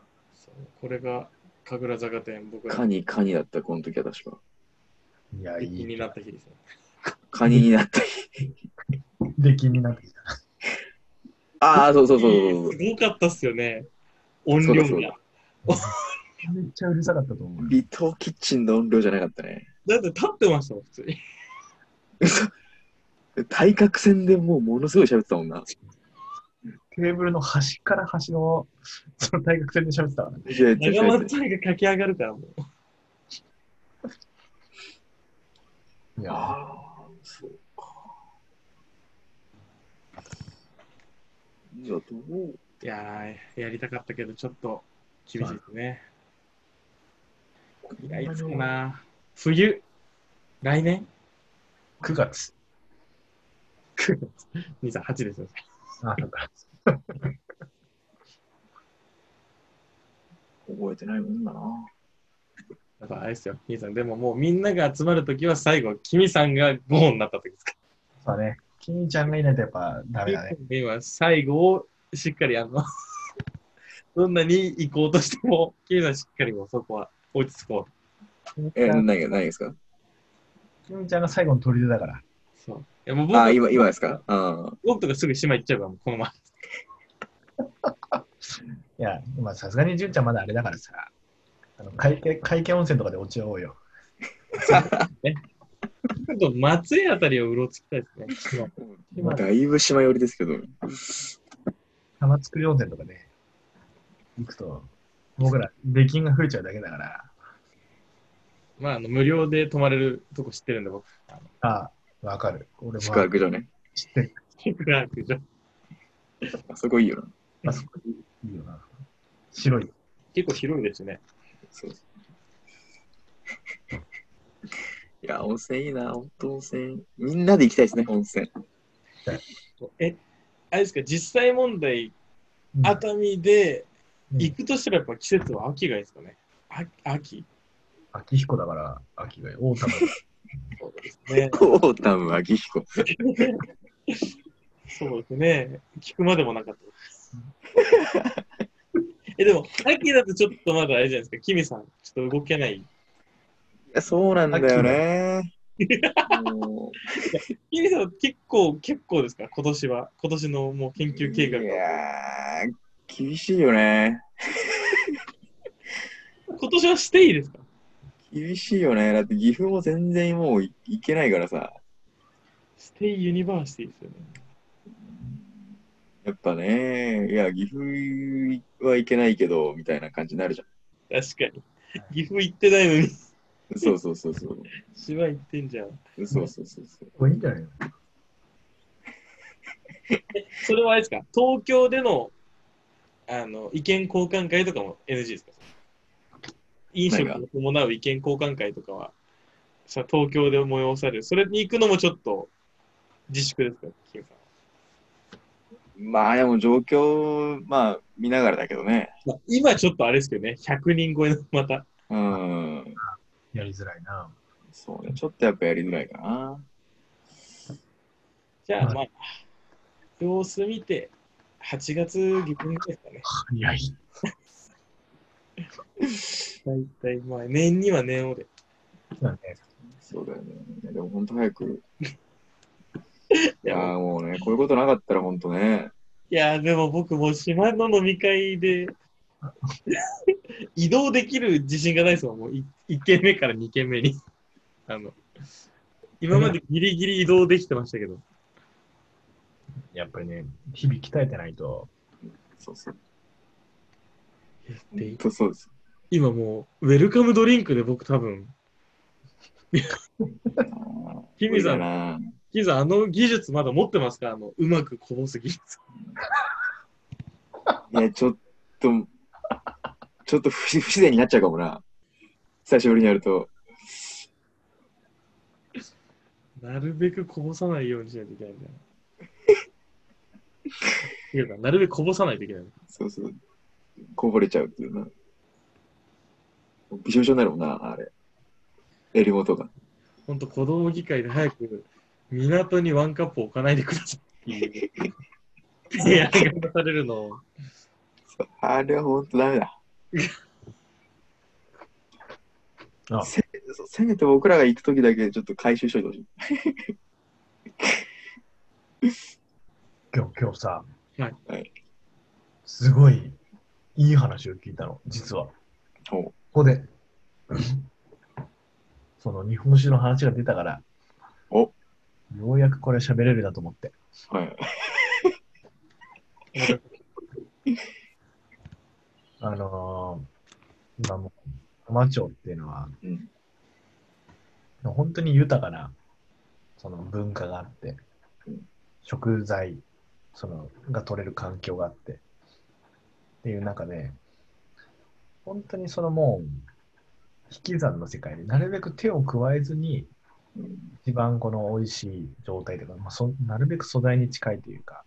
Speaker 3: うこれが、神楽坂店、僕
Speaker 1: カ
Speaker 3: が
Speaker 1: ニ、カニだった、この時は確か。
Speaker 2: いや、い
Speaker 3: 気に
Speaker 2: い。
Speaker 3: なった日ですね。
Speaker 1: カニになった。
Speaker 2: 出禁になってきた。
Speaker 1: ああ、そうそうそうそうそう
Speaker 3: す。ごかったっすよね。音
Speaker 1: そうだ
Speaker 3: 量
Speaker 1: そう
Speaker 3: が
Speaker 1: だ。
Speaker 2: めっちゃうるさかったと思う。
Speaker 1: リゾーキッチンの音量じゃなかったね。
Speaker 3: だって立ってましたもん、普通に。
Speaker 1: 嘘対角線でもうものすごい喋ってたもんな。
Speaker 2: テーブルの端から端の、その対角線で喋ってたからね。
Speaker 1: いやいやいや
Speaker 3: 長
Speaker 1: いや
Speaker 3: 松ちゃんが駆け上がるからもう。
Speaker 2: いや、
Speaker 1: ああ、そうか。じゃあ、どう
Speaker 3: いやー、やりたかったけど、ちょっと厳しいですね。いや、いつかな。冬、来年
Speaker 2: 9月。
Speaker 3: ?9 月。兄さん、8ですよ。
Speaker 2: あ、そうか。
Speaker 1: 覚えてないもんだな。
Speaker 3: やっぱあれですよ、兄さん。でももうみんなが集まるときは最後、君さんがゴーになったときですか。
Speaker 2: そうだね。金ちゃんがいないとやっぱダメだね。
Speaker 3: 君は最後をしっかりあの、 どんなに行こうとしても、君さんしっかりもうそこは落ち着こう。
Speaker 1: え、何が、何ですか
Speaker 2: 金ちゃんが最後の砦だから。
Speaker 3: そう。いやもう僕
Speaker 1: あ、今、今ですかああ。
Speaker 3: 僕とかすぐ島行っちゃえば、もうこのまま。
Speaker 2: いや、まあさすがに純ちゃんまだあれだからさ、あの会計会計温泉とかで落ち合おうよ。
Speaker 3: あと松江あたりをうろつきたいですね。
Speaker 1: もうだいぶ島寄りですけど、
Speaker 2: 玉造り温泉とかね、行くと、僕ら、出禁が増えちゃうだけだから、
Speaker 3: まあ、あの無料で泊まれるとこ知ってるんで、僕。あの
Speaker 2: ああ、わかる。俺
Speaker 1: 宿
Speaker 2: も
Speaker 1: 泊所ね。
Speaker 2: 知ってる。
Speaker 3: 宿泊所
Speaker 1: あそこいいよな。
Speaker 2: あそこいいよな。白い。
Speaker 3: 結構広いですね。
Speaker 1: そう いや、温泉いいな、本当温泉。みんなで行きたいですね、温泉。。
Speaker 3: え、あれですか、実際問題、
Speaker 2: うん
Speaker 3: 熱海で
Speaker 2: うん
Speaker 3: 行くとしたらやっぱ季節は秋がいいですかね。あ秋
Speaker 2: 秋彦だから、秋がいい。大玉。
Speaker 3: そうですね
Speaker 1: オータムはギヒコ。
Speaker 3: そうですね。聞くまでもなかったです。 え、でも、秋だとちょっとまだあれじゃないですか、キミさん、ちょっと動けない。
Speaker 1: いやそうなんだよね。もう
Speaker 3: キミさん、結構、結構ですか、今年は。今年のもう研究計画
Speaker 1: い
Speaker 3: は。
Speaker 1: やー、厳しいよね。
Speaker 3: 今年はしていいですか
Speaker 1: 厳しいよね。だって岐阜も全然もうい行けないからさ。
Speaker 3: ステイユニバーシティですよね。
Speaker 1: やっぱね、いや、岐阜は行けないけど、みたいな感じになるじゃ
Speaker 3: 確かに。岐阜行ってないのに、
Speaker 1: ん。そうそうそうそう。
Speaker 3: 島行ってんじゃん。
Speaker 1: そうそうそうそう。
Speaker 2: これいいんじゃないの
Speaker 3: それはあれですか、東京でのあの意見交換会とかも NG ですか飲食を伴う意見交換会とかはさ東京で催される、それに行くのもちょっと自粛ですか、キムさんは
Speaker 1: まあ、でも状況、まあ、見ながらだけどね。
Speaker 3: まあ今ちょっとあれですけどね、100人超えのまた、
Speaker 1: うん。
Speaker 2: やりづらいな。
Speaker 1: そうね。ちょっとやっぱやりづらいかな。
Speaker 3: じゃあ
Speaker 2: はい
Speaker 3: まあ、様子見て、8月下旬ぐらいですかね。
Speaker 2: 早い。
Speaker 3: 大体まあ、年には年をで。
Speaker 2: だね。
Speaker 1: そうだよね。いやでも本当早く。
Speaker 3: い
Speaker 1: いや
Speaker 3: や、
Speaker 1: ー、もうね、こういうことなかったら本当ね。
Speaker 3: いやでも僕も島の飲み会で 移動できる自信がないですもん、もう1軒目から2軒目に。 あの今までギリギリ移動できてましたけど、
Speaker 2: やっぱりね、日々鍛えてないと、
Speaker 1: そうそう。
Speaker 3: で
Speaker 1: 本当そうです。
Speaker 3: 今もうウェルカムドリンクで僕多分、キミさ
Speaker 1: 無理だ
Speaker 3: ん
Speaker 1: な。
Speaker 3: キズあの技術まだ持ってますかあのうまくこぼす技術。
Speaker 1: いや、ちょっと、ちょっと不不自然になっちゃうかもな。久しぶりにやると。
Speaker 3: なるべくこぼさないようにしないといけないんだよ。キミさんなるべくこぼさないといけない。
Speaker 1: そうそう。こぼれちゃうっていうな。びしょびしょになるもんな、あれ。襟元が。
Speaker 3: 本当、子供議会で早く港にワンカップ置かないでくださいっていう提案が出されるのを
Speaker 1: あれは本当ダメだ。
Speaker 2: あ
Speaker 1: せそうせめて僕らが行くときだけちょっと回収しといてほしい。
Speaker 2: 今日、今日さ、
Speaker 3: はい
Speaker 1: はい
Speaker 2: すごいいい話を聞いたの、実は。
Speaker 1: ほ
Speaker 2: ここで、その日本酒の話が出たから、
Speaker 1: お
Speaker 2: ようやくこれ喋れるなと思って。
Speaker 1: う。はい。
Speaker 2: あのー、今もう、浜町っていうのは、
Speaker 1: うん。
Speaker 2: 本当に豊かな、その文化があって
Speaker 1: うん、
Speaker 2: 食材、その、が取れる環境があって、っていう中で、本当にそのもう、引き算の世界で、なるべく手を加えずに、
Speaker 1: うん
Speaker 2: 一番この美味しい状態というか、まあ、そなるべく素材に近いというか、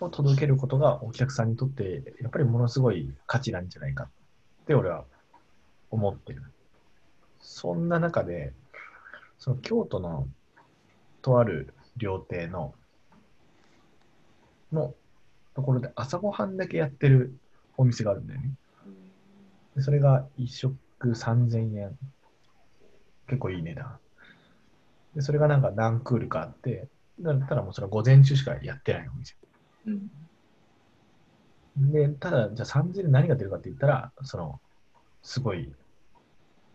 Speaker 2: を届けることがお客さんにとって、やっぱりものすごい価値なんじゃないかって俺は思ってる。そんな中で、その京都のとある料亭の、のところで朝ごはんだけやってるお店があるんだよね。でそれが1食3000円。結構いい値段。で、それがなんか何クールかあって、だったらもうそれは午前中しかやってないお店。
Speaker 1: うん。
Speaker 2: で、ただ、じゃあ3000円で何が出るかって言ったら、その、すごい、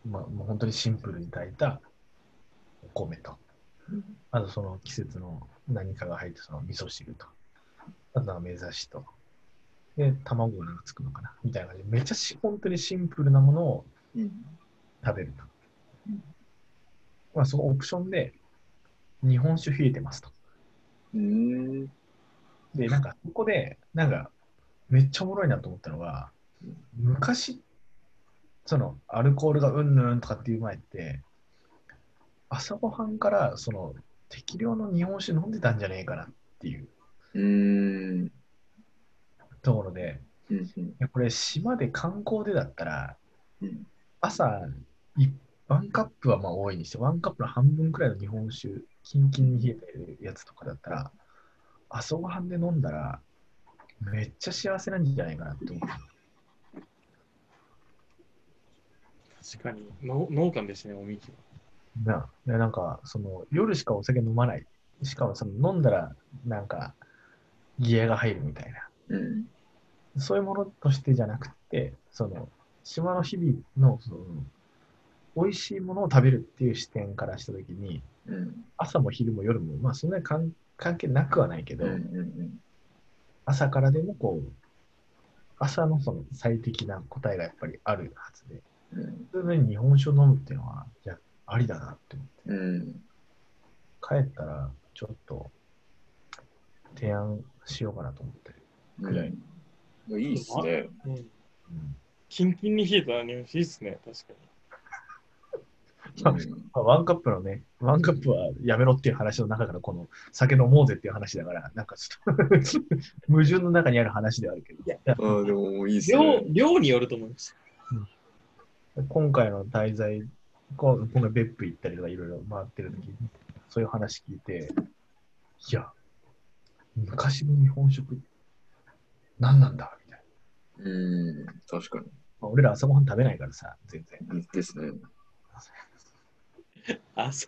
Speaker 2: まあ、もう本当にシンプルに炊いたお米と、あとその季節の何かが入って、その味噌汁と、あとは目指しと、で、卵がなんかつくのかな、みたいな感じで、めちゃし本当にシンプルなものを
Speaker 1: うん。
Speaker 2: 食べると
Speaker 1: うん。
Speaker 2: まあ、そのオプションで、日本酒冷えてますと。
Speaker 1: うん。
Speaker 2: で、なんか、そこで、なんか、めっちゃおもろいなと思ったのが
Speaker 1: うん、
Speaker 2: 昔、その、アルコールがうんぬんとかっていう前って、朝ごはんから、その、適量の日本酒飲んでたんじゃねえかなっていう
Speaker 1: うん。
Speaker 2: ところで、
Speaker 1: うん。
Speaker 2: いやこれ、島で観光でだったら、
Speaker 1: うん。
Speaker 2: 朝、いワンカップはまあ多いにして、ワンカップの半分くらいの日本酒、キンキンに冷えてるやつとかだったら、朝ごはんで飲んだら、めっちゃ幸せなんじゃないかなって思う。
Speaker 3: 確かに、の農家ですね、おみきは。
Speaker 2: な、いやなんか、その、夜しかお酒飲まない。しかも、その、飲んだら、なんか、ギアが入るみたい
Speaker 1: うん。
Speaker 2: な。そういうものとしてじゃなくて、その、島の日々の、その、美味しいものを食べるっていう視点からしたときに、
Speaker 1: うん。
Speaker 2: 朝も昼も夜も、まあ、そんなに関関係なくはないけど、
Speaker 1: うん。
Speaker 2: 朝からでも、こう、朝のその最適な答えがやっぱりあるはずで、
Speaker 1: うん。
Speaker 2: 普通に日本酒を飲むっていうのは、いや、ありだなって思う
Speaker 1: うん。
Speaker 2: 帰ったらちょっと提案しようかなと思ってる。くらい
Speaker 1: うん。いいっすね。
Speaker 3: うん、
Speaker 2: うん
Speaker 3: キンキンに冷えた日本酒いいっすね、確かに。
Speaker 2: まあ、ワンカップのね、ワンカップはやめろっていう話の中から、この酒飲もうぜっていう話だから、なんかちょっと 矛盾の中にある話ではあるけど、
Speaker 3: いや
Speaker 1: うん、でもいいっす
Speaker 3: 量
Speaker 1: ね。
Speaker 3: 量によると思います。
Speaker 2: 今回の滞在、こう今回別府行ったりとかいろいろ回ってる時に、そういう話聞いて、いや、昔の日本食、何なんだみたいな。
Speaker 1: うん。確か
Speaker 2: まあ、俺ら朝ごはん食べないからさ、全然。
Speaker 1: に。ですね。
Speaker 3: あ、そ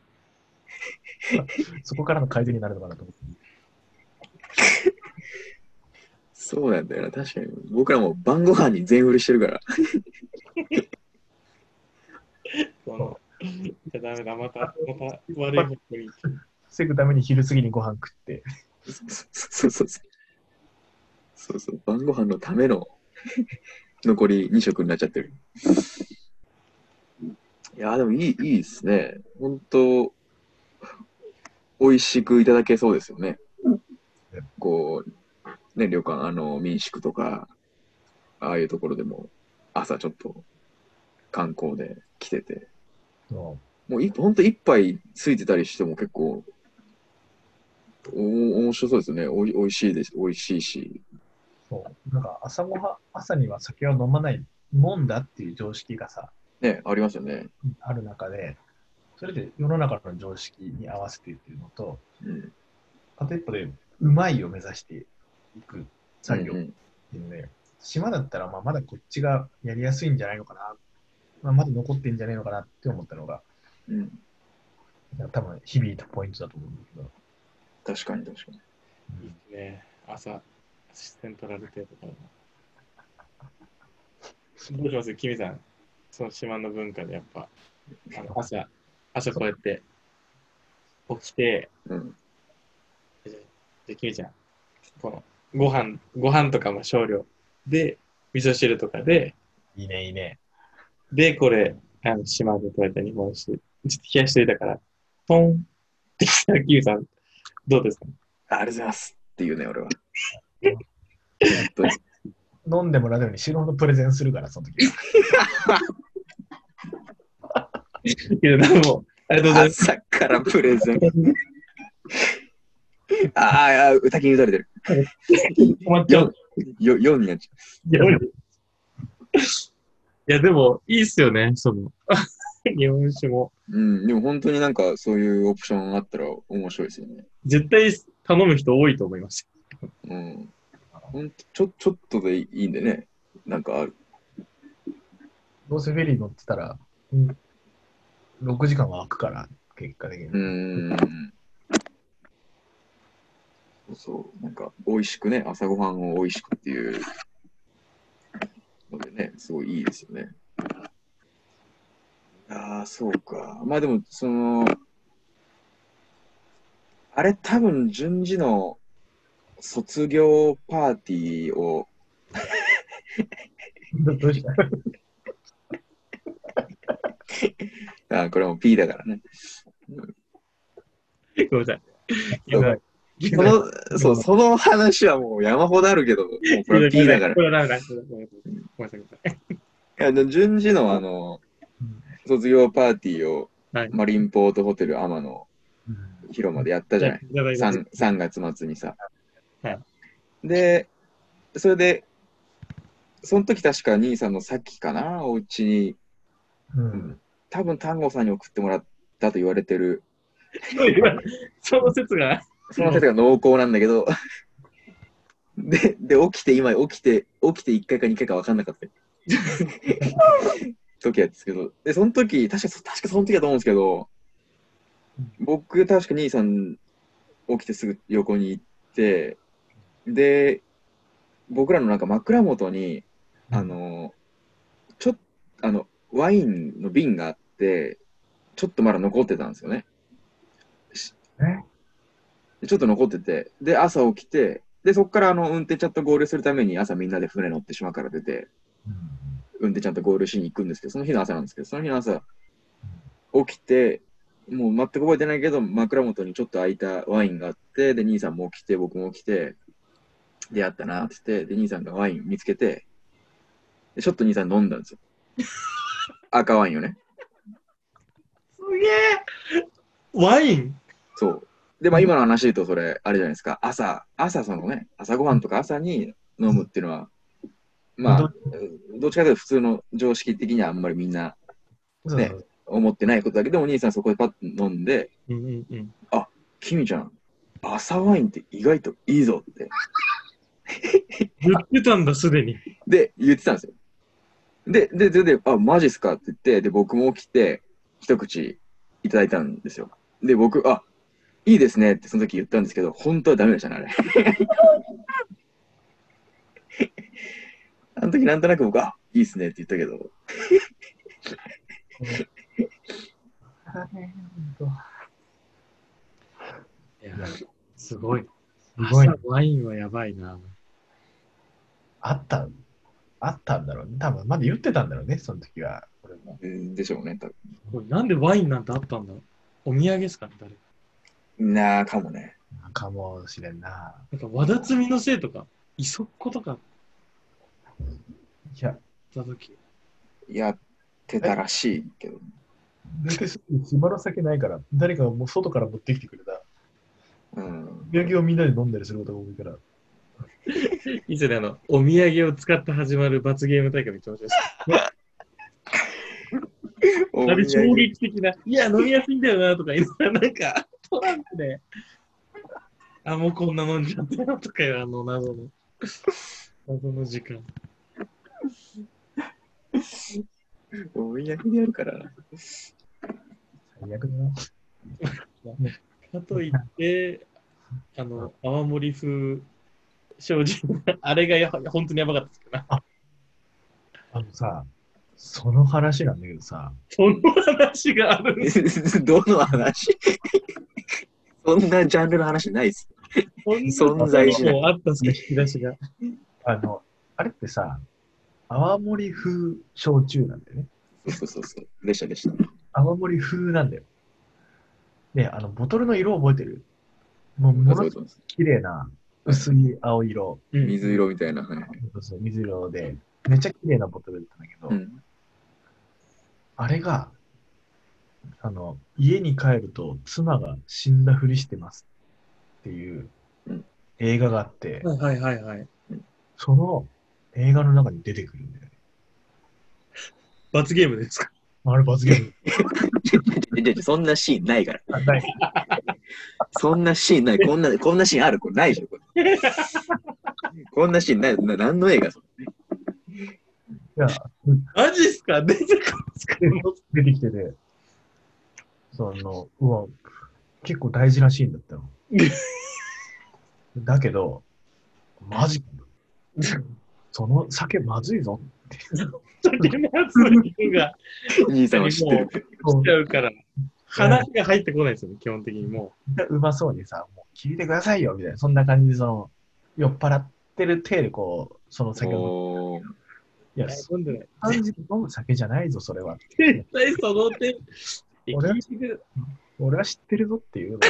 Speaker 2: そこからの改善になるのかなと思って。
Speaker 1: そうなんだよな。確かに。僕らも晩ご飯に全振りしてるから。
Speaker 3: この、じゃダメだ、また、また悪い方向に。
Speaker 2: 防ぐために昼過ぎにご飯食って、
Speaker 1: そうそうそう。そうそう。晩ご飯のための残り2食になっちゃってる。いやー、でもいい、いいですね。本当美味しくいただけそうですよね。こう、ね、旅館、あの、民宿とか、ああいうところでも、朝ちょっと観光で来てて、
Speaker 2: そ
Speaker 1: もういほんと一杯ついてたりしても結構、お面白そうですね。おいおいしいです。おいしいし。
Speaker 2: うそうなんか朝ごはん、朝には酒は飲まないもんだっていう常識がさ、
Speaker 1: ね、ありますよね。
Speaker 2: ある中で、それで世の中の常識に合わせてっていうのと、
Speaker 1: うん。
Speaker 2: 片一方でうまいを目指していく作業
Speaker 1: う
Speaker 2: っ
Speaker 1: ん
Speaker 2: ていうので、島だったらまあまだこっちがやりやすいんじゃないのかな、まあ、まだ残ってんじゃないのかなって思ったのが、
Speaker 1: うん。うん
Speaker 2: 多分響いたポイントだと思うんだけど、
Speaker 1: 確かに確かに。
Speaker 3: いいっすね。朝、視点取られてるから。どうしますキミさん。その島の文化でやっぱ、あの朝、朝こうやって起きて、
Speaker 1: うん。
Speaker 3: で、キミちゃん、この、ご飯、ご飯とかも少量で、味噌汁とかで、
Speaker 2: いいね、いいね。
Speaker 3: で、これ、あの島で取れた日本酒、ちょっと冷やしといたから、ポンってきたらキミさん、どうですか
Speaker 1: ありがとうございます。っていうね、俺は。本当に
Speaker 2: 飲んでもらうように死ぬほどプレゼンするから、その時は。
Speaker 3: いや、でも、ありがとうございます。
Speaker 1: 朝からプレゼン。 ああ、あ歌気に打たれてる。
Speaker 3: 困っちゃう。
Speaker 1: よ4になっちゃ
Speaker 3: いや、俺いやでも、いいっすよね、その。日本酒も。
Speaker 1: う。うん。でも本当になんかそういうオプションあったら面白いですよね。
Speaker 3: 絶対頼む人多いと思います。
Speaker 1: うん。ほんと、ちょ、ちょっとでいいんでね。なんかある。
Speaker 2: どうせフェリー乗ってたら、うん、6時間は空くから、結果的に。
Speaker 1: うーん。そうそう、なんか、美味しくね、朝ごはんを美味しくっていうのでね、すごいいいですよね。ああ、そうか。まあでも、その、あれ多分順次の卒業パーティーを
Speaker 2: どどうした
Speaker 1: あこれも P だからね
Speaker 3: ごめんなさ
Speaker 1: そう
Speaker 3: い。
Speaker 1: そのそうその話はもう山ほどあるけどもうこれ P だから
Speaker 3: これはダメだ。ごめんなさい。ごめんなさい。
Speaker 1: いやで順次のあの
Speaker 2: うん
Speaker 1: 卒業パーティーを、
Speaker 3: はい
Speaker 1: マリンポートホテル天の
Speaker 2: うん
Speaker 1: 広間でやったじゃない
Speaker 3: いただきます
Speaker 1: 3, 3月末にさ、
Speaker 3: はい
Speaker 1: でそれでその時確か兄さんのさっきかなお家に
Speaker 2: うん
Speaker 1: 多分丹後さんに送ってもらったと言われてる
Speaker 3: その説が。
Speaker 1: その説が濃厚なんだけどでで起きて今起きて起きて1回か2回か分かんなかった時やですけどでその時確か確かその時だと思うんですけど僕確か兄さん起きてすぐ横に行ってで僕らのなんか枕元にあ、のちょっあのワインの瓶があってちょっとまだ残ってたんですよね
Speaker 2: え
Speaker 1: でちょっと残っててで朝起きてでそこからあの運転ちゃんと合流するために朝みんなで船乗って島から出て
Speaker 2: うん
Speaker 1: 運転ちゃんと合流しに行くんですけどその日の朝なんですけどその日の朝起きてもう全く覚えてないけど枕元にちょっと空いたワインがあってで兄さんも来て僕も来て出会ったなって言ってで兄さんがワイン見つけてでちょっと兄さん飲んだんですよ赤ワインをね
Speaker 3: すげえワイン
Speaker 1: そうでまあ今の話で言うとそれあれじゃないですか朝朝そのね朝ごはんとか朝に飲むっていうのはま
Speaker 2: ど
Speaker 1: あどっちかというと普通の常識的にはあんまりみんな
Speaker 2: そう
Speaker 1: ね思ってないことだけどお兄さんそこでパッと飲んで
Speaker 3: うんうんうん。
Speaker 1: 「君ちゃん朝ワインって意外といいぞ」って
Speaker 3: 言ってたんだ、すでに。
Speaker 1: で、言ってたんですよ。で、で、で、であ、マジっすかって言って、で、僕も起きて、一口いただいたんですよ。で、僕、あ、いいですねってその時言ったんですけど、本当はダメでした ね、あれ。あの時なんとなく僕、あ、いいっすねって言ったけど、
Speaker 3: いやすごい。
Speaker 2: すごい
Speaker 3: 朝ワインはやばいな。
Speaker 2: あった、あったんだろうね。多分まだ言ってたんだろうね、その時は。俺も
Speaker 1: うんでしょうね、多
Speaker 3: これなんでワインなんてあったんだろうお土産ですかね、誰か
Speaker 1: 分。なあ、かもね。
Speaker 2: かもしれんな。
Speaker 3: なんか、わだつみのせいとか、いそっことかあっ
Speaker 2: いや、
Speaker 3: たとき。
Speaker 1: やってたらしいけど。
Speaker 2: 大体島の酒ないから、誰かがもう外から持ってきてくれた。
Speaker 1: うん。
Speaker 2: 土産をみんなで飲んだりすることが多いから。
Speaker 3: 以前、あの、お土産を使って始まる罰ゲーム大会めっちゃ面白いです。
Speaker 1: お
Speaker 3: あれ
Speaker 1: 土産
Speaker 3: 衝撃的な、いや、飲みやすいんだよなとか言いながら、なんか、トランプで、あ、もうこんな飲んじゃったよとかいう、あの、謎の、謎の時間。
Speaker 1: お土産でやる からな。
Speaker 2: 最悪だな。
Speaker 3: かといって、あの、泡盛風、精進、あれがや本当にやばかったですけどな。
Speaker 2: あのさ、その話なんだけどさ、
Speaker 3: その話があるんです。
Speaker 1: どの話 そんなジャンルの話ないっす。存在しない
Speaker 3: もうあったんですか、引き出しが。
Speaker 2: あの、あれってさ、泡盛風焼酎なんだよね。
Speaker 1: そうそうそう。でしたでした。
Speaker 2: 泡盛風なんだよ。で、あの、ボトルの色覚えてるもう、ものすごい綺麗な、薄い青色。
Speaker 1: 水色みたいな。はい
Speaker 2: そうそう水色で、めっちゃ綺麗なボトルだったんだけど、
Speaker 1: うん、
Speaker 2: あれが、あの、家に帰ると妻が死んだふりしてますっていう
Speaker 1: うん
Speaker 2: 映画があって、
Speaker 3: うんはいはいはいはい。
Speaker 2: その映画の中に出てくるんだよね。
Speaker 3: 罰ゲームですか。
Speaker 2: あれ罰ゲ ーム。
Speaker 1: じゃそんなシーンないから。
Speaker 2: あない
Speaker 1: そんなシーンない。こんな、こんなシーンあるこれないでしょ。これこんなシーンない。な何の映画それ
Speaker 3: マジっすか出てくるんですか
Speaker 2: で出てきてて、その、うわ、結構大事なシーンだった の。だけど、マジかその酒まずいぞ。
Speaker 3: 酒のやつの肉が
Speaker 1: 兄さんは知ってる。
Speaker 3: 来ちゃうから。話が入ってこないですよね、基本的にも。
Speaker 2: うまそうにさ、もう聞いてくださいよ、みたいな、そんな感じで、その、酔っ払ってる体で、こう、その酒を、
Speaker 1: おー
Speaker 2: いうや、そ
Speaker 3: 飲んでない。
Speaker 2: んな感じで飲む酒じゃないぞ、そ れは。
Speaker 3: 絶対その手、
Speaker 2: 俺は
Speaker 3: 生きる
Speaker 2: 俺は知ってるぞっていうの。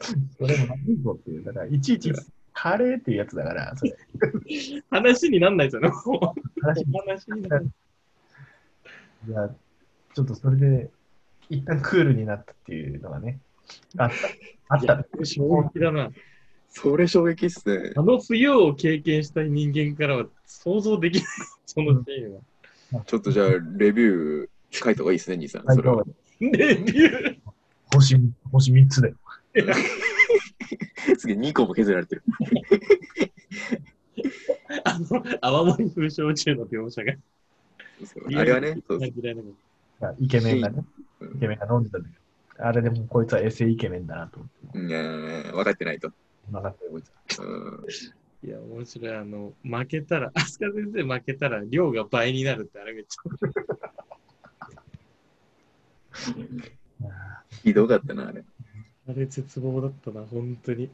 Speaker 2: それもまずいぞっていう。だから、いちいち、カレーっていうやつだから、それ、
Speaker 3: 話になんないですよね、もう
Speaker 2: 話に
Speaker 3: 話になんない。
Speaker 2: いや、ちょっとそれで、一旦クールになったっていうのがね、あった。あっ
Speaker 3: い
Speaker 2: た
Speaker 3: や。衝撃だな。
Speaker 1: それ衝撃っすね。
Speaker 3: あの冬を経験した人間からは想像できない、そのシーンは。
Speaker 1: ちょっとじゃあ、レビュー書いた方がいいですね、兄さん。
Speaker 2: はい
Speaker 1: それは。
Speaker 3: レビュー
Speaker 2: 星、星3つで。
Speaker 1: 次2個も削られてる。
Speaker 3: あの、泡盛風焼酎の描写が。
Speaker 1: そうあれはね、そうそう
Speaker 3: 感じられなかっ
Speaker 2: イケメンがね
Speaker 1: うん、
Speaker 2: イケメンが飲んでたんだけど、あれでもこいつはエセイケメンだなと思って、
Speaker 1: うんえー分かってないと。
Speaker 2: 分かったよ、こいつは。
Speaker 1: うん
Speaker 3: たいや、面白い。あの、負けたら、 飛鳥先生負けたら量が倍になるってあれめっちゃ
Speaker 2: あ
Speaker 1: ひどかったな、あれ。
Speaker 3: あれ絶望だったな、本当に。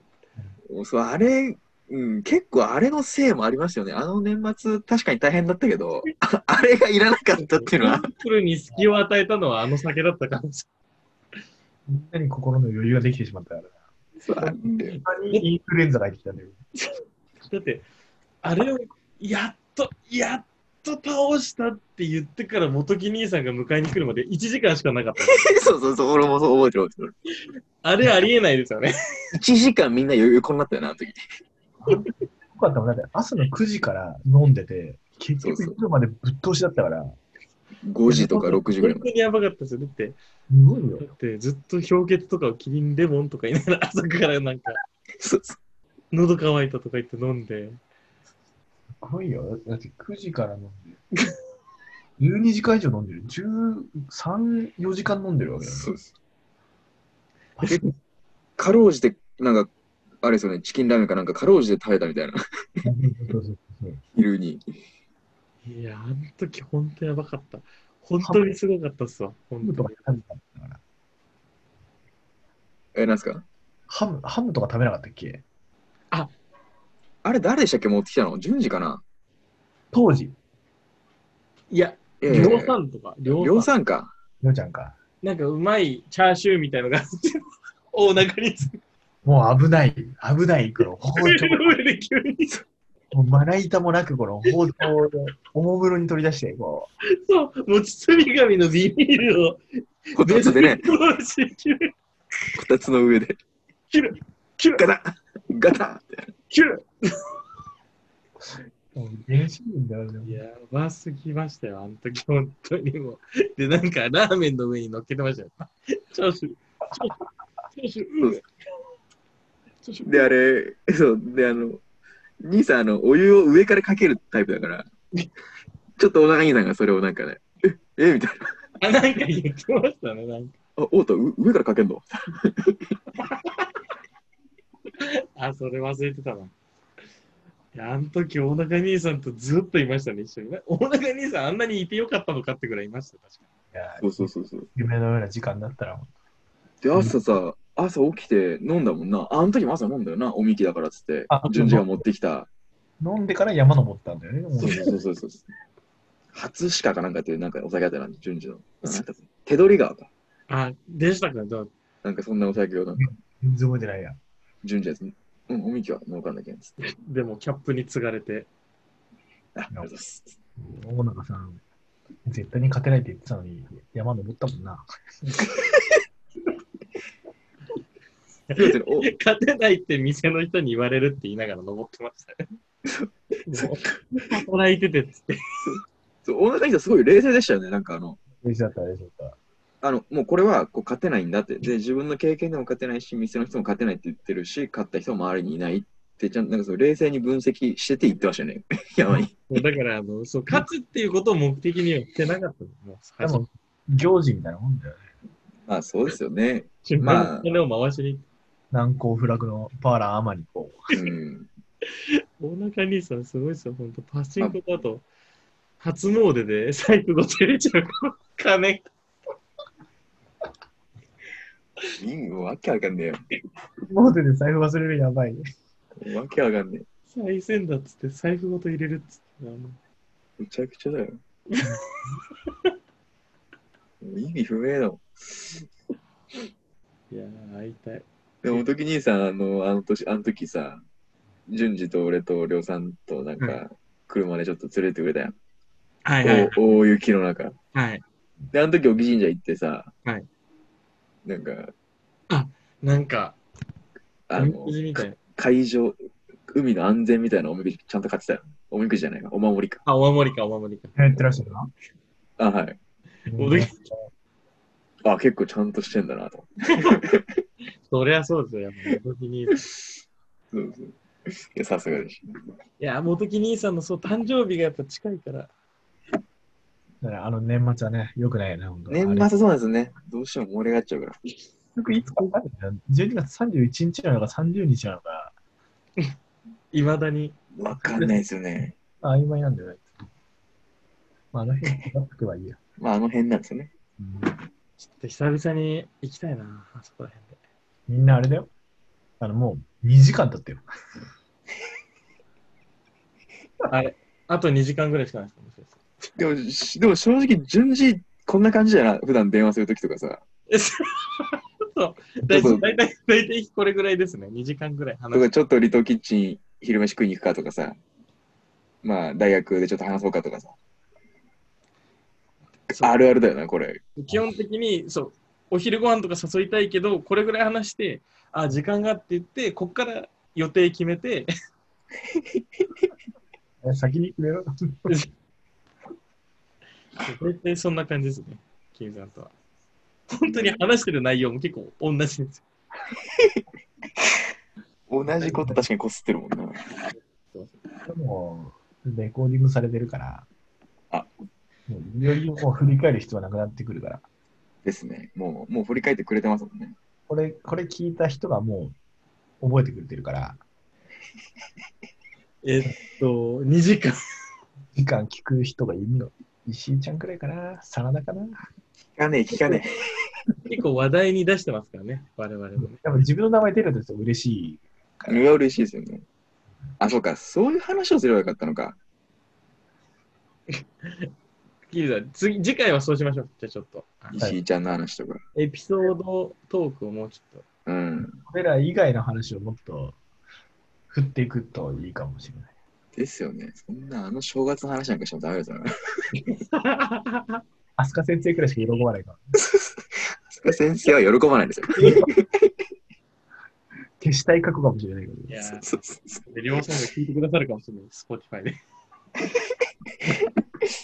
Speaker 1: そうあれ、うん、結構あれのせいもありましたよね。あの年末、確かに大変だったけど、 ああれがいらなかったっていうのは、
Speaker 3: プルに隙を与えたのはあの酒だったかもし
Speaker 2: ーみんなに心の余裕ができてしまったから、
Speaker 1: そうあ
Speaker 3: れな
Speaker 1: れ
Speaker 3: い。
Speaker 2: インフルエンザが入ってきたんだよ。
Speaker 3: だって、あれをやっと、やっと倒したって言ってから元木兄さんが迎えに来るまで1時間しかなかった。
Speaker 1: そうそうそう、俺もそう覚えてる覚えて
Speaker 3: あれありえないです よね。
Speaker 1: る。1時間みんな余裕こんなったよな、あの時。
Speaker 2: よかったもん、だって朝の9時から飲んでて、結
Speaker 1: そう
Speaker 2: 局
Speaker 1: そう
Speaker 2: 夜までぶっ通しだったから、
Speaker 1: 5時とか6時ぐらいま
Speaker 3: 本
Speaker 1: で。
Speaker 3: 当にやばかったですよ。だって、
Speaker 2: すごいよ
Speaker 3: だ。ってずっと氷結とかをキリンレモンとか言いながら朝からなんか、
Speaker 1: そうそう
Speaker 3: 喉乾いたとか言って飲んで、
Speaker 2: すごいよ。だって9時から飲んで。12時間以上飲んでる。13、4時間飲んでるわけだよ。
Speaker 1: そうそうでかろうじて、なんか、あれですよね、チキンラーメンかなんかかろうじて食べたみたいな、
Speaker 2: そうそうそう
Speaker 1: 昼に。
Speaker 3: いや、あの時本当やばかった。本当にすごかったっすわ。
Speaker 2: ハ
Speaker 3: 本
Speaker 2: ム
Speaker 3: 当
Speaker 2: とか食
Speaker 3: に。
Speaker 2: べたんだから。
Speaker 1: え、なんすか
Speaker 2: ハム、ハムとか食べなかったっけ
Speaker 1: あれ誰でしたっけ持ってきたの ?10 時かな
Speaker 2: 当時、
Speaker 3: いや、
Speaker 1: ええ
Speaker 3: 量産とか、量
Speaker 1: 量産か。
Speaker 2: よちゃんか。
Speaker 3: なんかうまいチャーシューみたいのがあって、 お腹につく
Speaker 2: もう危ない、危ない、この包丁。
Speaker 3: の上で急に。
Speaker 2: もうまな板もなく、この包丁をおもむろに取り出して、こ
Speaker 3: そう、持ちつみ紙のビニールを
Speaker 1: こたつ でね、
Speaker 3: 別の通し切る、
Speaker 1: こたつの上で。
Speaker 3: 切る、切る、
Speaker 1: ガタッガタッって。
Speaker 3: 切る。
Speaker 2: う、もう原始人だよね。
Speaker 3: やばすぎましたよ、あの時、本当にもう。で、なんかラーメンの上に乗っけてましたよ。チャーシュー、チャーシュー、チャーシューチャーシュー
Speaker 1: で、あれ、そう、で、あの、兄さん、あの、お湯を上からかけるタイプだから、ちょっとお腹兄さんがそれをなんかね、え、え、みたいな。
Speaker 3: あ、なんか言ってましたね、なんか。
Speaker 1: あ、おうと、う上からかけんの
Speaker 3: あ、それ忘れてたな。いや、あの時、大中兄さんとずっといましたね、一緒にね。大中兄さん、あんなにいてよかったのかってぐらいいました、確か
Speaker 2: いや
Speaker 1: そうそうそうそう。
Speaker 2: 夢のような時間だったら、
Speaker 1: で、朝さ、朝起きて飲んだもんな。あの時も朝飲んだよな、おみきだからっつって
Speaker 2: あ、
Speaker 1: 順次が持ってきた。
Speaker 2: 飲んでから山登ったんだよね。もう
Speaker 1: そうそうそうそうそう。初鹿かなんかっていう、なんかお酒あったな、順次の。あなんだっけ手取り川か。
Speaker 3: に。あ、でしたか、どう
Speaker 1: なんかそんなお酒をなんか、
Speaker 2: 全然覚えてないや。
Speaker 1: 順次のやつ、うん、おみきは農家だけんっつって。
Speaker 3: でも、キャップに継がれて。
Speaker 1: あ、ありがとうございます。
Speaker 2: 大中さん、絶対に勝てないって言ってたのに、山登ったもんな。
Speaker 1: そうですねお
Speaker 3: 勝てないって店の人に言われるって言いながら登ってましたね。もう 働いててっつって。
Speaker 1: そう、大中さんすごい冷静でしたよね。なんかあの、
Speaker 2: 嬉しだった、嬉しだった。
Speaker 1: あの、もうこれはこう勝てないんだって。で、自分の経験でも勝てないし、店の人も勝てないって言ってるし、勝った人も周りにいないって、ちゃんとなんかその冷静に分析してて言ってましたよね。 山に。
Speaker 3: もうだからあのそう、勝つっていうことを目的にはしてなかったのもう
Speaker 2: でも、行事みたいなもんだよね。
Speaker 1: まあそうですよね。
Speaker 3: 自分
Speaker 1: ま
Speaker 3: の
Speaker 1: あ
Speaker 3: 金を回しに
Speaker 2: 難攻不落のパーラーアマにこう。
Speaker 1: うん。
Speaker 3: 大中兄さんすごいですよ、本当パチンコだと、初詣で財布ごと入れちゃう。金。
Speaker 1: いいよわけわかんね
Speaker 2: モードで財布忘れるやばい。
Speaker 1: えよ。わけわかんねえ。
Speaker 3: 再銭だっつって財布ごと入れるっつってたの。
Speaker 1: めちゃくちゃだよ。意味不明だもん。
Speaker 3: いやー、会いたい。
Speaker 1: でも、おとき兄さん、あの、あの年、あの時さ、順次と俺とりょうさんと、なんか、
Speaker 3: う
Speaker 1: 車でちょっと連れてくれたやん。
Speaker 3: は
Speaker 1: お大雪の中。
Speaker 3: はい。
Speaker 1: で、あの時、沖神社行ってさ、
Speaker 3: はい
Speaker 1: なんか、
Speaker 3: なんか、
Speaker 1: あ
Speaker 3: おみ
Speaker 1: の
Speaker 3: く、じみたいな。
Speaker 1: 会場、海の安全みたいなおみくじちゃんと買ってたよ。おみくじじゃないか、お守りか。
Speaker 3: あ、お守りか、お守りか。
Speaker 2: やってらっしゃるな。
Speaker 1: あ、はい。
Speaker 3: おで
Speaker 1: あ、結構ちゃんとしてんだなと思って。
Speaker 3: そりゃそうですよ、やっぱ元木兄さん。
Speaker 1: そうそう。いや、さすがでし
Speaker 3: いやー、元木兄さんのそう、誕生日がやっぱ近いから。
Speaker 2: だからあの年末はね、よくないよね、本当
Speaker 1: た。年末そうなんですね。どうしても盛り上がっちゃうから。
Speaker 2: よくいつかかるんだよ。12月31日なのか30日なのか、
Speaker 3: いまだに。
Speaker 1: わかんないですよね。
Speaker 2: 曖昧なんだよね。まあ、あの辺にっとけばいいや。
Speaker 1: まあ、あの辺なんですよね。
Speaker 2: うん
Speaker 3: ちょっと久々に行きたいな、あそこら辺で。
Speaker 2: みんなあれだよ。あの、もう2時間経ってよ。
Speaker 3: あれ、あと2時間ぐらいしかないですもしかして
Speaker 1: でも、しでも正直、順次、こんな感じだな。普段電話するときとかさ。
Speaker 3: えそう。
Speaker 1: ちょ
Speaker 3: 大
Speaker 1: っと
Speaker 3: 体、大体大体これぐらいですね。2時間ぐらい
Speaker 1: と
Speaker 3: 話
Speaker 1: か、
Speaker 3: す。
Speaker 1: ちょっと離島キッチン昼飯食いに行くかとかさ。まあ、大学でちょっと話そうかとかさ。
Speaker 3: そう
Speaker 1: あるあるだよな、これ。
Speaker 3: 基本的に、そう、お昼ご飯とか誘いたいけど、これぐらい話して、あ、時間がって言って、こっから予定決めて、
Speaker 2: え先に決めろ。
Speaker 3: 大体そんな感じですね。キムさんとは。本当に話してる内容も結構同じです
Speaker 1: 同じこと確かにこすってるもんな。
Speaker 2: もう、レコーディングされてるから、
Speaker 1: あ
Speaker 2: もうよりもう振り返る必要はなくなってくるから、
Speaker 1: ですね。もう、もう振り返ってくれてますもんね。
Speaker 2: これ、これ聞いた人がもう覚えてくれてるから、
Speaker 3: えっと、2時間。
Speaker 2: 時間聞く人がいるの。石井ちゃんくらいかな真田かな
Speaker 1: 聞かねえ、聞かねえ。
Speaker 3: 結構話題に出してますからね、我々もね。
Speaker 2: やっぱ自分の名前出るとすごい嬉しい。
Speaker 1: うわ、嬉しいですよね。あ、そうか。そういう話をすればよかったのか。
Speaker 3: キムさん、次、次回はそうしましょう。じゃあちょっと。
Speaker 1: 石井ちゃんの話とか。
Speaker 3: エピソードトークをもうちょっと。
Speaker 1: うん。
Speaker 2: 俺ら以外の話をもっと振っていくといいかもしれない。
Speaker 1: ですよね。そんなあの正月の話なんかしてもダメだよな。
Speaker 2: 飛鳥先生くらいしか喜ばないから。
Speaker 1: 先生は喜ばないですよ。
Speaker 2: 消したい過去かもしれないけど。
Speaker 3: いやー
Speaker 1: そうそうそう
Speaker 3: で、両さんが聞いてくださるかもしれない、Spotify で。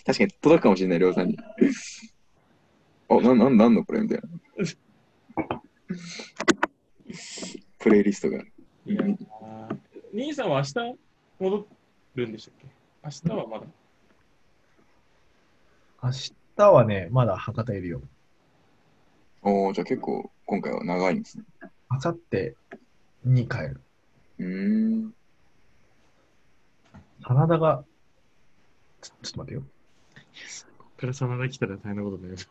Speaker 1: 確かに届くかもしれない、りょうさんに。あ、なん、なん、なんのこれみたいな。プレイリストが。
Speaker 3: いやー兄さんは明日戻るんでしたっけ明日はまだ。
Speaker 2: 明日はね、まだ博多いるよ。
Speaker 1: おおじゃあ結構今回は長いんですね。
Speaker 2: 明後日に帰る。
Speaker 1: うーん。
Speaker 2: 真田が、ちょちょっと待ってよ。
Speaker 3: こっから真田来たら大変なことになります。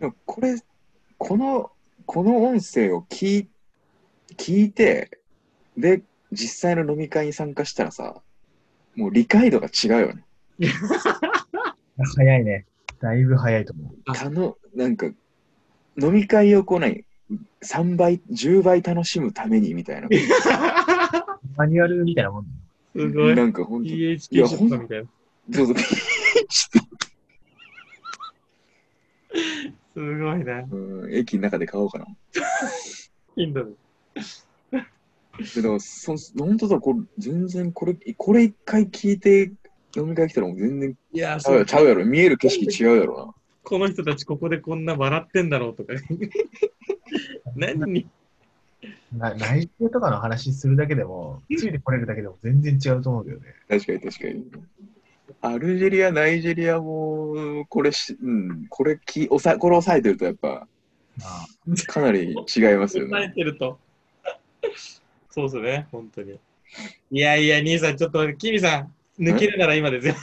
Speaker 1: でもこれ、この、この音声を聞い聞いて、で、実際の飲み会に参加したらさ、もう理解度が違うよね。
Speaker 2: 早いね。だいぶ早いと思う。
Speaker 3: あ
Speaker 1: たのなんか飲み会をこない3倍10倍楽しむためにみ たいな
Speaker 2: マニュアルみたいなもんだよ。
Speaker 3: すごい。
Speaker 1: なんかほんとい
Speaker 3: PHP
Speaker 1: や
Speaker 3: ショットみたいな。
Speaker 1: どうぞ
Speaker 3: すごいね。
Speaker 1: うん駅の中で買おうかな
Speaker 3: インドで。
Speaker 1: でもそほんとさこれ全然これこれ一回聞いて飲み会来たらもう全然
Speaker 3: い
Speaker 1: ちゃ
Speaker 3: やー、
Speaker 1: う
Speaker 3: そう
Speaker 1: や。ちゃうやろ見える景色違うやろ
Speaker 3: この人たちここでこんな笑ってんだろうと か。何に
Speaker 2: な内定とかの話するだけでも、ついてこれるだけでも全然違うと思うけどね。
Speaker 1: な確かに確かにアルジェリアナイジェリアもこれし、うん、これきおさこれ押さえてるとやっぱ
Speaker 2: あ
Speaker 1: かなり違いますよ
Speaker 3: 答え
Speaker 1: ね
Speaker 3: てると。そうですね、本当に。いやいや、兄さん、ちょっと、キミさん、抜けるなら今ですよ。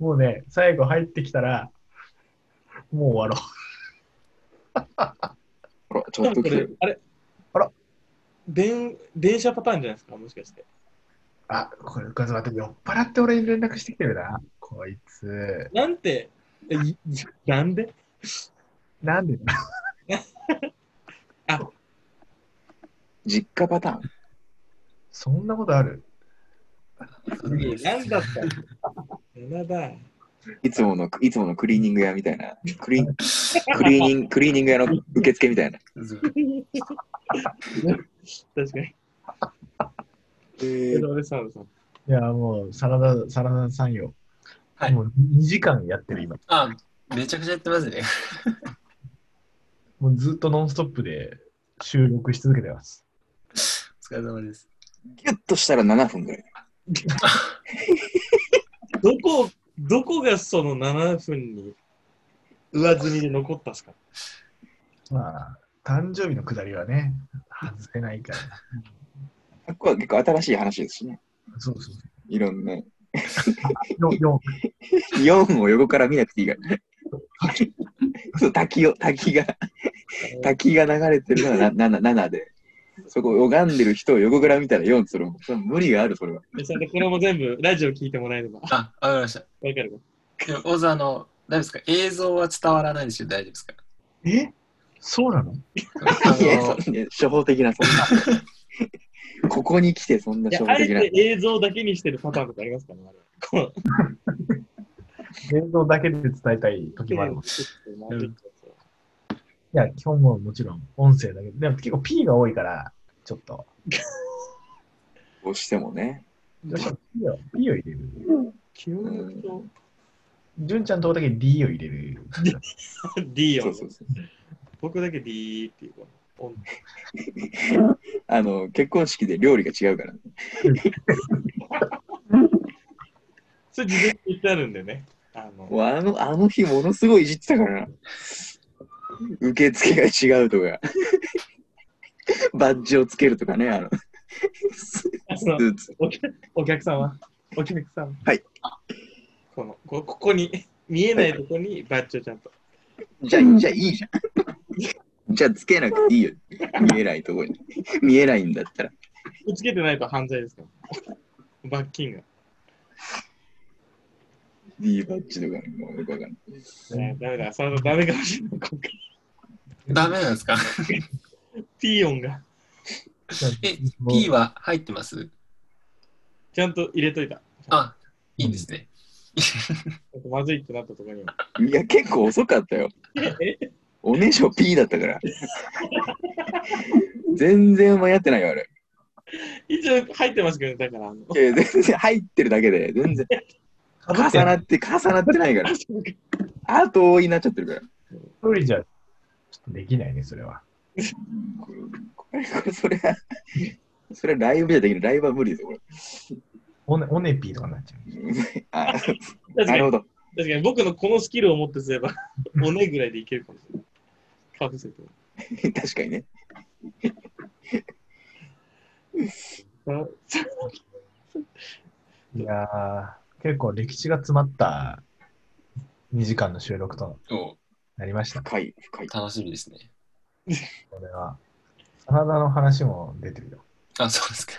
Speaker 2: もうね、最後入ってきたら、もう終わろ
Speaker 1: ほら、ちょっと来てる。
Speaker 3: あれ
Speaker 2: あら
Speaker 3: 電電車パターンじゃないですか、もしかして。
Speaker 2: あ、これ、ガズマって酔っ払って俺に連絡してきてるな。こいつ。
Speaker 3: なんて、えいなんで
Speaker 2: なんで
Speaker 1: 実家パターン
Speaker 2: そんなことある
Speaker 3: いやなんだったのなんだ。
Speaker 1: いつもの、いつものクリーニング屋みたいな。クリクリーニング、クリーニング屋の受付みたいな。
Speaker 3: 確かに。
Speaker 1: え
Speaker 3: 江戸でサンドさん。
Speaker 2: いや、もう、サラダ、サラダさんよ。
Speaker 4: はい
Speaker 2: もう2時間やってる、今。
Speaker 4: あ、めちゃくちゃやってますね。
Speaker 2: もうずっとノンストップで収録し続けてます。
Speaker 4: お疲れ様です。
Speaker 1: ギュッとしたら7分ぐらい。
Speaker 3: どこ、どこがその7分に上積みで残ったんですか
Speaker 2: まあ、誕生日のくだりはね、外せないか
Speaker 1: こ
Speaker 2: ら。
Speaker 1: こは結構新しい話ですしね。
Speaker 2: そうそう
Speaker 1: いろんな。
Speaker 2: そう。よよ
Speaker 1: 4を横から見なくていい から。そう滝を、滝が、滝が流れてるのが7、7で。そこ拝んでる人を横から見たら4それもそれは無理がある、それは。
Speaker 3: でそれでこれも全部ラジオ聞いてもらえればわか
Speaker 4: あ、わかりました。
Speaker 3: るか
Speaker 4: でも大沢あの、大丈夫ですか映像は伝わらないですよ、大丈夫ですか
Speaker 2: えそうなの
Speaker 4: あ
Speaker 1: いや、
Speaker 4: の
Speaker 1: そんな初歩的な、 そんな。ここに来て、そんな初
Speaker 3: ら。
Speaker 1: 歩
Speaker 3: いや、あえ
Speaker 1: 的な
Speaker 3: て。映像だけにしてるパターンとかありますからね。あれこう
Speaker 2: 映像だけで伝えたい時もあるもん。いや、基本はもちろん音声だけど、でも結構 P が多いから、ちょっと。
Speaker 1: どうしてもね。
Speaker 2: どうしても P を P を入れる。
Speaker 3: 急にと
Speaker 2: 純ちゃんのとこだけ D を入れる。
Speaker 3: D
Speaker 1: そ
Speaker 3: を
Speaker 1: うそうそう。
Speaker 3: 僕だけ D っていうこの音
Speaker 1: あの、結婚式で料理が違うから、ね。
Speaker 3: それ事前に言ってあるんでね。あの
Speaker 1: もうあの、あの日ものすごいいじってたからな。受付が違うとか。 バッジをつけるとかね、あの。ス
Speaker 3: あその
Speaker 1: ーツ。
Speaker 3: お客お客さんはお客さん
Speaker 1: はい。
Speaker 3: このこここに見えないとこにバッチをちゃんと。
Speaker 1: じゃあ、じゃあいいじゃん。じゃあつけなくていいよ。見えないとこに。見えないんだったら。
Speaker 3: つけてないと犯罪ですから。罰金が。
Speaker 1: いいバッジとかね、もうよくわかんない。
Speaker 3: ねダメだ、そのダメかもしれない。今回
Speaker 4: ダメなんで すか
Speaker 3: ピー音が
Speaker 4: え、?P は入ってます
Speaker 3: ちゃんと入れといた。
Speaker 4: あ、いいんですね。
Speaker 3: まずいってなったところには。
Speaker 1: いや、結構遅かったよ。
Speaker 3: え
Speaker 1: おねしょ P だったから。全然間に合ってないよ、あれ。
Speaker 3: 一応入ってますけどね、だから。あの
Speaker 1: いや全然入ってるだけで、全然。
Speaker 2: かぶ
Speaker 1: 重
Speaker 2: って
Speaker 1: なって、重なってないから。後追いになっちゃってるから。
Speaker 2: 一人じゃ、ちょっとできないね、それは。
Speaker 1: これ、これ、これそれは、それはライブじゃできない。ライブは無理ですよ、これ。
Speaker 2: オネオネピーとかになっちゃう。
Speaker 1: あ
Speaker 3: 確
Speaker 1: な
Speaker 3: か
Speaker 1: る
Speaker 3: に
Speaker 1: ほど。
Speaker 3: 確かに僕のこのスキルを持ってすれば、おねぐらいでいけるかもしれない。かぶせて。
Speaker 1: 確かにね。
Speaker 3: あ
Speaker 2: いやー、結構歴史が詰まった2時間の収録と
Speaker 4: お
Speaker 2: なりました。
Speaker 1: 深い、深い。
Speaker 4: 楽しみですね。
Speaker 2: これは。真田の話も出てるよ。
Speaker 4: あ、そうですか。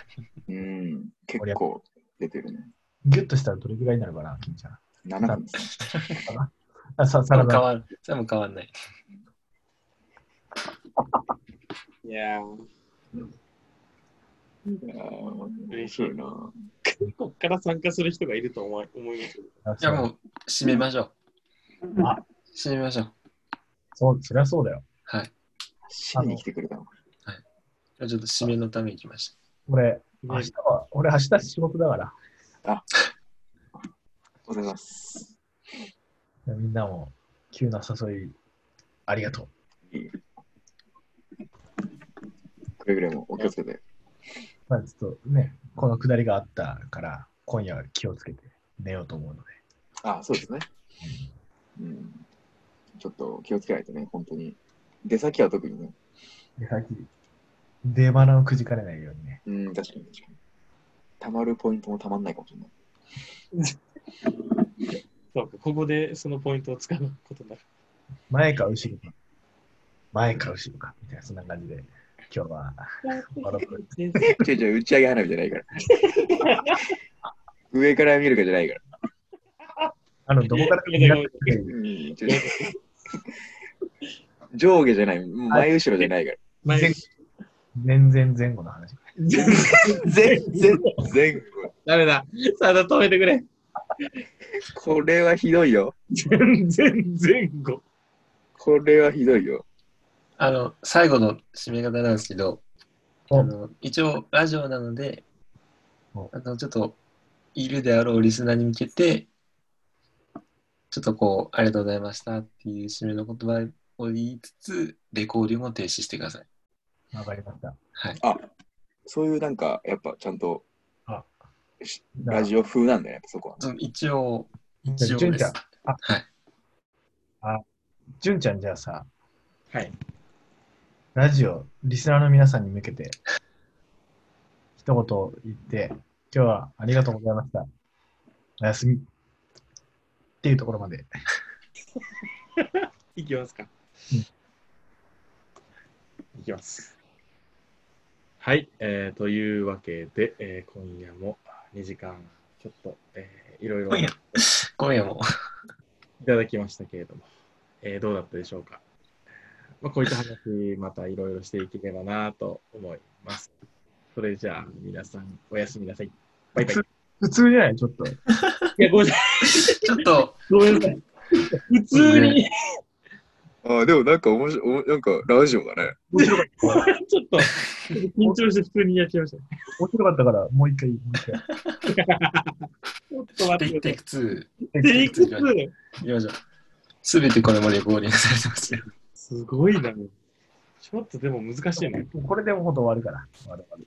Speaker 1: うん。結構出てるね。
Speaker 2: ギュッとしたらどれぐらいになるかな、金ちゃん。
Speaker 1: 7分ですね。
Speaker 2: あさ
Speaker 4: そ
Speaker 2: サ
Speaker 4: れ
Speaker 2: ラ
Speaker 4: も変
Speaker 2: ダ。
Speaker 4: わんそれも変わんない。
Speaker 3: いやー、
Speaker 1: あー
Speaker 3: 嬉しい
Speaker 1: な。
Speaker 3: こっから参加する人がいると思い思いますけど。
Speaker 4: じゃあもう、締めましょう。
Speaker 2: あ
Speaker 4: 締めましょう。
Speaker 2: そう、そりゃそうだよ。
Speaker 4: はい。じ
Speaker 1: 死に来てくれたの。
Speaker 4: ゃあちょっと締めのために来ました。
Speaker 2: 俺、明日は、俺明日仕事だから。
Speaker 1: おはようございます。
Speaker 2: みんなも、急な誘い、ありがとう。
Speaker 1: くれぐれもお気をつけて。
Speaker 2: まあ、ちょっとね、この下りがあったから、今夜は気をつけて寝ようと思うので。
Speaker 1: あ、そうですね。うん。ちょっと気をつけないとね、本当に。出先は特にね。
Speaker 2: で、さっき、出花をくじかれないようにね。
Speaker 1: うん、確かに確かに。たまるポイントもたまんないかもしれない。
Speaker 3: そうか、ここでそのポイントを使うことになる。
Speaker 2: 前か後ろか。前か後ろか、みたいな、そんな感じで、今日は、
Speaker 1: 違う違う、打ち上げ花火じゃないから。 上から見るかじゃないから。
Speaker 2: あの、どこから
Speaker 3: いやいやい
Speaker 1: う
Speaker 3: や
Speaker 1: んちょっと上下じゃない、もう前後ろじゃないから。
Speaker 3: 前
Speaker 2: 前全然前後の話。
Speaker 1: 全然、全部。
Speaker 3: ダメだ。さだ、止めてくれ。
Speaker 1: これはひどいよ。
Speaker 3: 全然前後。
Speaker 1: これはひどいよ。
Speaker 4: あの、最後の締め方なんですけど、
Speaker 2: お
Speaker 4: あの一応、ラジオなので
Speaker 2: お、
Speaker 4: あのちょっと、いるであろうリスナーに向けて、ちょっとこう、ありがとうございましたっていう締めの言葉を言いつつ、レコーディングも停止してください。
Speaker 2: わかりました。
Speaker 4: はい。
Speaker 1: そういうなんか、やっぱちゃんとラ
Speaker 2: ラジ
Speaker 1: ジオ風なんだよね、やっぱそこは。
Speaker 4: その一応、
Speaker 2: オ。
Speaker 4: 一応
Speaker 2: 純
Speaker 4: で
Speaker 2: ちゃん
Speaker 4: す。、はい。
Speaker 2: 純ちゃんじゃあさ、
Speaker 3: はい。
Speaker 2: ラジオ、リスナーの皆さんに向けて、一言言って、今日はありがとうございました。おやすみ。っていうところまで。
Speaker 3: いきますか
Speaker 2: うん。
Speaker 3: いきます。はい、えー、というわけで、えー、今夜も2時間ちょっと、えー、いろいろ
Speaker 4: 今
Speaker 3: い
Speaker 4: 夜今夜も、
Speaker 3: ただきましたけれども、えー、どうだったでしょうか。まあ、こういった話、またいろいろしていければなと思います。それじゃあ、皆さん、おやすみなさい。バイバイ。
Speaker 2: 普通じゃないちょっと。
Speaker 3: いや、ごめんなさい。
Speaker 4: ちょっと、
Speaker 3: ごめんなさい。普通に、
Speaker 1: ああ、でもなんか面白い、おもなんかラジオだね。
Speaker 2: 面白かった。
Speaker 3: ちょっと、緊張して普通にやっちゃいました。
Speaker 2: 面白かったから、もう一回、もう一回。
Speaker 3: ちょっと待
Speaker 4: テ
Speaker 3: って
Speaker 4: イ
Speaker 3: ください
Speaker 4: テイク2、
Speaker 3: テイク
Speaker 4: テイク
Speaker 3: 2。
Speaker 4: いきましょう。すべてこれもレコーディングされてますよ。
Speaker 3: すごいな。ちょっとでも難しいね。
Speaker 2: これでもほど終わるから。終わる終わる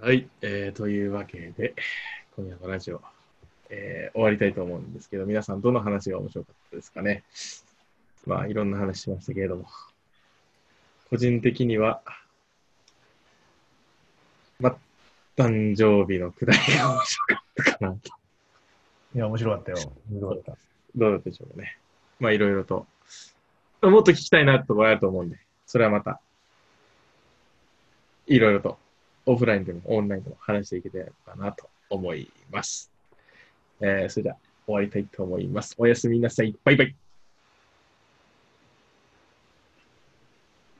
Speaker 3: はい、えーというわけで、今夜のラジオ、えー終わりたいと思うんですけど、皆さん、どの話が面白かったですかね。まあ、いろんな話しましたけれども、個人的には、まあ、誕生日のくだりが面白かったかなと。
Speaker 2: いや、面白かったよ。面白かっ
Speaker 3: どうだったでしょうかね。まあ、いろいろと、もっと聞きたいなってところあると思うんで、それはまた、いろいろと、オフラインでもオンラインでも話していけたらなと思います。えーそれでは終わりたいと思います。おやすみなさい。バイバイ。